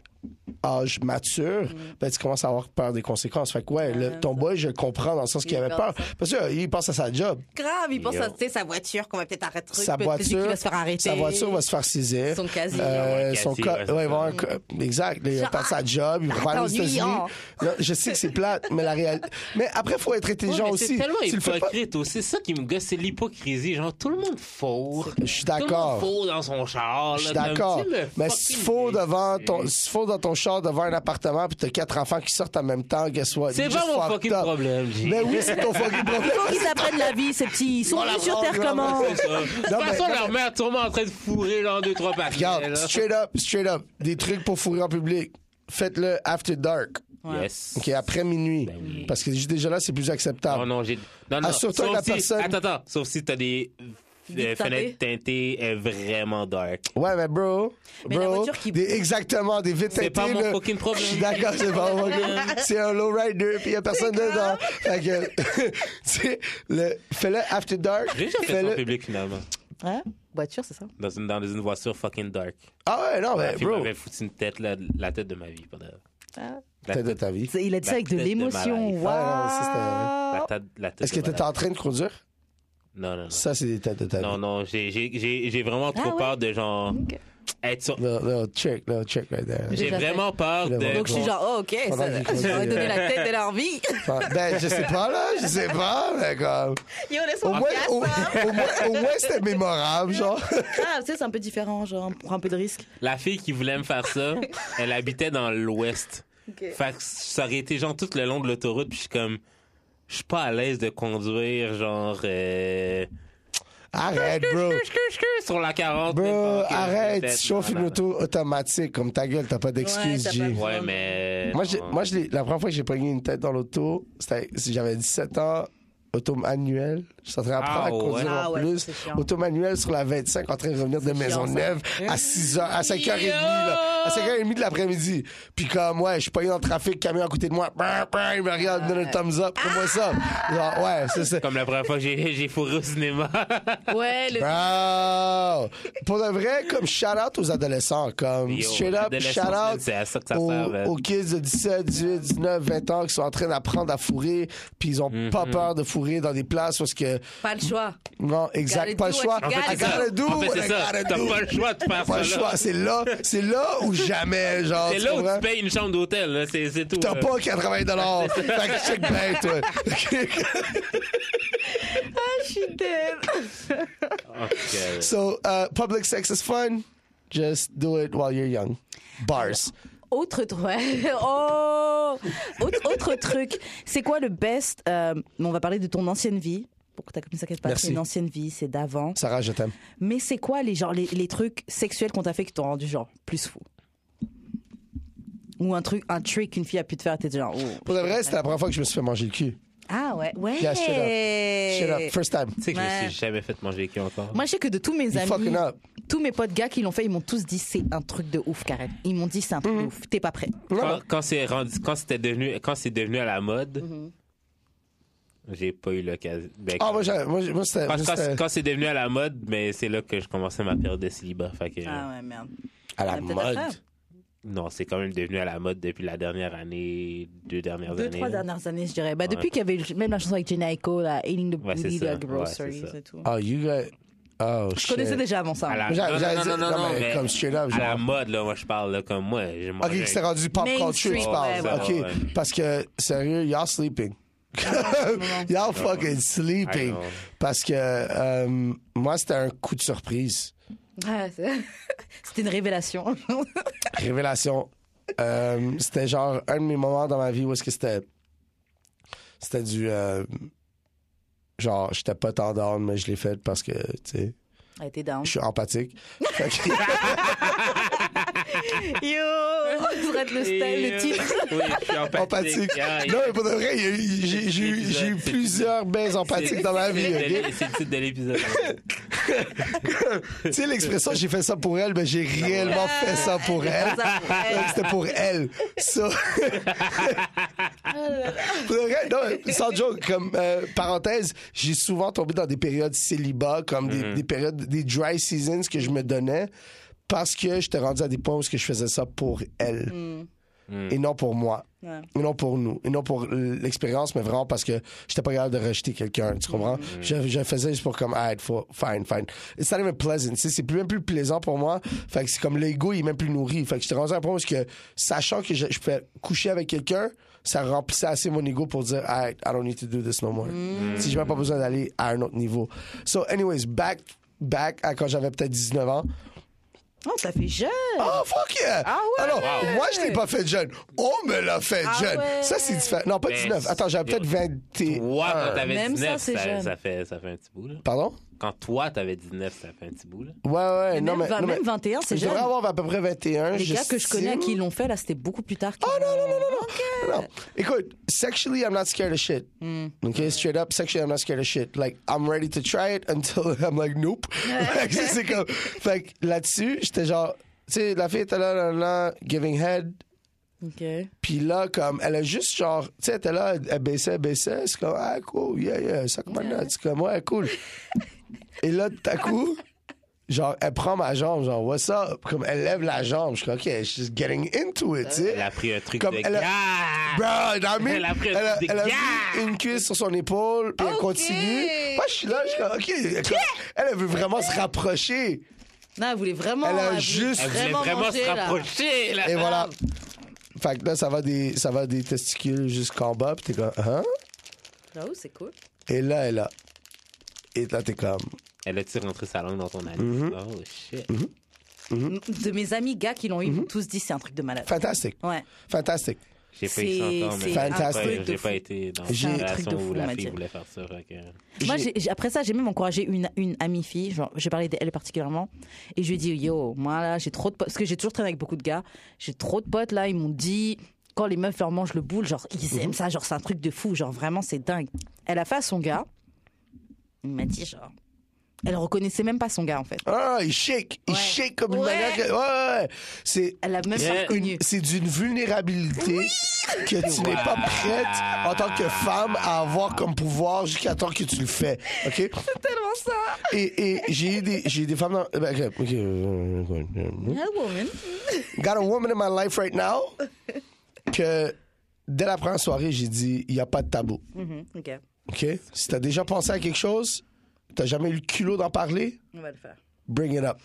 âge mature, Mm. ben, tu commences à avoir peur des conséquences. Fait que, ouais, le- ton boy, je le comprends dans le sens qu'il Il a avait peur. peur, Parce qu'il pense à sa job Grave, il pense Yo. à tu sais, sa voiture qu'on va peut-être arrêter. sa peut-être qu'il voiture, va se faire arrêter. sa voiture va se faire saisir. Son casier. Euh, Ouais, son casier, co- ouais, c'est ouais, ça. avoir un co- exact. Il va Genre, perdre sa job, il va ah, oh. aller aux États-Unis. ennuyant. Non, je sais que c'est plate, mais la réalité. Mais après, faut être Ouais, intelligent mais aussi. C'est tellement tu le fais pas. hypocrite aussi. C'est ça qui me gosse, c'est l'hypocrisie. Genre, tout le monde fourre. Je suis Tout d'accord. le monde fourre dans son char. Je suis là, comme, d'accord. dis-le, Mais fucking si faut devant ton, si faut dans ton char devant un appartement puis t'as quatre enfants qui sortent en même temps, guess what? C'est You pas just mon fucked fucking up. problème, G. Mais oui, c'est ton fucking problème. Faut qu'ils apprennent la vie, ces petits. Ils sont Voilà, venus sur Terre vraiment, comment vraiment, c'est ça. De toute Non, mais- façon, non, leur mère tourne en train de fourrer l'un, deux, trois parties. Regarde, straight up, straight up, des trucs pour fourrer en public. Faites-le after dark. Yes. OK, après minuit. Ben Parce que déjà là, c'est plus acceptable. Non, non, j'ai. Non, non. Assure-toi sauf que la si- personne- Attends, attends. Sauf si t'as des euh, Vite tapé. fenêtres teintées euh, vraiment dark. Ouais, mais bro. Mais bro, la voiture qui- des- exactement, des vitres C'est pas teintées, mon là. fucking problème. Je suis d'accord, c'est pas mon problème. C'est un lowrider, puis il y a personne dedans. Fait que, tu sais, le- fais-le after dark. J'ai déjà fait ça en Fais-le. public finalement. Ouais, voiture, c'est ça. Dans une, dans une voiture fucking dark. Ah ouais, non, La mais fille bro. m'avait foutu une tête, la, la tête de ma vie. pendant- Ah. La Tête de ta vie. Il a dit ça La avec de tête de l'émotion. malade. Waouh Ah, La tête, la tête Est-ce que de ma t'étais en train de conduire? Non, non, non. Ça, c'est des têtes de ta Non, vie. non, j'ai- j'ai j'ai- j'ai vraiment trop Ah ouais? peur de genre. Ok. Être sur- Little, little trick, little trick right there. J'ai Déjà fait. vraiment peur de. J'ai vraiment Donc je suis genre, oh, ok, Pendant ça, qu'il j'aurais donné la tête de leur vie. Ben, je sais pas, là, je sais pas, mais comme. Yo, Au laisse-moi moins, faire au, ça. au moins, au moins, c'était mémorable, genre. Ah, tu sais, c'est un peu différent, genre, on prend un peu de risque. La fille qui voulait me faire ça, elle habitait dans l'ouest. Ok. Fait que ça aurait été genre tout le long de l'autoroute, puis je suis comme. Je suis pas à l'aise de conduire, genre. Euh... Arrête, bro. Sur la 40. mais Bro, pas que arrête, je le fais, tu chauffes non, une non, auto automatique, comme ta gueule, t'as pas d'excuse, Ouais, t'as G. pas- Ouais, mais. Moi, j'ai- non. moi je l'ai- la première fois que j'ai pogné une tête dans l'auto, c'était- j'avais 17 ans, auto manuelle. Je suis en train d'apprendre Ah à conduire ouais. en Ah ouais, plus. c'est chiant. Auto manuelle sur la 25 en train de revenir de Maisonneuve à 6 h à 5h30, là. À 5h30 de l'après-midi. Puis comme, ouais, je suis pogné dans le trafic, camion à côté de moi, brr, brr, il me regarde, il me donne un thumbs up, comment ça? Genre, ouais, c'est ça. Comme la première fois que j'ai j'ai fourré au cinéma. Ouais, le... Bro! Pour de vrai, comme shout out aux adolescents, comme Yo, straight up, l'adolescence, shout man, out c'est à ça que ça aux, sert, man. aux kids de 17, 18, 19, 20 ans qui sont en train d'apprendre à fourrer, puis ils ont Mhm. pas peur de fourrer dans des places parce que, pas le choix. non, exact, Gotta pas le do choix. what you I gotta ça. gotta do En fait, what c'est I ça. gotta T'as do. pas le choix de faire Pas le ça. là. choix, c'est là, c'est là ou jamais, genre. C'est Ah, tu là où comprends? tu payes une chambre d'hôtel, là, c'est c'est tout. T'as là. pas 80 dollars. fait que check bien, toi. Je suis dead. Ah, Ok. so, uh, public sex is fun. Just do it while you're young. Bars. Autre truc. Oh autre, autre truc. C'est quoi le best euh, On va parler de ton ancienne vie. Pourquoi t'as comme ça qu'elle passe Merci. C'est une ancienne vie, c'est d'avant. Sarah, je t'aime. Mais c'est quoi les, genre, les, les trucs sexuels qu'on t'a fait qui t'ont rendu genre plus fou Ou un truc, un trick qu'une fille a pu te faire, t'es genre. oh. Pour le vrai, c'était la première fois que je me suis fait manger le cul. Ah ouais, ouais. Yeah, straight Eh. Shut up, first time. Tu sais que je Ouais. me suis jamais fait manger les culs encore. Moi, je sais que de tous mes You amis, fucking up. tous mes potes gars qui l'ont fait, ils m'ont tous dit c'est un truc de ouf, Karen. Ils m'ont dit c'est un Mm-hmm. truc de ouf. T'es pas prêt. Quand, quand c'est rendu, quand c'était devenu, quand c'est devenu à la mode, j'ai pas eu l'occasion. ben, Mm-hmm. Ah, moi, euh, j'ai- moi, j'ai- moi, c'était. quand, moi, quand- c'était- quand c'est devenu à la mode, mais c'est là que je commençais ma période de célibat. Fait que, Ah, ouais, merde. À la Ah, peut-être mode. après. Non, c'est quand même devenu à la mode depuis la dernière année, deux dernières Deux, années. trois là. dernières années, je dirais. Bah, Ouais. Depuis qu'il y avait le- même la chanson avec Jenna Aiko, là, Ailing the Ouais, c'est Booty, ça. the Groceries Ouais, c'est ça. et tout. Oh, you got. Oh, Ah, Je connaissais déjà avant ça. À la- Moi, j'allais- non, j'allais non, non, dire- non, non, non, mais mais comme straight up, À la genre. mode, là, moi, je parle, là, comme moi. j'ai Ok, mangé un- que c'est rendu pop culture, Mainstream, tu ouais, parles. voilà. ok, Ouais. parce que sérieux, y'all sleeping. y'all fucking I sleeping. know. Parce que euh, moi, c'était un coup de surprise. Ah, Ouais, c'est- C'était une révélation. Révélation. Euh, c'était genre un de mes moments dans ma vie où est-ce que c'était. C'était du. euh, genre, j'étais pas tendance, mais je l'ai fait parce que, tu sais, Elle était down. je suis empathique. Fait que- Yo Ça devrait être le, style, le titre. Oui, je suis empathique. Ah, empathique. Yeah, Non, mais pour de vrai, il y a eu- j'ai j'ai eu- j'ai eu C'est- plusieurs bains empathiques dans ma vie, C'est ok? le c'est le titre de l'épisode. Tu sais l'expression j'ai fait ça pour elle, ben j'ai réellement fait ça pour elle. Ça, Eh, pour elle. Donc, C'était pour elle. Ça. Pour de vrai, non, sans joke, comme euh, parenthèse, j'ai souvent tombé dans des périodes célibat, comme des, des périodes, des dry seasons que je me donnais parce que j'étais rendu à des points où ce que je faisais ça pour elle et non pour moi. Ouais. Et non pour nous, et non pour l'expérience, mais vraiment parce que j'étais pas capable de rejeter quelqu'un, tu comprends? Je, je faisais juste pour comme, ah, faut, fine, fine. It's not even pleasant, tu sais, c'est plus- même plus plaisant pour moi. Fait que c'est comme l'ego, il est même plus nourri. Fait que j'étais rendu à un point où, est-ce que, sachant que je, je pouvais coucher avec quelqu'un, ça remplissait assez mon ego pour dire, ah, I don't need to do this no more. Si j'ai même pas besoin d'aller à un autre niveau. So, anyways, back, back à quand j'avais peut-être 19 ans. Non, ça fait jeune. Oh, fuck yeah! Ah ouais! Alors, moi, je l'ai pas fait jeune. Oh, On me l'a fait Ah jeune. ouais! Ça, c'est différent. Non, pas Mais 19. Attends, j'avais peut-être 21. Toi, quand t'avais Même ça, 19, c'est ça, jeune. ça fait, ça fait un petit bout, là. Pardon? Quand toi, t'avais 19, ça fait un petit bout, là. Ouais, ouais. non, même, mais, vingt- non, mais même 21, c'est je jeune. devrais avoir à peu près 21. Les gars que je connais à qui j'estime. l'ont fait, là, c'était beaucoup plus tard. que- Oh non, non, non, non, non. non. Écoute, sexually, I'm not scared of shit. Hmm. Okay, straight up, sexually, I'm not scared of shit. Like, I'm ready to try it until I'm like, nope. Fait que c'est comme. Fait que là-dessus, j'étais genre, tu sais, la fille était là, là, là, giving head. Ok. Puis là, comme, elle a juste genre, tu sais, elle était là, elle- elle baissait, elle baissait. C'est comme, ah, cool, yeah, yeah, ça comme là. C'est comme, ouais, cool. Et là, tout à coup, genre, elle prend ma jambe, genre, what's up? Comme, elle lève la jambe. Je suis comme, OK, she's getting into it, tu sais. Elle a pris un truc Comme de elle a- gars. Bro, elle a mis, Elle elle a a, pris un petit elle a mis gars. une cuisse sur son épaule, puis elle Ok. continue. Moi, je suis là, je suis comme, OK, elle, elle, elle veut vraiment se rapprocher. Non, elle voulait vraiment. Elle a voulait juste- Elle voulait vraiment vraiment manger, se là. rapprocher, là. Et voilà. Fait que là, ça va des, ça va des testicules jusqu'en bas, puis t'es comme, hein? Ah, ouh, c'est cool. Et là, elle a. Et là, t'es comme. Elle a-tu rentré sa langue dans ton anus? Mm-hmm. Oh, shit. Mhm. De mes amis gars qui l'ont eu, ils m'ont tous dit c'est un truc de malade. Fantastique. Ouais. Fantastique. J'ai pas eu ça C'est- encore, mais c'est j'ai pas- fantastique. j'ai pas été dans J'ai- une C'est un truc relation de où fou, la Mathieu. fille voulait faire ça. fait que- Moi, j'ai- j'ai- après ça, j'ai même encouragé une, une amie fille. Genre, j'ai parlé d'elle particulièrement. Et je lui ai dit, yo, moi là, j'ai trop de potes. Parce que j'ai toujours traîné avec beaucoup de gars. J'ai trop de potes là. Ils m'ont dit, quand les meufs leur mangent le boule, genre, ils aiment ça. Genre, c'est un truc de fou. Genre, vraiment, c'est dingue. Elle a fait à son gars. Il m'a dit, genre. Elle reconnaissait même pas son gars en fait. Ah, il shake. Il Ouais. shake comme une Ouais. manière que. Ouais, ouais. C'est. Elle a même Yeah. pas reconnu. une- C'est d'une vulnérabilité que tu n'es pas prête en tant que femme à avoir comme pouvoir jusqu'à temps que tu le fais. OK? C'est tellement ça. Et, et j'ai eu des, j'ai eu des femmes dans. ben, OK. OK, euh, Ah, woman. Got a woman in my life right now que dès la première soirée, j'ai dit, il n'y a pas de tabou. Mhm, ok, OK? Si t'as déjà pensé à quelque chose, t'as jamais eu le culot d'en parler, on va le faire. bring it up.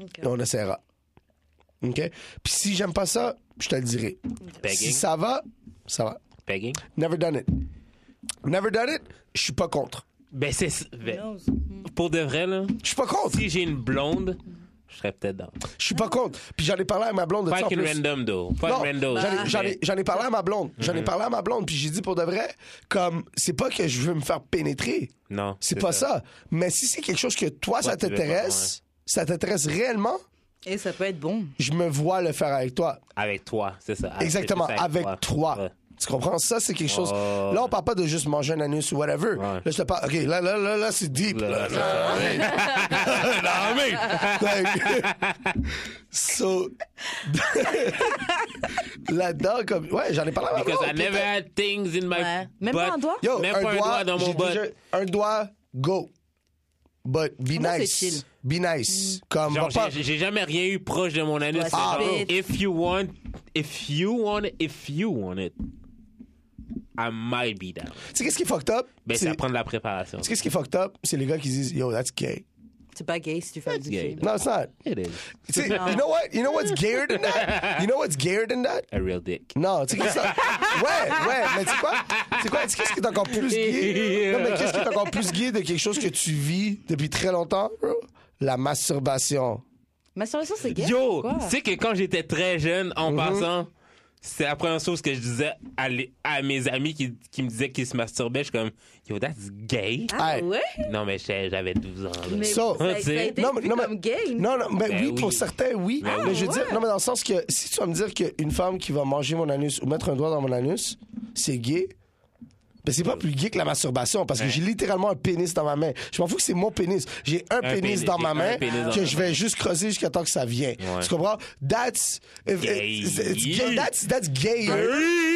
Ok. Et on essaiera. OK? Puis si j'aime pas ça, je te le dirai. Si Pegging? ça va, ça va. Pegging? Never done it. Never done it, je suis pas contre. Ben, c'est. ben, Mm. pour de vrai, là, Je suis pas contre. si j'ai une blonde, je serais peut-être dans. Je suis pas contre. Puis j'en ai parlé à ma blonde de Pas ça en qu'une plus. random, though. Pas Ah, Non, une random. j'en ai- j'en ai- j'en ai parlé à ma blonde. J'en Mm-hmm. ai parlé à ma blonde. Puis j'ai dit pour de vrai, comme, c'est pas que je veux me faire pénétrer. Non. C'est pas ça. Mais si c'est quelque chose que toi, ça tu veux pas, t'intéresse, ça t'intéresse réellement, Et ça peut être bon. Je me vois le faire avec toi. Avec toi, c'est ça. Avec- Exactement, c'est avec, ça, toi. Ouais. Tu comprends? Ça, c'est quelque chose. Oh. Là, on parle pas de juste manger un anus ou whatever. Là, je te parle. OK, là, là, là, là, c'est deep. Là, là, Là, là, là, là, là. Like, so. Là-dedans, comme. Ouais, j'en ai parlé avec Because I never had things in my Ouais. Même pas butt. un doigt? Yo, Même un, pas un doigt doigt, dans j'ai mon butt. déjà- Un doigt, go. But be Moi, c'est chill. Mm. nice. Be nice. Comme, Genre, va pas- j'ai- j'ai jamais rien eu proche de mon anus. Ouais, c'est Ah, bête. if you want, if you want it, if you want it, I might be down. Tu sais, qu'est-ce qui est fucked up? Ben, C'est- ça prend de la préparation. Tu sais, qu'est-ce qui est fucked up? C'est les gars qui disent, yo, that's gay. C'est pas gay si tu fais du gay. film. No, it's not. It is. Tu sais, you know what? You know what's gayer than that? You know what's gayer than that? A real dick. Non, tu sais qu'est-ce que ça- Ouais, ouais, mais tu sais quoi? Tu sais quoi? Tu sais qu'est-ce qui est encore plus gay? Non, mais qu'est-ce qui est encore plus gay de quelque chose que tu vis depuis très longtemps, bro? La masturbation. Masturbation, c'est gay. Yo, Quoi? tu sais que quand j'étais très jeune, en passant, c'est la première chose que je disais à, les- à mes amis qui, qui me disaient qu'ils se masturbaient. Je suis comme, yo, that's gay. Hey. Ah, Ouais? Non, mais j'étais- j'avais 12 ans. là. Mais So- ça, ça a T'sais. été vu comme gay. Non, non, ben, Ben oui, oui. pour certains, oui. Ben mais oui. je veux Ah, dire, ouais. non, mais dans le sens que si tu vas me dire qu'une femme qui va manger mon anus ou mettre un doigt dans mon anus, c'est gay. Ben, c'est pas plus gay que la masturbation parce que Ouais. j'ai littéralement un pénis dans ma main. Je m'en fous que c'est mon pénis. J'ai un, pénis, pénis, dans j'ai ma un main pénis dans que ta je main. vais juste creuser jusqu'à temps que ça vient. Ouais. Tu comprends? That's. euh, if- Gay. it's- it's gay- That's, that's gayer.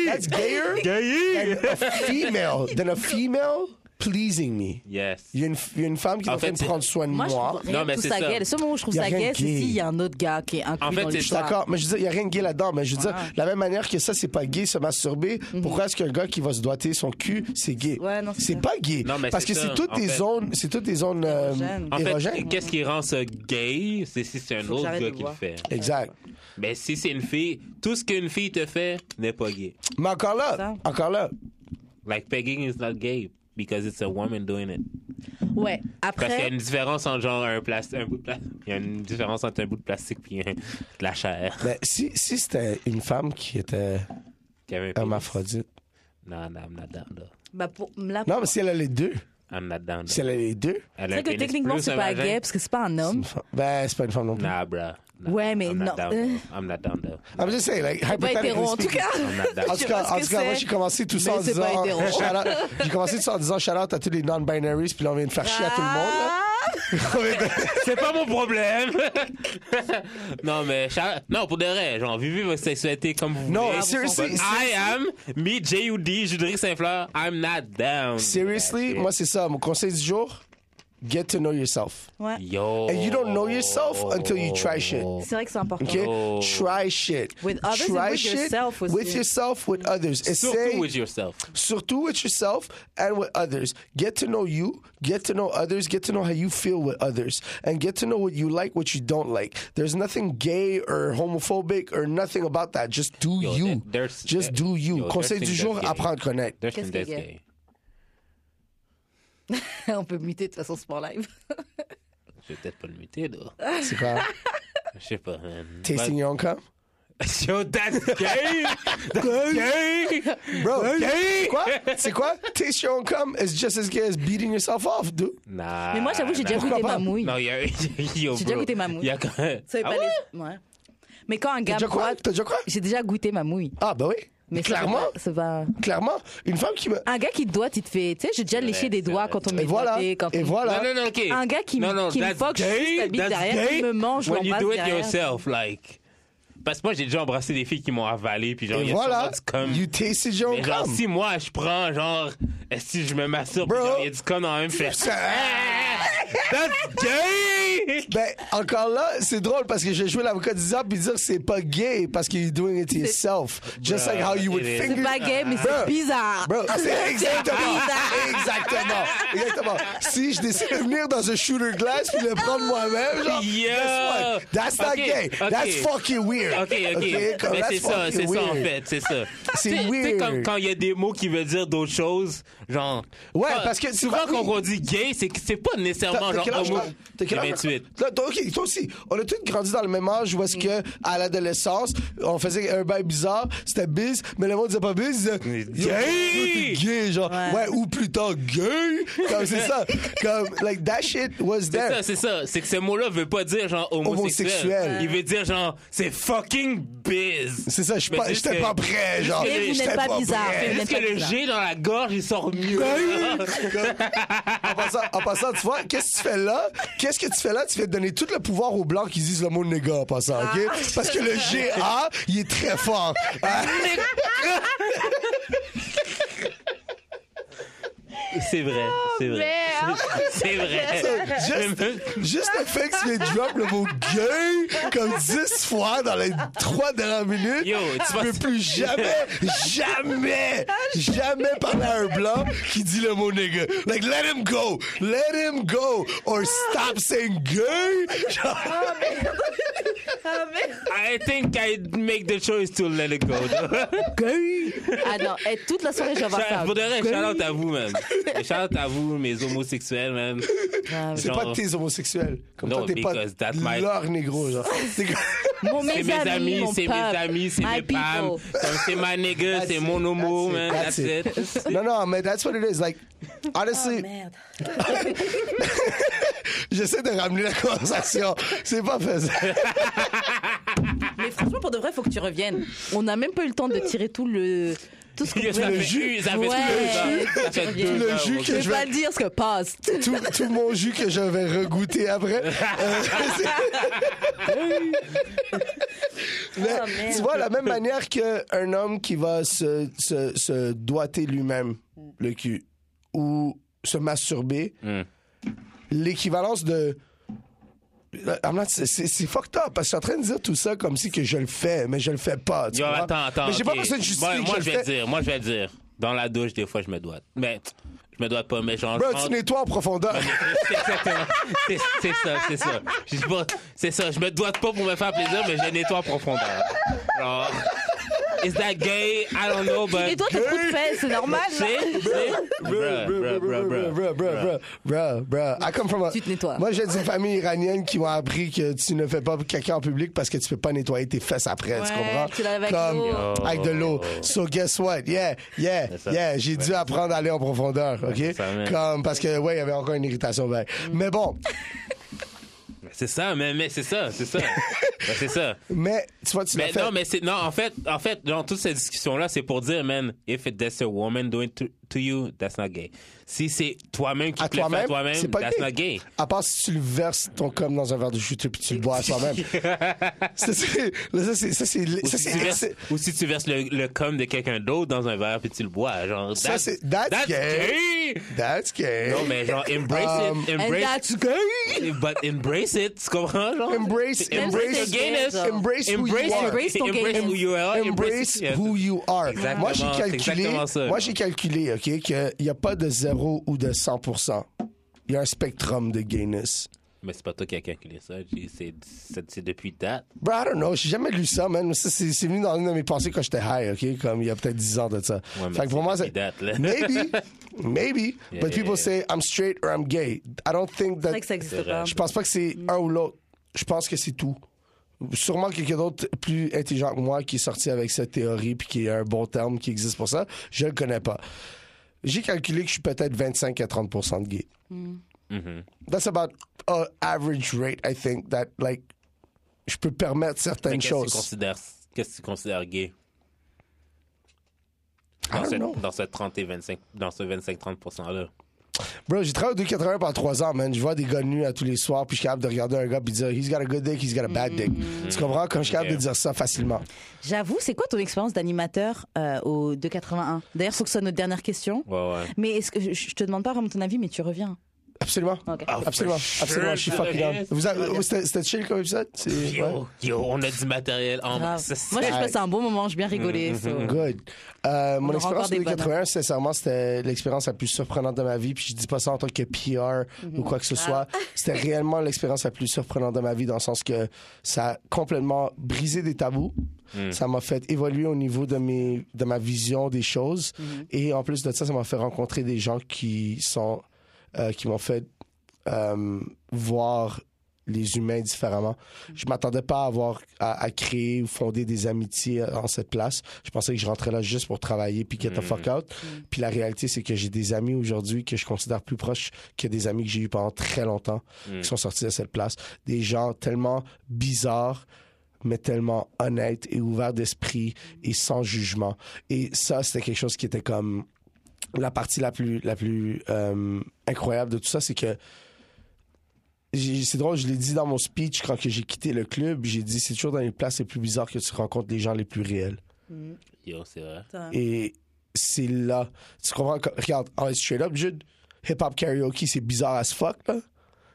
That's gayer Gay. than a female. Than a female pleasing me. Yes. Il y a une, il y a une femme qui est En en train fait, de c'est- prendre soin de Moi, moi. je trouve rien Non, mais de tout c'est ça ça. gay. Le seul moment où je trouve Y a ça rien gay, de c'est gay. s'il y a un autre gars qui est inclus En dans fait, c'est- le je Je suis choix. d'accord, mais je veux dire, il n'y a rien de gay là-dedans. Mais je veux dire, la même manière que ça, c'est pas gay se masturber, pourquoi est-ce qu'un gars qui va se doiter son cul, c'est gay? Mhm. Ouais, non, c'est c'est ça. pas gay. Non, mais Parce c'est que ça, c'est toutes, en des fait. zones, c'est toutes des zones euh, Érogènes. En fait, érogènes. qu'est-ce qui rend ça gay? C'est si c'est un hein. Faut que autre j'arrête gars de qui le boire. fait. Exact. Mais si c'est une fille, tout ce qu'une fille te fait n'est pas gay. Mais encore Ça. là, encore là. Like pegging is not gay because it's a woman doing it. Ouais. Parce qu'il y a Après, une différence entre genre un, plas- un bout de plastique. Il y a une différence entre un bout de plastique puis un- de la chair. Mais ben, si, si c'était une femme qui était Qui avait un pénis. hermaphrodite. Non, non, I'm not down, là. bah, pour, là, Non, mais si elle a les deux. I'm not down. Si là. elle a les deux. Elle c'est a un vrai que pénis techniquement, plus c'est un pas vagin. gay parce que c'est pas un homme. une femme- Ben, c'est pas une femme non plus. Nah, bruh. Nah, Ouais, mais I'm not non. down, Euh. though. I'm not down, though. I'm just saying, like, Pas hétéro, en hypothetically tout cas. speaking. I'm not down. En Je tout sais cas, pas en ce tout que cas, moi, c'est. j'ai commencé tout ça Mais en c'est pas disant. hétéro. shout-out- J'ai commencé tout ça en disant shout out à tous les non-binaries, puis là, on vient de faire chier à tout le monde. Ah. là. C'est pas mon problème. non, mais Char- non, pour de vrai, genre vivez votre sexualité comme vous Non, voulez. seriously, But I am me J.U.D. Judric Saint-Fleur. I'm not down. Seriously, That's it. moi c'est ça. Mon conseil du jour, get to know yourself. Ouais. yo. And you don't know yourself until you try shit. C'est vrai que c'est important. Okay, Oh. try shit. With others and try with shit yourself aussi. With yourself, with others. Essaye Surtout with yourself. surtout with yourself and with others. Get to know you, get to know others, get to know how you feel with others, and get to know what you like, what you don't like. There's nothing gay or homophobic or nothing about that. Just do Yo, you. that- there's- Just that- do you. yo, conseil there's du things jour, that's gay. apprendre à connaître. There's Qu'est-ce some that's qui est gay. On peut muter de toute façon ce sport live. Je vais peut-être pas le muter, là. Ah. C'est quoi? Je sais pas, man. Tasting your own cum? But- Yo, that's gay. that's gay. Bro, Gay. quoi? C'est quoi? Taste your own cum is just as gay as beating yourself off, dude. Nah. Mais moi, j'avoue, j'ai déjà nah. goûté Ah, ma pas? mouille. Non, il y a. Yo, J'ai déjà bro. goûté ma mouille. Il y a quand même. Ça fait Ah pas ouais? les- ouais. Mais quand un T'as gars déjà quoi? boit, T'as déjà quoi? j'ai déjà goûté ma mouille. Ah, bah oui. Mais ça Ah, clairement, va- ça va. clairement, une femme qui me. Un gars qui te doit, il te fait. Tu sais, j'ai déjà Ouais, léché des c'est doigts vrai. quand on Et me voilà. doigtait, quand Et on- voilà. Non, non, non, OK. Un gars qui me- non, non, qui me that's fuck, je gay, suis sa bite that's derrière, gay il me mange, je When you l'embrasse do it derrière. yourself, like. Parce que moi, j'ai déjà embrassé des filles qui m'ont avalé, puis genre, Et il y a voilà, sûrement du cum. you tasted your own Mais genre, cum. si moi, je prends, genre, est-ce que je me masturbe, puis Bro. genre, il y a du cum dans la même fesse. Ça- That's gay! Ben, encore là, c'est drôle parce que j'ai joué l'avocat du diable et dire que c'est pas gay parce que you're doing it yourself. Just Bro, like how you would it is. finger. C'est pas gay, mais Bro. c'est bizarre. Bro, c'est exactement. bizarre. exactement. Exactement. Si je décide de venir dans un shooter glass puis le prendre moi-même, genre, Yo. guess what? That's not Ok, gay. ok. That's fucking weird. OK, OK. comme Mais that's c'est ça, fucking c'est ça, en weird. fait, c'est ça. C'est Tu sais- tu sais, weird. comme quand il y a des mots qui veulent dire d'autres choses, genre. Ouais, pas- parce que tu souvent, vas- quand on dit gay, c'est que c'est pas nécessairement vraiment t'as quel genre âge, homo. toi? T'as quel J'ai âge? 28. Là, toi, ok, toi aussi, on a tous grandi dans le même âge Mm. où est-ce que, à l'adolescence, on faisait un bail bizarre, c'était bis, mais le monde disait pas bis, il disait Mais gay! Gay, genre, ouais. ou plus tard, gay! Comme c'est ça. Comme, like, that shit was C'est there. ça, c'est ça. C'est que ce mot-là veut pas dire genre homosexuel. Homosexuel. Il veut dire genre c'est fucking biz. C'est ça, je suis Mais pas- juste j'étais que- pas prêt, genre. Mais vous J'étais n'êtes pas bizarre. prêt. C'est Mais juste que pas le bizarre. G dans la gorge, il sort mieux. en, passant, en passant, tu vois, qu'est-ce que tu fais là? Qu'est-ce que tu fais là? Tu fais donner tout le pouvoir aux Blancs qui disent le mot nigga en passant, OK? Parce que le GA, il est très fort. Hein? C'est vrai, c'est vrai. C'est vrai. Juste, juste le fait que tu viens de drop le mot gay comme 10 fois dans les 3 dernières minutes, Yo, tu tu vas- peux plus jamais, jamais, jamais parler à un Blanc qui dit le mot nigga. Like, let him go, let him go, or stop saying gay. Genre, I think I'd make the choice to let it go. Ah non, et toute la soirée, je vais avoir ça. Shout- Pour de vrai, shout out à vous, même. Shout out à vous, mes homosexuels, même. C'est Genre- pas tes homosexuels. Comme Non, toi, t'es pas because that might- leur négro, genre. C'est que- Mon, mes, C'est mes amis, mon c'est mes peuple, amis, c'est my mes femmes. people. Comme C'est ma nigga, c'est mon homo, man. That's it. non, non, mais that's what it is. Like, honestly, Merde. j'essaie de ramener la conversation. C'est pas faisable. Mais franchement, pour de vrai, faut que tu reviennes. On n'a même pas eu le temps de tirer tout le. Tout ce qu'on Yo, Ça voulait. fait jus, ça fait Ouais. deux ans. Ça fait Le deux jus ans, que mon gars. Je vais je vais- pas le dire, parce que passe. Tout, tout mon jus que je vais regoûter après. Euh, c'est- Mais merde. tu vois, la même manière qu'un homme qui va se, se, se doiter lui-même le cul ou se masturber, Mm. l'équivalence de. I'm not- c'est- C'est c'est fucked up parce que je suis en train de dire tout ça comme si que je le fais, mais je le fais pas. tu Yo, comprends? attends, attends. Mais j'ai pas ok. besoin de justifier Moi, que moi, je je le vais fais. dire, moi, je vais dire. Dans la douche, des fois, je me dois. Mais je me dois pas, mais genre. je Bro, rentre- tu nettoies en profondeur. C'est exactement. C'est- C'est ça, c'est ça. Je dis pas- C'est ça. Je me doite pas pour me faire plaisir, mais je nettoie en profondeur. Genre. Is that gay? I don't know, but. Et toi, t'as coup de fesses, c'est normal. là. C'est- c'est- Bruh, bruh, bruh, bruh, Bruh, bruh, bruh, bruh, bruh. I come from a- Tu te nettoies. Ah, Moi, j'ai une famille iranienne qui m'a appris que tu ne fais pas caca en public parce que tu peux pas nettoyer tes fesses après, tu Ouais, comprends? tu laves avec Comme l'eau. avec de l'eau. So guess what? Yeah, yeah, C'est Oh. ça. yeah. J'ai dû apprendre à aller en profondeur, ok? c'est ça, man. Comme parce que ouais, il y avait encore une irritation. ben. Mm. Mais bon, C'est ça, mais, mais c'est ça, c'est ça. Ben, c'est ça. mais tu vois, tu l'as Mais fait. non, mais c'est non. En fait, en fait, dans toute cette discussion-là, c'est pour dire, man, if that's a woman doing to, to you, that's not gay. Si c'est toi-même qui À te le fais à toi-même, toi-même, c'est pas that's gay. not gay. À part si tu le verses ton com dans un verre de jus puis tu le bois à soi-même. ça, c'est, ça, c'est, ça, c'est, Ou, ça, si, tu c'est, verses, c'est, ou si tu verses le, le cum de quelqu'un d'autre dans un verre puis tu le bois, genre Ça, that's, c'est- that's gay. gay. that's gay. Non mais genre embrace Um, it, And embrace, that's gay. but embrace it, tu comprends genre? Embrace- embrace- your gayness, embrace who you embrace, are. Embrace ton embrace who you are, Embrace yes. who you are. Exactement, moi, j'ai c'est calculé, exactement ça. moi, j'ai calculé, OK, qu'il n'y a pas de 0 ou de 100 Il y a un spectrum de gayness. Mais c'est pas toi qui as calculé ça, G, c'est c'est- c'est depuis date. Bro, I don't know, j'ai jamais lu ça, man. Ça, c'est, c'est venu dans une de mes pensées quand j'étais high, OK, comme il y a peut-être 10 ans de ça. Ouais, mais fait que pour c'est moi, depuis c'est... date, là. Maybe, maybe, Yeah, yeah, but yeah. people say I'm straight or I'm gay. I don't think C'est that... vrai que ça C'est existe vrai. pas. Je pense pas que c'est un ou l'autre. Je pense que c'est tout. Sûrement quelqu'un d'autre plus intelligent que moi qui est sorti avec cette théorie puis qui a un bon terme qui existe pour ça. Je le connais pas. J'ai calculé que je suis peut-être 25 à 30 de gay. Mhm. That's about an average rate, I think, that, like, je peux permettre Fait que certaines Qu'est-ce que tu choses. considères, qu'est-ce que tu considères gay? I Dans don't ce, know. dans ce 30 et 25, dans ce 25-30% là. Bro, j'ai travaillé au 280 pendant 3 ans, man. Je vois des gars nus à tous les soirs puis je suis capable de regarder un gars puis dire, he's got a good dick, he's got a bad dick. Hmm. Tu comprends? Comme je suis Mm-hmm. capable Ok. de dire ça facilement. J'avoue, c'est quoi ton expérience d'animateur euh, au 281 D'ailleurs, faut que ce soit notre dernière question. Ouais, ouais. Mais est-ce que je, je te demande pas vraiment ton avis, mais tu reviens. Absolument. Ok. Ah, Ah, Absolument, absolument, je suis fucking down. Vous avez- oh, C'était c'était chill comme épisode? C'est- ouais. Yo, yo, on a du matériel Grave. en masse. Moi, j'ai passé un bon moment, j'ai bien Mmh, rigolé. so. Good. Euh, mon Mm. aura expérience encore des de 81, sincèrement, c'était l'expérience la plus surprenante de ma vie. Puis je dis pas ça en tant que PR Mhm. ou quoi que Ah. ce soit. C'était réellement l'expérience la plus surprenante de ma vie dans le sens que ça a complètement brisé des tabous. Mm. Ça m'a fait évoluer au niveau de, mes, de ma vision des Mhm. choses. Et en plus de ça, ça m'a fait rencontrer des gens qui sont, euh, qui m'ont fait euh, voir les humains différemment. Je m'attendais pas à avoir à, à créer ou fonder des amitiés en cette place. Je pensais que je rentrais là juste pour travailler puis get the fuck out. Puis la réalité c'est que j'ai des amis aujourd'hui que je considère plus proches que des amis que j'ai eu pendant très longtemps qui sont sortis de cette place. Des gens tellement bizarres mais tellement honnêtes et ouverts d'esprit et sans jugement. Et ça c'était quelque chose qui était comme la partie la plus la plus euh, incroyable de tout ça, c'est que j'ai- c'est drôle, je l'ai dit dans mon speech quand que j'ai quitté le club, j'ai dit c'est toujours dans les places les plus bizarres que tu rencontres les gens les plus réels. Yo, c'est vrai. Et c'est là, tu comprends que- regarde, en straight up, Jude, hip hop karaoke, c'est bizarre as fuck là.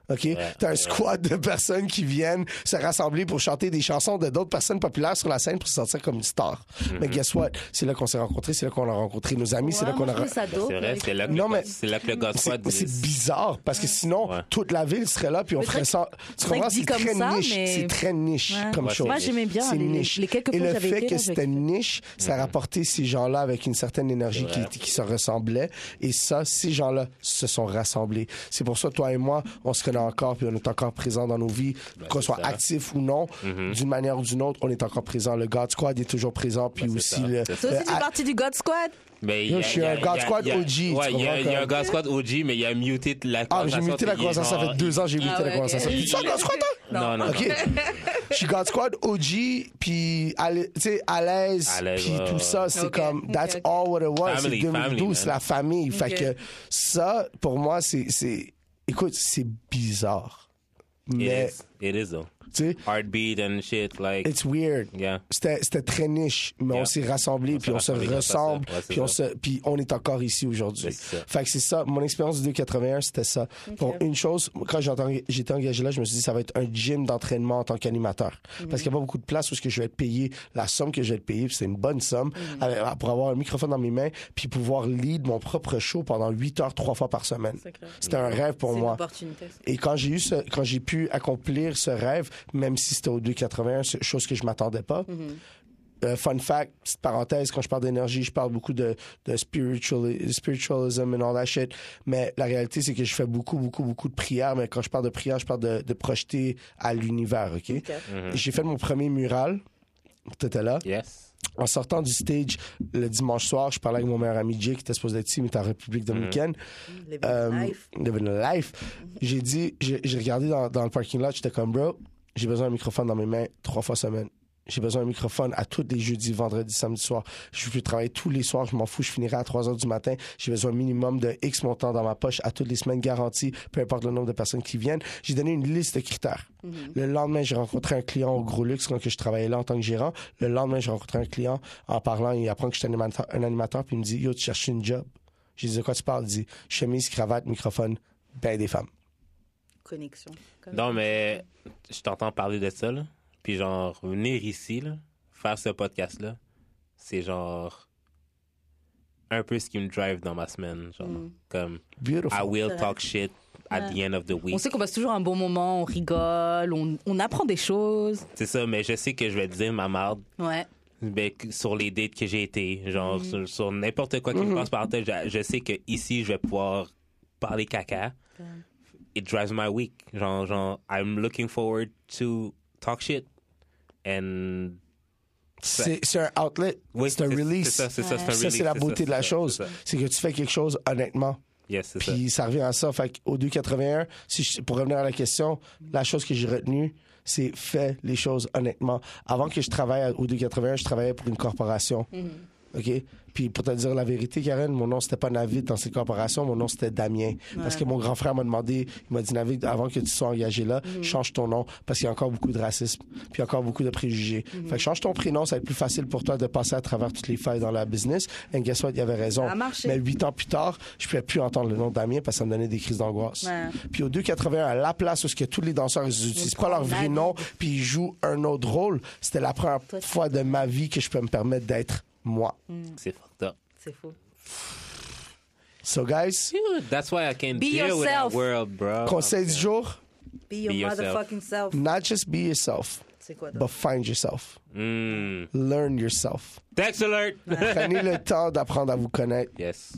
OK, t'as un squad de personnes qui viennent se rassembler pour chanter des chansons de d'autres personnes populaires sur la scène pour se sentir comme une star. Mais guess what? C'est là qu'on s'est rencontrés, c'est là qu'on a rencontré nos amis, c'est là qu'on a trouve ça Oh, dope, Bah, C'est vrai, là. c'est là que Non, le- mais- c'est là que le c'est Godspot c'est bizarre parce que sinon Ouais. toute la ville serait là puis on Mais ferait c'est ça. Tu vrai comprends que dit c'est comme très ça, niche, mais- c'est très niche Ouais. comme Ouais, chose. Moi, j'aimais bien C'est les, les- niche. les quelques Et fois que le j'avais fait été, que là, c'était j'ai- niche, ça rapportait ces gens-là avec une certaine énergie qui, qui se ressemblait. Et ça, ces gens-là se sont rassemblés. C'est pour ça, toi et moi, on se connaît encore, puis on est encore présents dans nos vies, qu'on Ben, c'est soit ça. Mm-hmm. actifs ou non, d'une manière ou d'une autre, on est encore présents. Le God Squad est toujours présent, puis Ben, c'est aussi ça. le. Ah, C'est Toi aussi, le- tu fais partie du God Squad. Mais il Yo, y a- je suis il y a- un God il y a- Squad il y a- OG, tu Ouais, il y a- comprends, il y a un comme- God Squad OG, mais il a muté la ah, conversation. j'ai muté la puis il est croissance, ça genre- fait deux ans, j'ai muté Ah la ouais, croissance. ok. Tu es God Squad, toi? Non, non, non. OK. Je suis God Squad OG, puis à l'aise- tu sais, à l'aise, À l'aise, puis ouais, tout ouais. ça, c'est Ok, comme, ok, that's ok. all what it was. Family, c'est family, 2012, man. la famille. Fait Ok. que ça, pour moi, c'est, c'est, écoute, c'est bizarre. It Mais, is. It is, though. tu sais, Heartbeat and shit, like, it's weird. yeah. C'était, c'était très niche, mais Yeah. on s'est rassemblés, On puis s'est on se rassemblés grâce à ça. ressemble, Ouais, c'est puis, on ça. se, puis on est encore ici aujourd'hui. Ouais, c'est ça. Fait que c'est ça, mon expérience du 281, c'était ça. Pour une chose, quand j'ai entendu- j'étais engagé là, je me suis dit, ça va être un gym d'entraînement en tant qu'animateur. Mhm. Parce qu'il n'y a pas beaucoup de place où ce que je vais être payé, la somme que je vais être payé, puis c'est une bonne somme, Mhm. avec- pour avoir un microphone dans mes mains, puis pouvoir lead mon propre show pendant 8 heures, trois fois par semaine. C'était un rêve pour C'est une moi. opportunité. Et quand j'ai eu ce, quand j'ai pu accomplir ce rêve, même si c'était au 281, c'est- chose que je m'attendais pas. Mhm. Euh, fun fact, petite parenthèse, quand je parle d'énergie, je parle beaucoup de, de spirituali- spiritualism and all that shit. Mais la réalité, c'est que je fais beaucoup, beaucoup, beaucoup de prières. Mais quand je parle de prière, je parle de, de projeter à l'univers, OK? J'ai fait mon premier mural. T'étais là. Yes. En sortant du stage le dimanche soir, je parlais avec mon meilleur ami Jay qui était supposé être ici, mais était en République dominicaine. Euh, living a life. J'ai dit, j'ai j'ai regardé dans, dans le parking lot, j'étais comme, bro, j'ai besoin d'un microphone dans mes mains trois fois semaine. J'ai besoin d'un microphone à tous les jeudis, vendredis, samedi soir. Je peux travailler tous les soirs, je m'en fous, je finirai à 3 heures du matin. J'ai besoin minimum de X montant dans ma poche à toutes les semaines garanties, peu importe le nombre de personnes qui viennent. J'ai donné une liste de critères. Le lendemain, j'ai rencontré un client au Gros Luxe quand que je travaillais là en tant que gérant. Le lendemain, j'ai rencontré un client en parlant, il apprend que je suis animateur- un animateur, puis il me dit, yo, tu cherches une job. J'ai dit, de quoi tu parles? Il dit, chemise, cravate, microphone, ben des femmes. Connexion. Comme- Non, mais je t'entends parler de ça, là. Puis genre, venir ici, là, faire ce podcast-là, c'est genre un peu ce qui me drive dans ma semaine. Genre, comme, Beautiful. I will talk shit at the end of the On week. sait qu'on passe toujours un bon moment, on rigole, on, on apprend des choses. C'est ça, mais je sais que je vais dire ma marde Ouais. ben, que- sur les dates que j'ai été, genre sur, sur n'importe quoi qui Mm-hmm. me passe par la tête, je, je sais que ici je vais pouvoir parler caca. It drives my week. Genre, genre, I'm looking forward to talk shit and C'est c'est un outlet, Oui, c'est un C'est release. ça, c'est ça, c'est un Ça, release. c'est la beauté ça, de la ça, chose. c'est ça. C'est que tu fais quelque chose honnêtement. Yes, c'est ça. Puis ça revient à ça. Fait au 281, si je- pour revenir à la question, la chose que j'ai retenue, c'est fais les choses honnêtement. Avant que je travaille à- au 281, je travaillais pour une corporation. Mm-hmm. OK? Puis pour te dire la vérité, Karen, mon nom, c'était pas Navid dans cette corporation, mon nom, c'était Damien. Parce que mon grand frère m'a demandé, il m'a dit, Navid, avant que tu sois engagé là, Mm-hmm. change ton nom, parce qu'il y a encore beaucoup de racisme, puis encore beaucoup de préjugés. Mm-hmm. Fait que change ton prénom, ça va être plus facile pour toi de passer à travers toutes les failles dans la business. Et guess what, il avait raison. Ça a marché. Mais huit ans plus tard, je pouvais plus entendre le nom de Damien parce que ça me donnait des crises d'angoisse. Ouais. Puis au 281, à la place où ce que tous les danseurs ils utilisent pas leur vrai David. nom, puis ils jouent un autre rôle, c'était la première fois de ma vie que je peux me permettre d'être moi. C'est fucked up. C'est fou. So guys, That's why I can't Be deal with that yourself. world, bro. conseil du jour, Be your Be yourself. motherfucking self. not just be yourself, C'est quoi but find yourself. Mm. Learn yourself. Text alert. Prenez le temps d'apprendre à vous connaître. yes.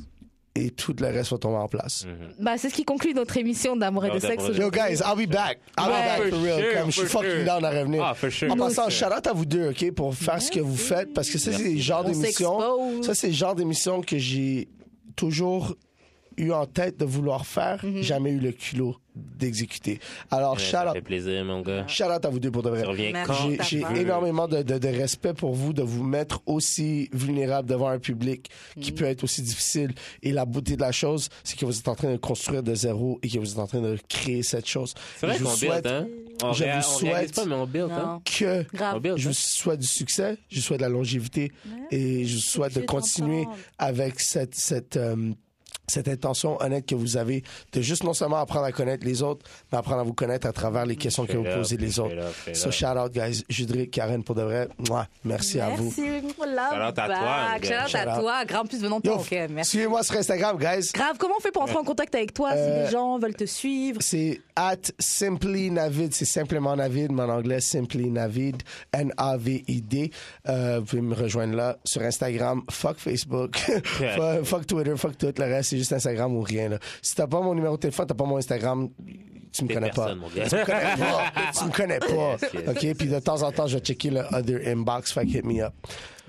et tout le reste va tomber en place. Bah, c'est ce qui conclut notre émission d'amour et Non, de d'amour sexe. et de- aujourd'hui. Yo, guys, I'll be back. I'll Ouais. be back for real. For sure, Comme je suis for fucking sure. down à revenir. Ah, for sure. En passant, Nous- shout out à vous deux, OK, pour faire ce que vous faites, parce que ça, c'est le genre On d'émission. s'expose. Ça, c'est le genre d'émission que j'ai toujours eu en tête de vouloir faire, jamais eu le culot d'exécuter. Alors, Mm-hmm. Ouais, shout Ça out. fait plaisir, mon gars. Shout out à vous deux pour de vrai. Tu reviens Merci. quand J'ai- ta J'ai part. énormément de, de- de respect pour vous de vous mettre aussi vulnérable devant un public qui peut être aussi difficile. Et la beauté de la chose, c'est que vous êtes en train de construire de zéro et que vous êtes en train de créer cette chose. C'est vrai je vous qu'on souhaite build, hein? On, je réa- vous on réalise souhaite- pas, mais on build, hein? Non. que On Grave. build, je vous hein? souhaite du succès, je vous souhaite de la longévité et je vous souhaite de je continuer t'entends. avec cette, cette, euh, cette intention honnête que vous avez de juste non seulement apprendre à connaître les autres, mais apprendre à vous connaître à travers les questions que vous Fais-le, posez les fais-le, autres. fais-le. So shout out guys, Judric, Karen pour de vrai. Mouah, merci, à vous. Merci, out à toi, mon gars. Shout Shout à out. toi. Grand plus venant de Yo, toi. Ok, merci. Suivez-moi sur Instagram, guys. Grave, comment on fait pour entrer en contact avec toi Euh, si les gens veulent te suivre C'est at Simply Navid, c'est simplement Navid, mais en anglais Simply Navid, N-A-V-I-D. Euh, vous pouvez me rejoindre là sur Instagram, fuck Facebook, fuck, fuck Twitter, fuck tout le reste, c'est juste Instagram ou rien. Là. Si t'as pas mon numéro de téléphone, t'as pas mon Instagram, tu me T'es connais pas. personne, mon gars. Tu me connais pas. tu me connais pas. Yes, yes. OK, puis de temps en temps, je vais checker le other inbox, fait que hit me up.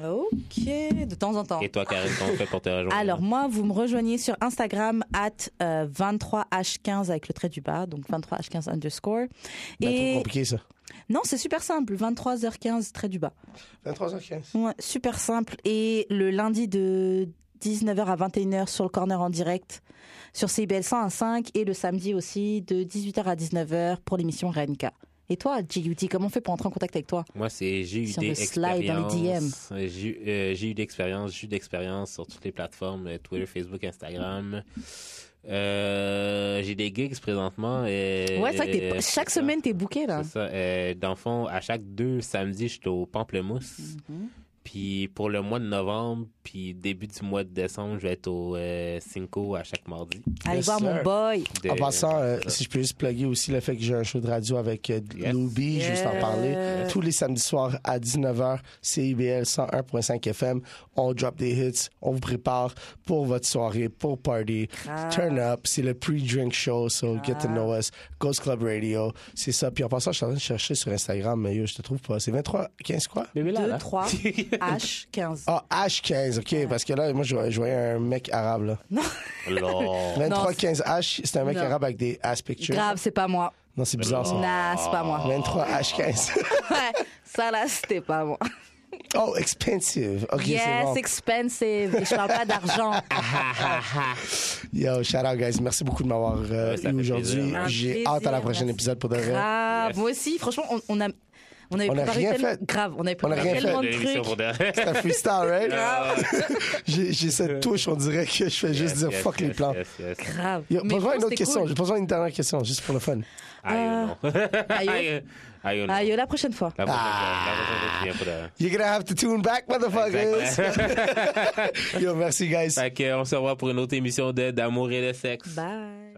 Ok, de temps en temps. Et toi, Karine, comment on fait pour te rejoindre? Alors moi, vous me rejoignez sur Instagram at euh, 23h15 avec le trait du bas, donc 23h15 underscore. Bah, C'est Ben, trop Et compliqué, ça. non, c'est super simple, 23h15 trait du bas. 23h15. Ouais, super simple. Et le lundi de 19h à 21h sur le corner en direct sur CBL 101.5 et le samedi aussi de 18h à 19h pour l'émission Renka. Et toi, JUT, comment on fait pour entrer en contact avec toi Moi, c'est j'ai eu Si on des veut slide dans les DM. expériences. Euh, J'ai eu- euh, j'ai eu d'expérience, j'ai eu d'expérience sur toutes les plateformes, euh, Twitter, Facebook, Instagram. Euh, j'ai des gigs présentement. Et, Ouais, c'est vrai que t'es- et- chaque c'est ça. semaine, t'es booké là. Hein. C'est ça. Euh, dans le fond, à chaque deux samedis, je suis au Pamplemousse. Mm-hmm. Puis pour le mois de novembre, puis début du mois de décembre, je vais être au euh, Cinco à chaque mardi. Allez Yes, voir sir. mon boy. De- En passant, euh, c'est ça. si je peux juste plugger aussi le fait que j'ai un show de radio avec euh, Yes. Loubi, je veux juste en parler. Tous les samedis soirs à 19h, CIBL 101.5 FM. On drop des hits, on vous prépare pour votre soirée, pour party. Ah. Turn up, c'est le pre-drink show, so get to know us. Ghost Club Radio, c'est ça. Puis en passant, je suis en train de chercher sur Instagram, mais yo, je te trouve pas. C'est 23, 15 quoi? 2, 3, H15. Ah, H15, OK, parce que là, moi, je voyais- je voyais un mec arabe, là. Lord. 23, c'est- 15 H, c'est un mec Non. arabe avec des ass pictures. Grave, c'est pas moi. Non, c'est bizarre, ça. Nah, c'est pas moi. 23 H15. Ouais, ça là, c'était pas moi. Oh, expensive. OK, c'est yes, bon. expensive. Et je parle pas d'argent. Yo, shout out, guys. Merci beaucoup de m'avoir euh, Ouais, ça eu fait aujourd'hui. plaisir, man. J'ai Plaisir, hâte à la prochaine merci. épisode pour de vrai. Grave. Yes. Moi aussi, franchement, on, on a. On avait On a préparé rien tellement- fait. grave, on avait préparé rien fait. tellement de L'émission trucs. pour derrière. C'est un freestyle, right? Ah, J'ai j'ai cette touche, on dirait que je fais yes, juste dire yes, fuck les yes, plans. yes, yes. Grave. Yo, Mais pose-moi je pense une autre que c'est question. cool. Je pose-moi une dernière question, juste pour le fun. Aïe, oh non. aïe. oh. Aïe, aïe, oh non. Aïe, la prochaine fois. La prochaine fois, la prochaine Ah. fois, je viens pour derrière. You're gonna have to tune back, motherfuckers. Yo, merci, guys. Fait que, euh, on se revoit pour une autre émission de D'amour et de sexe. Bye.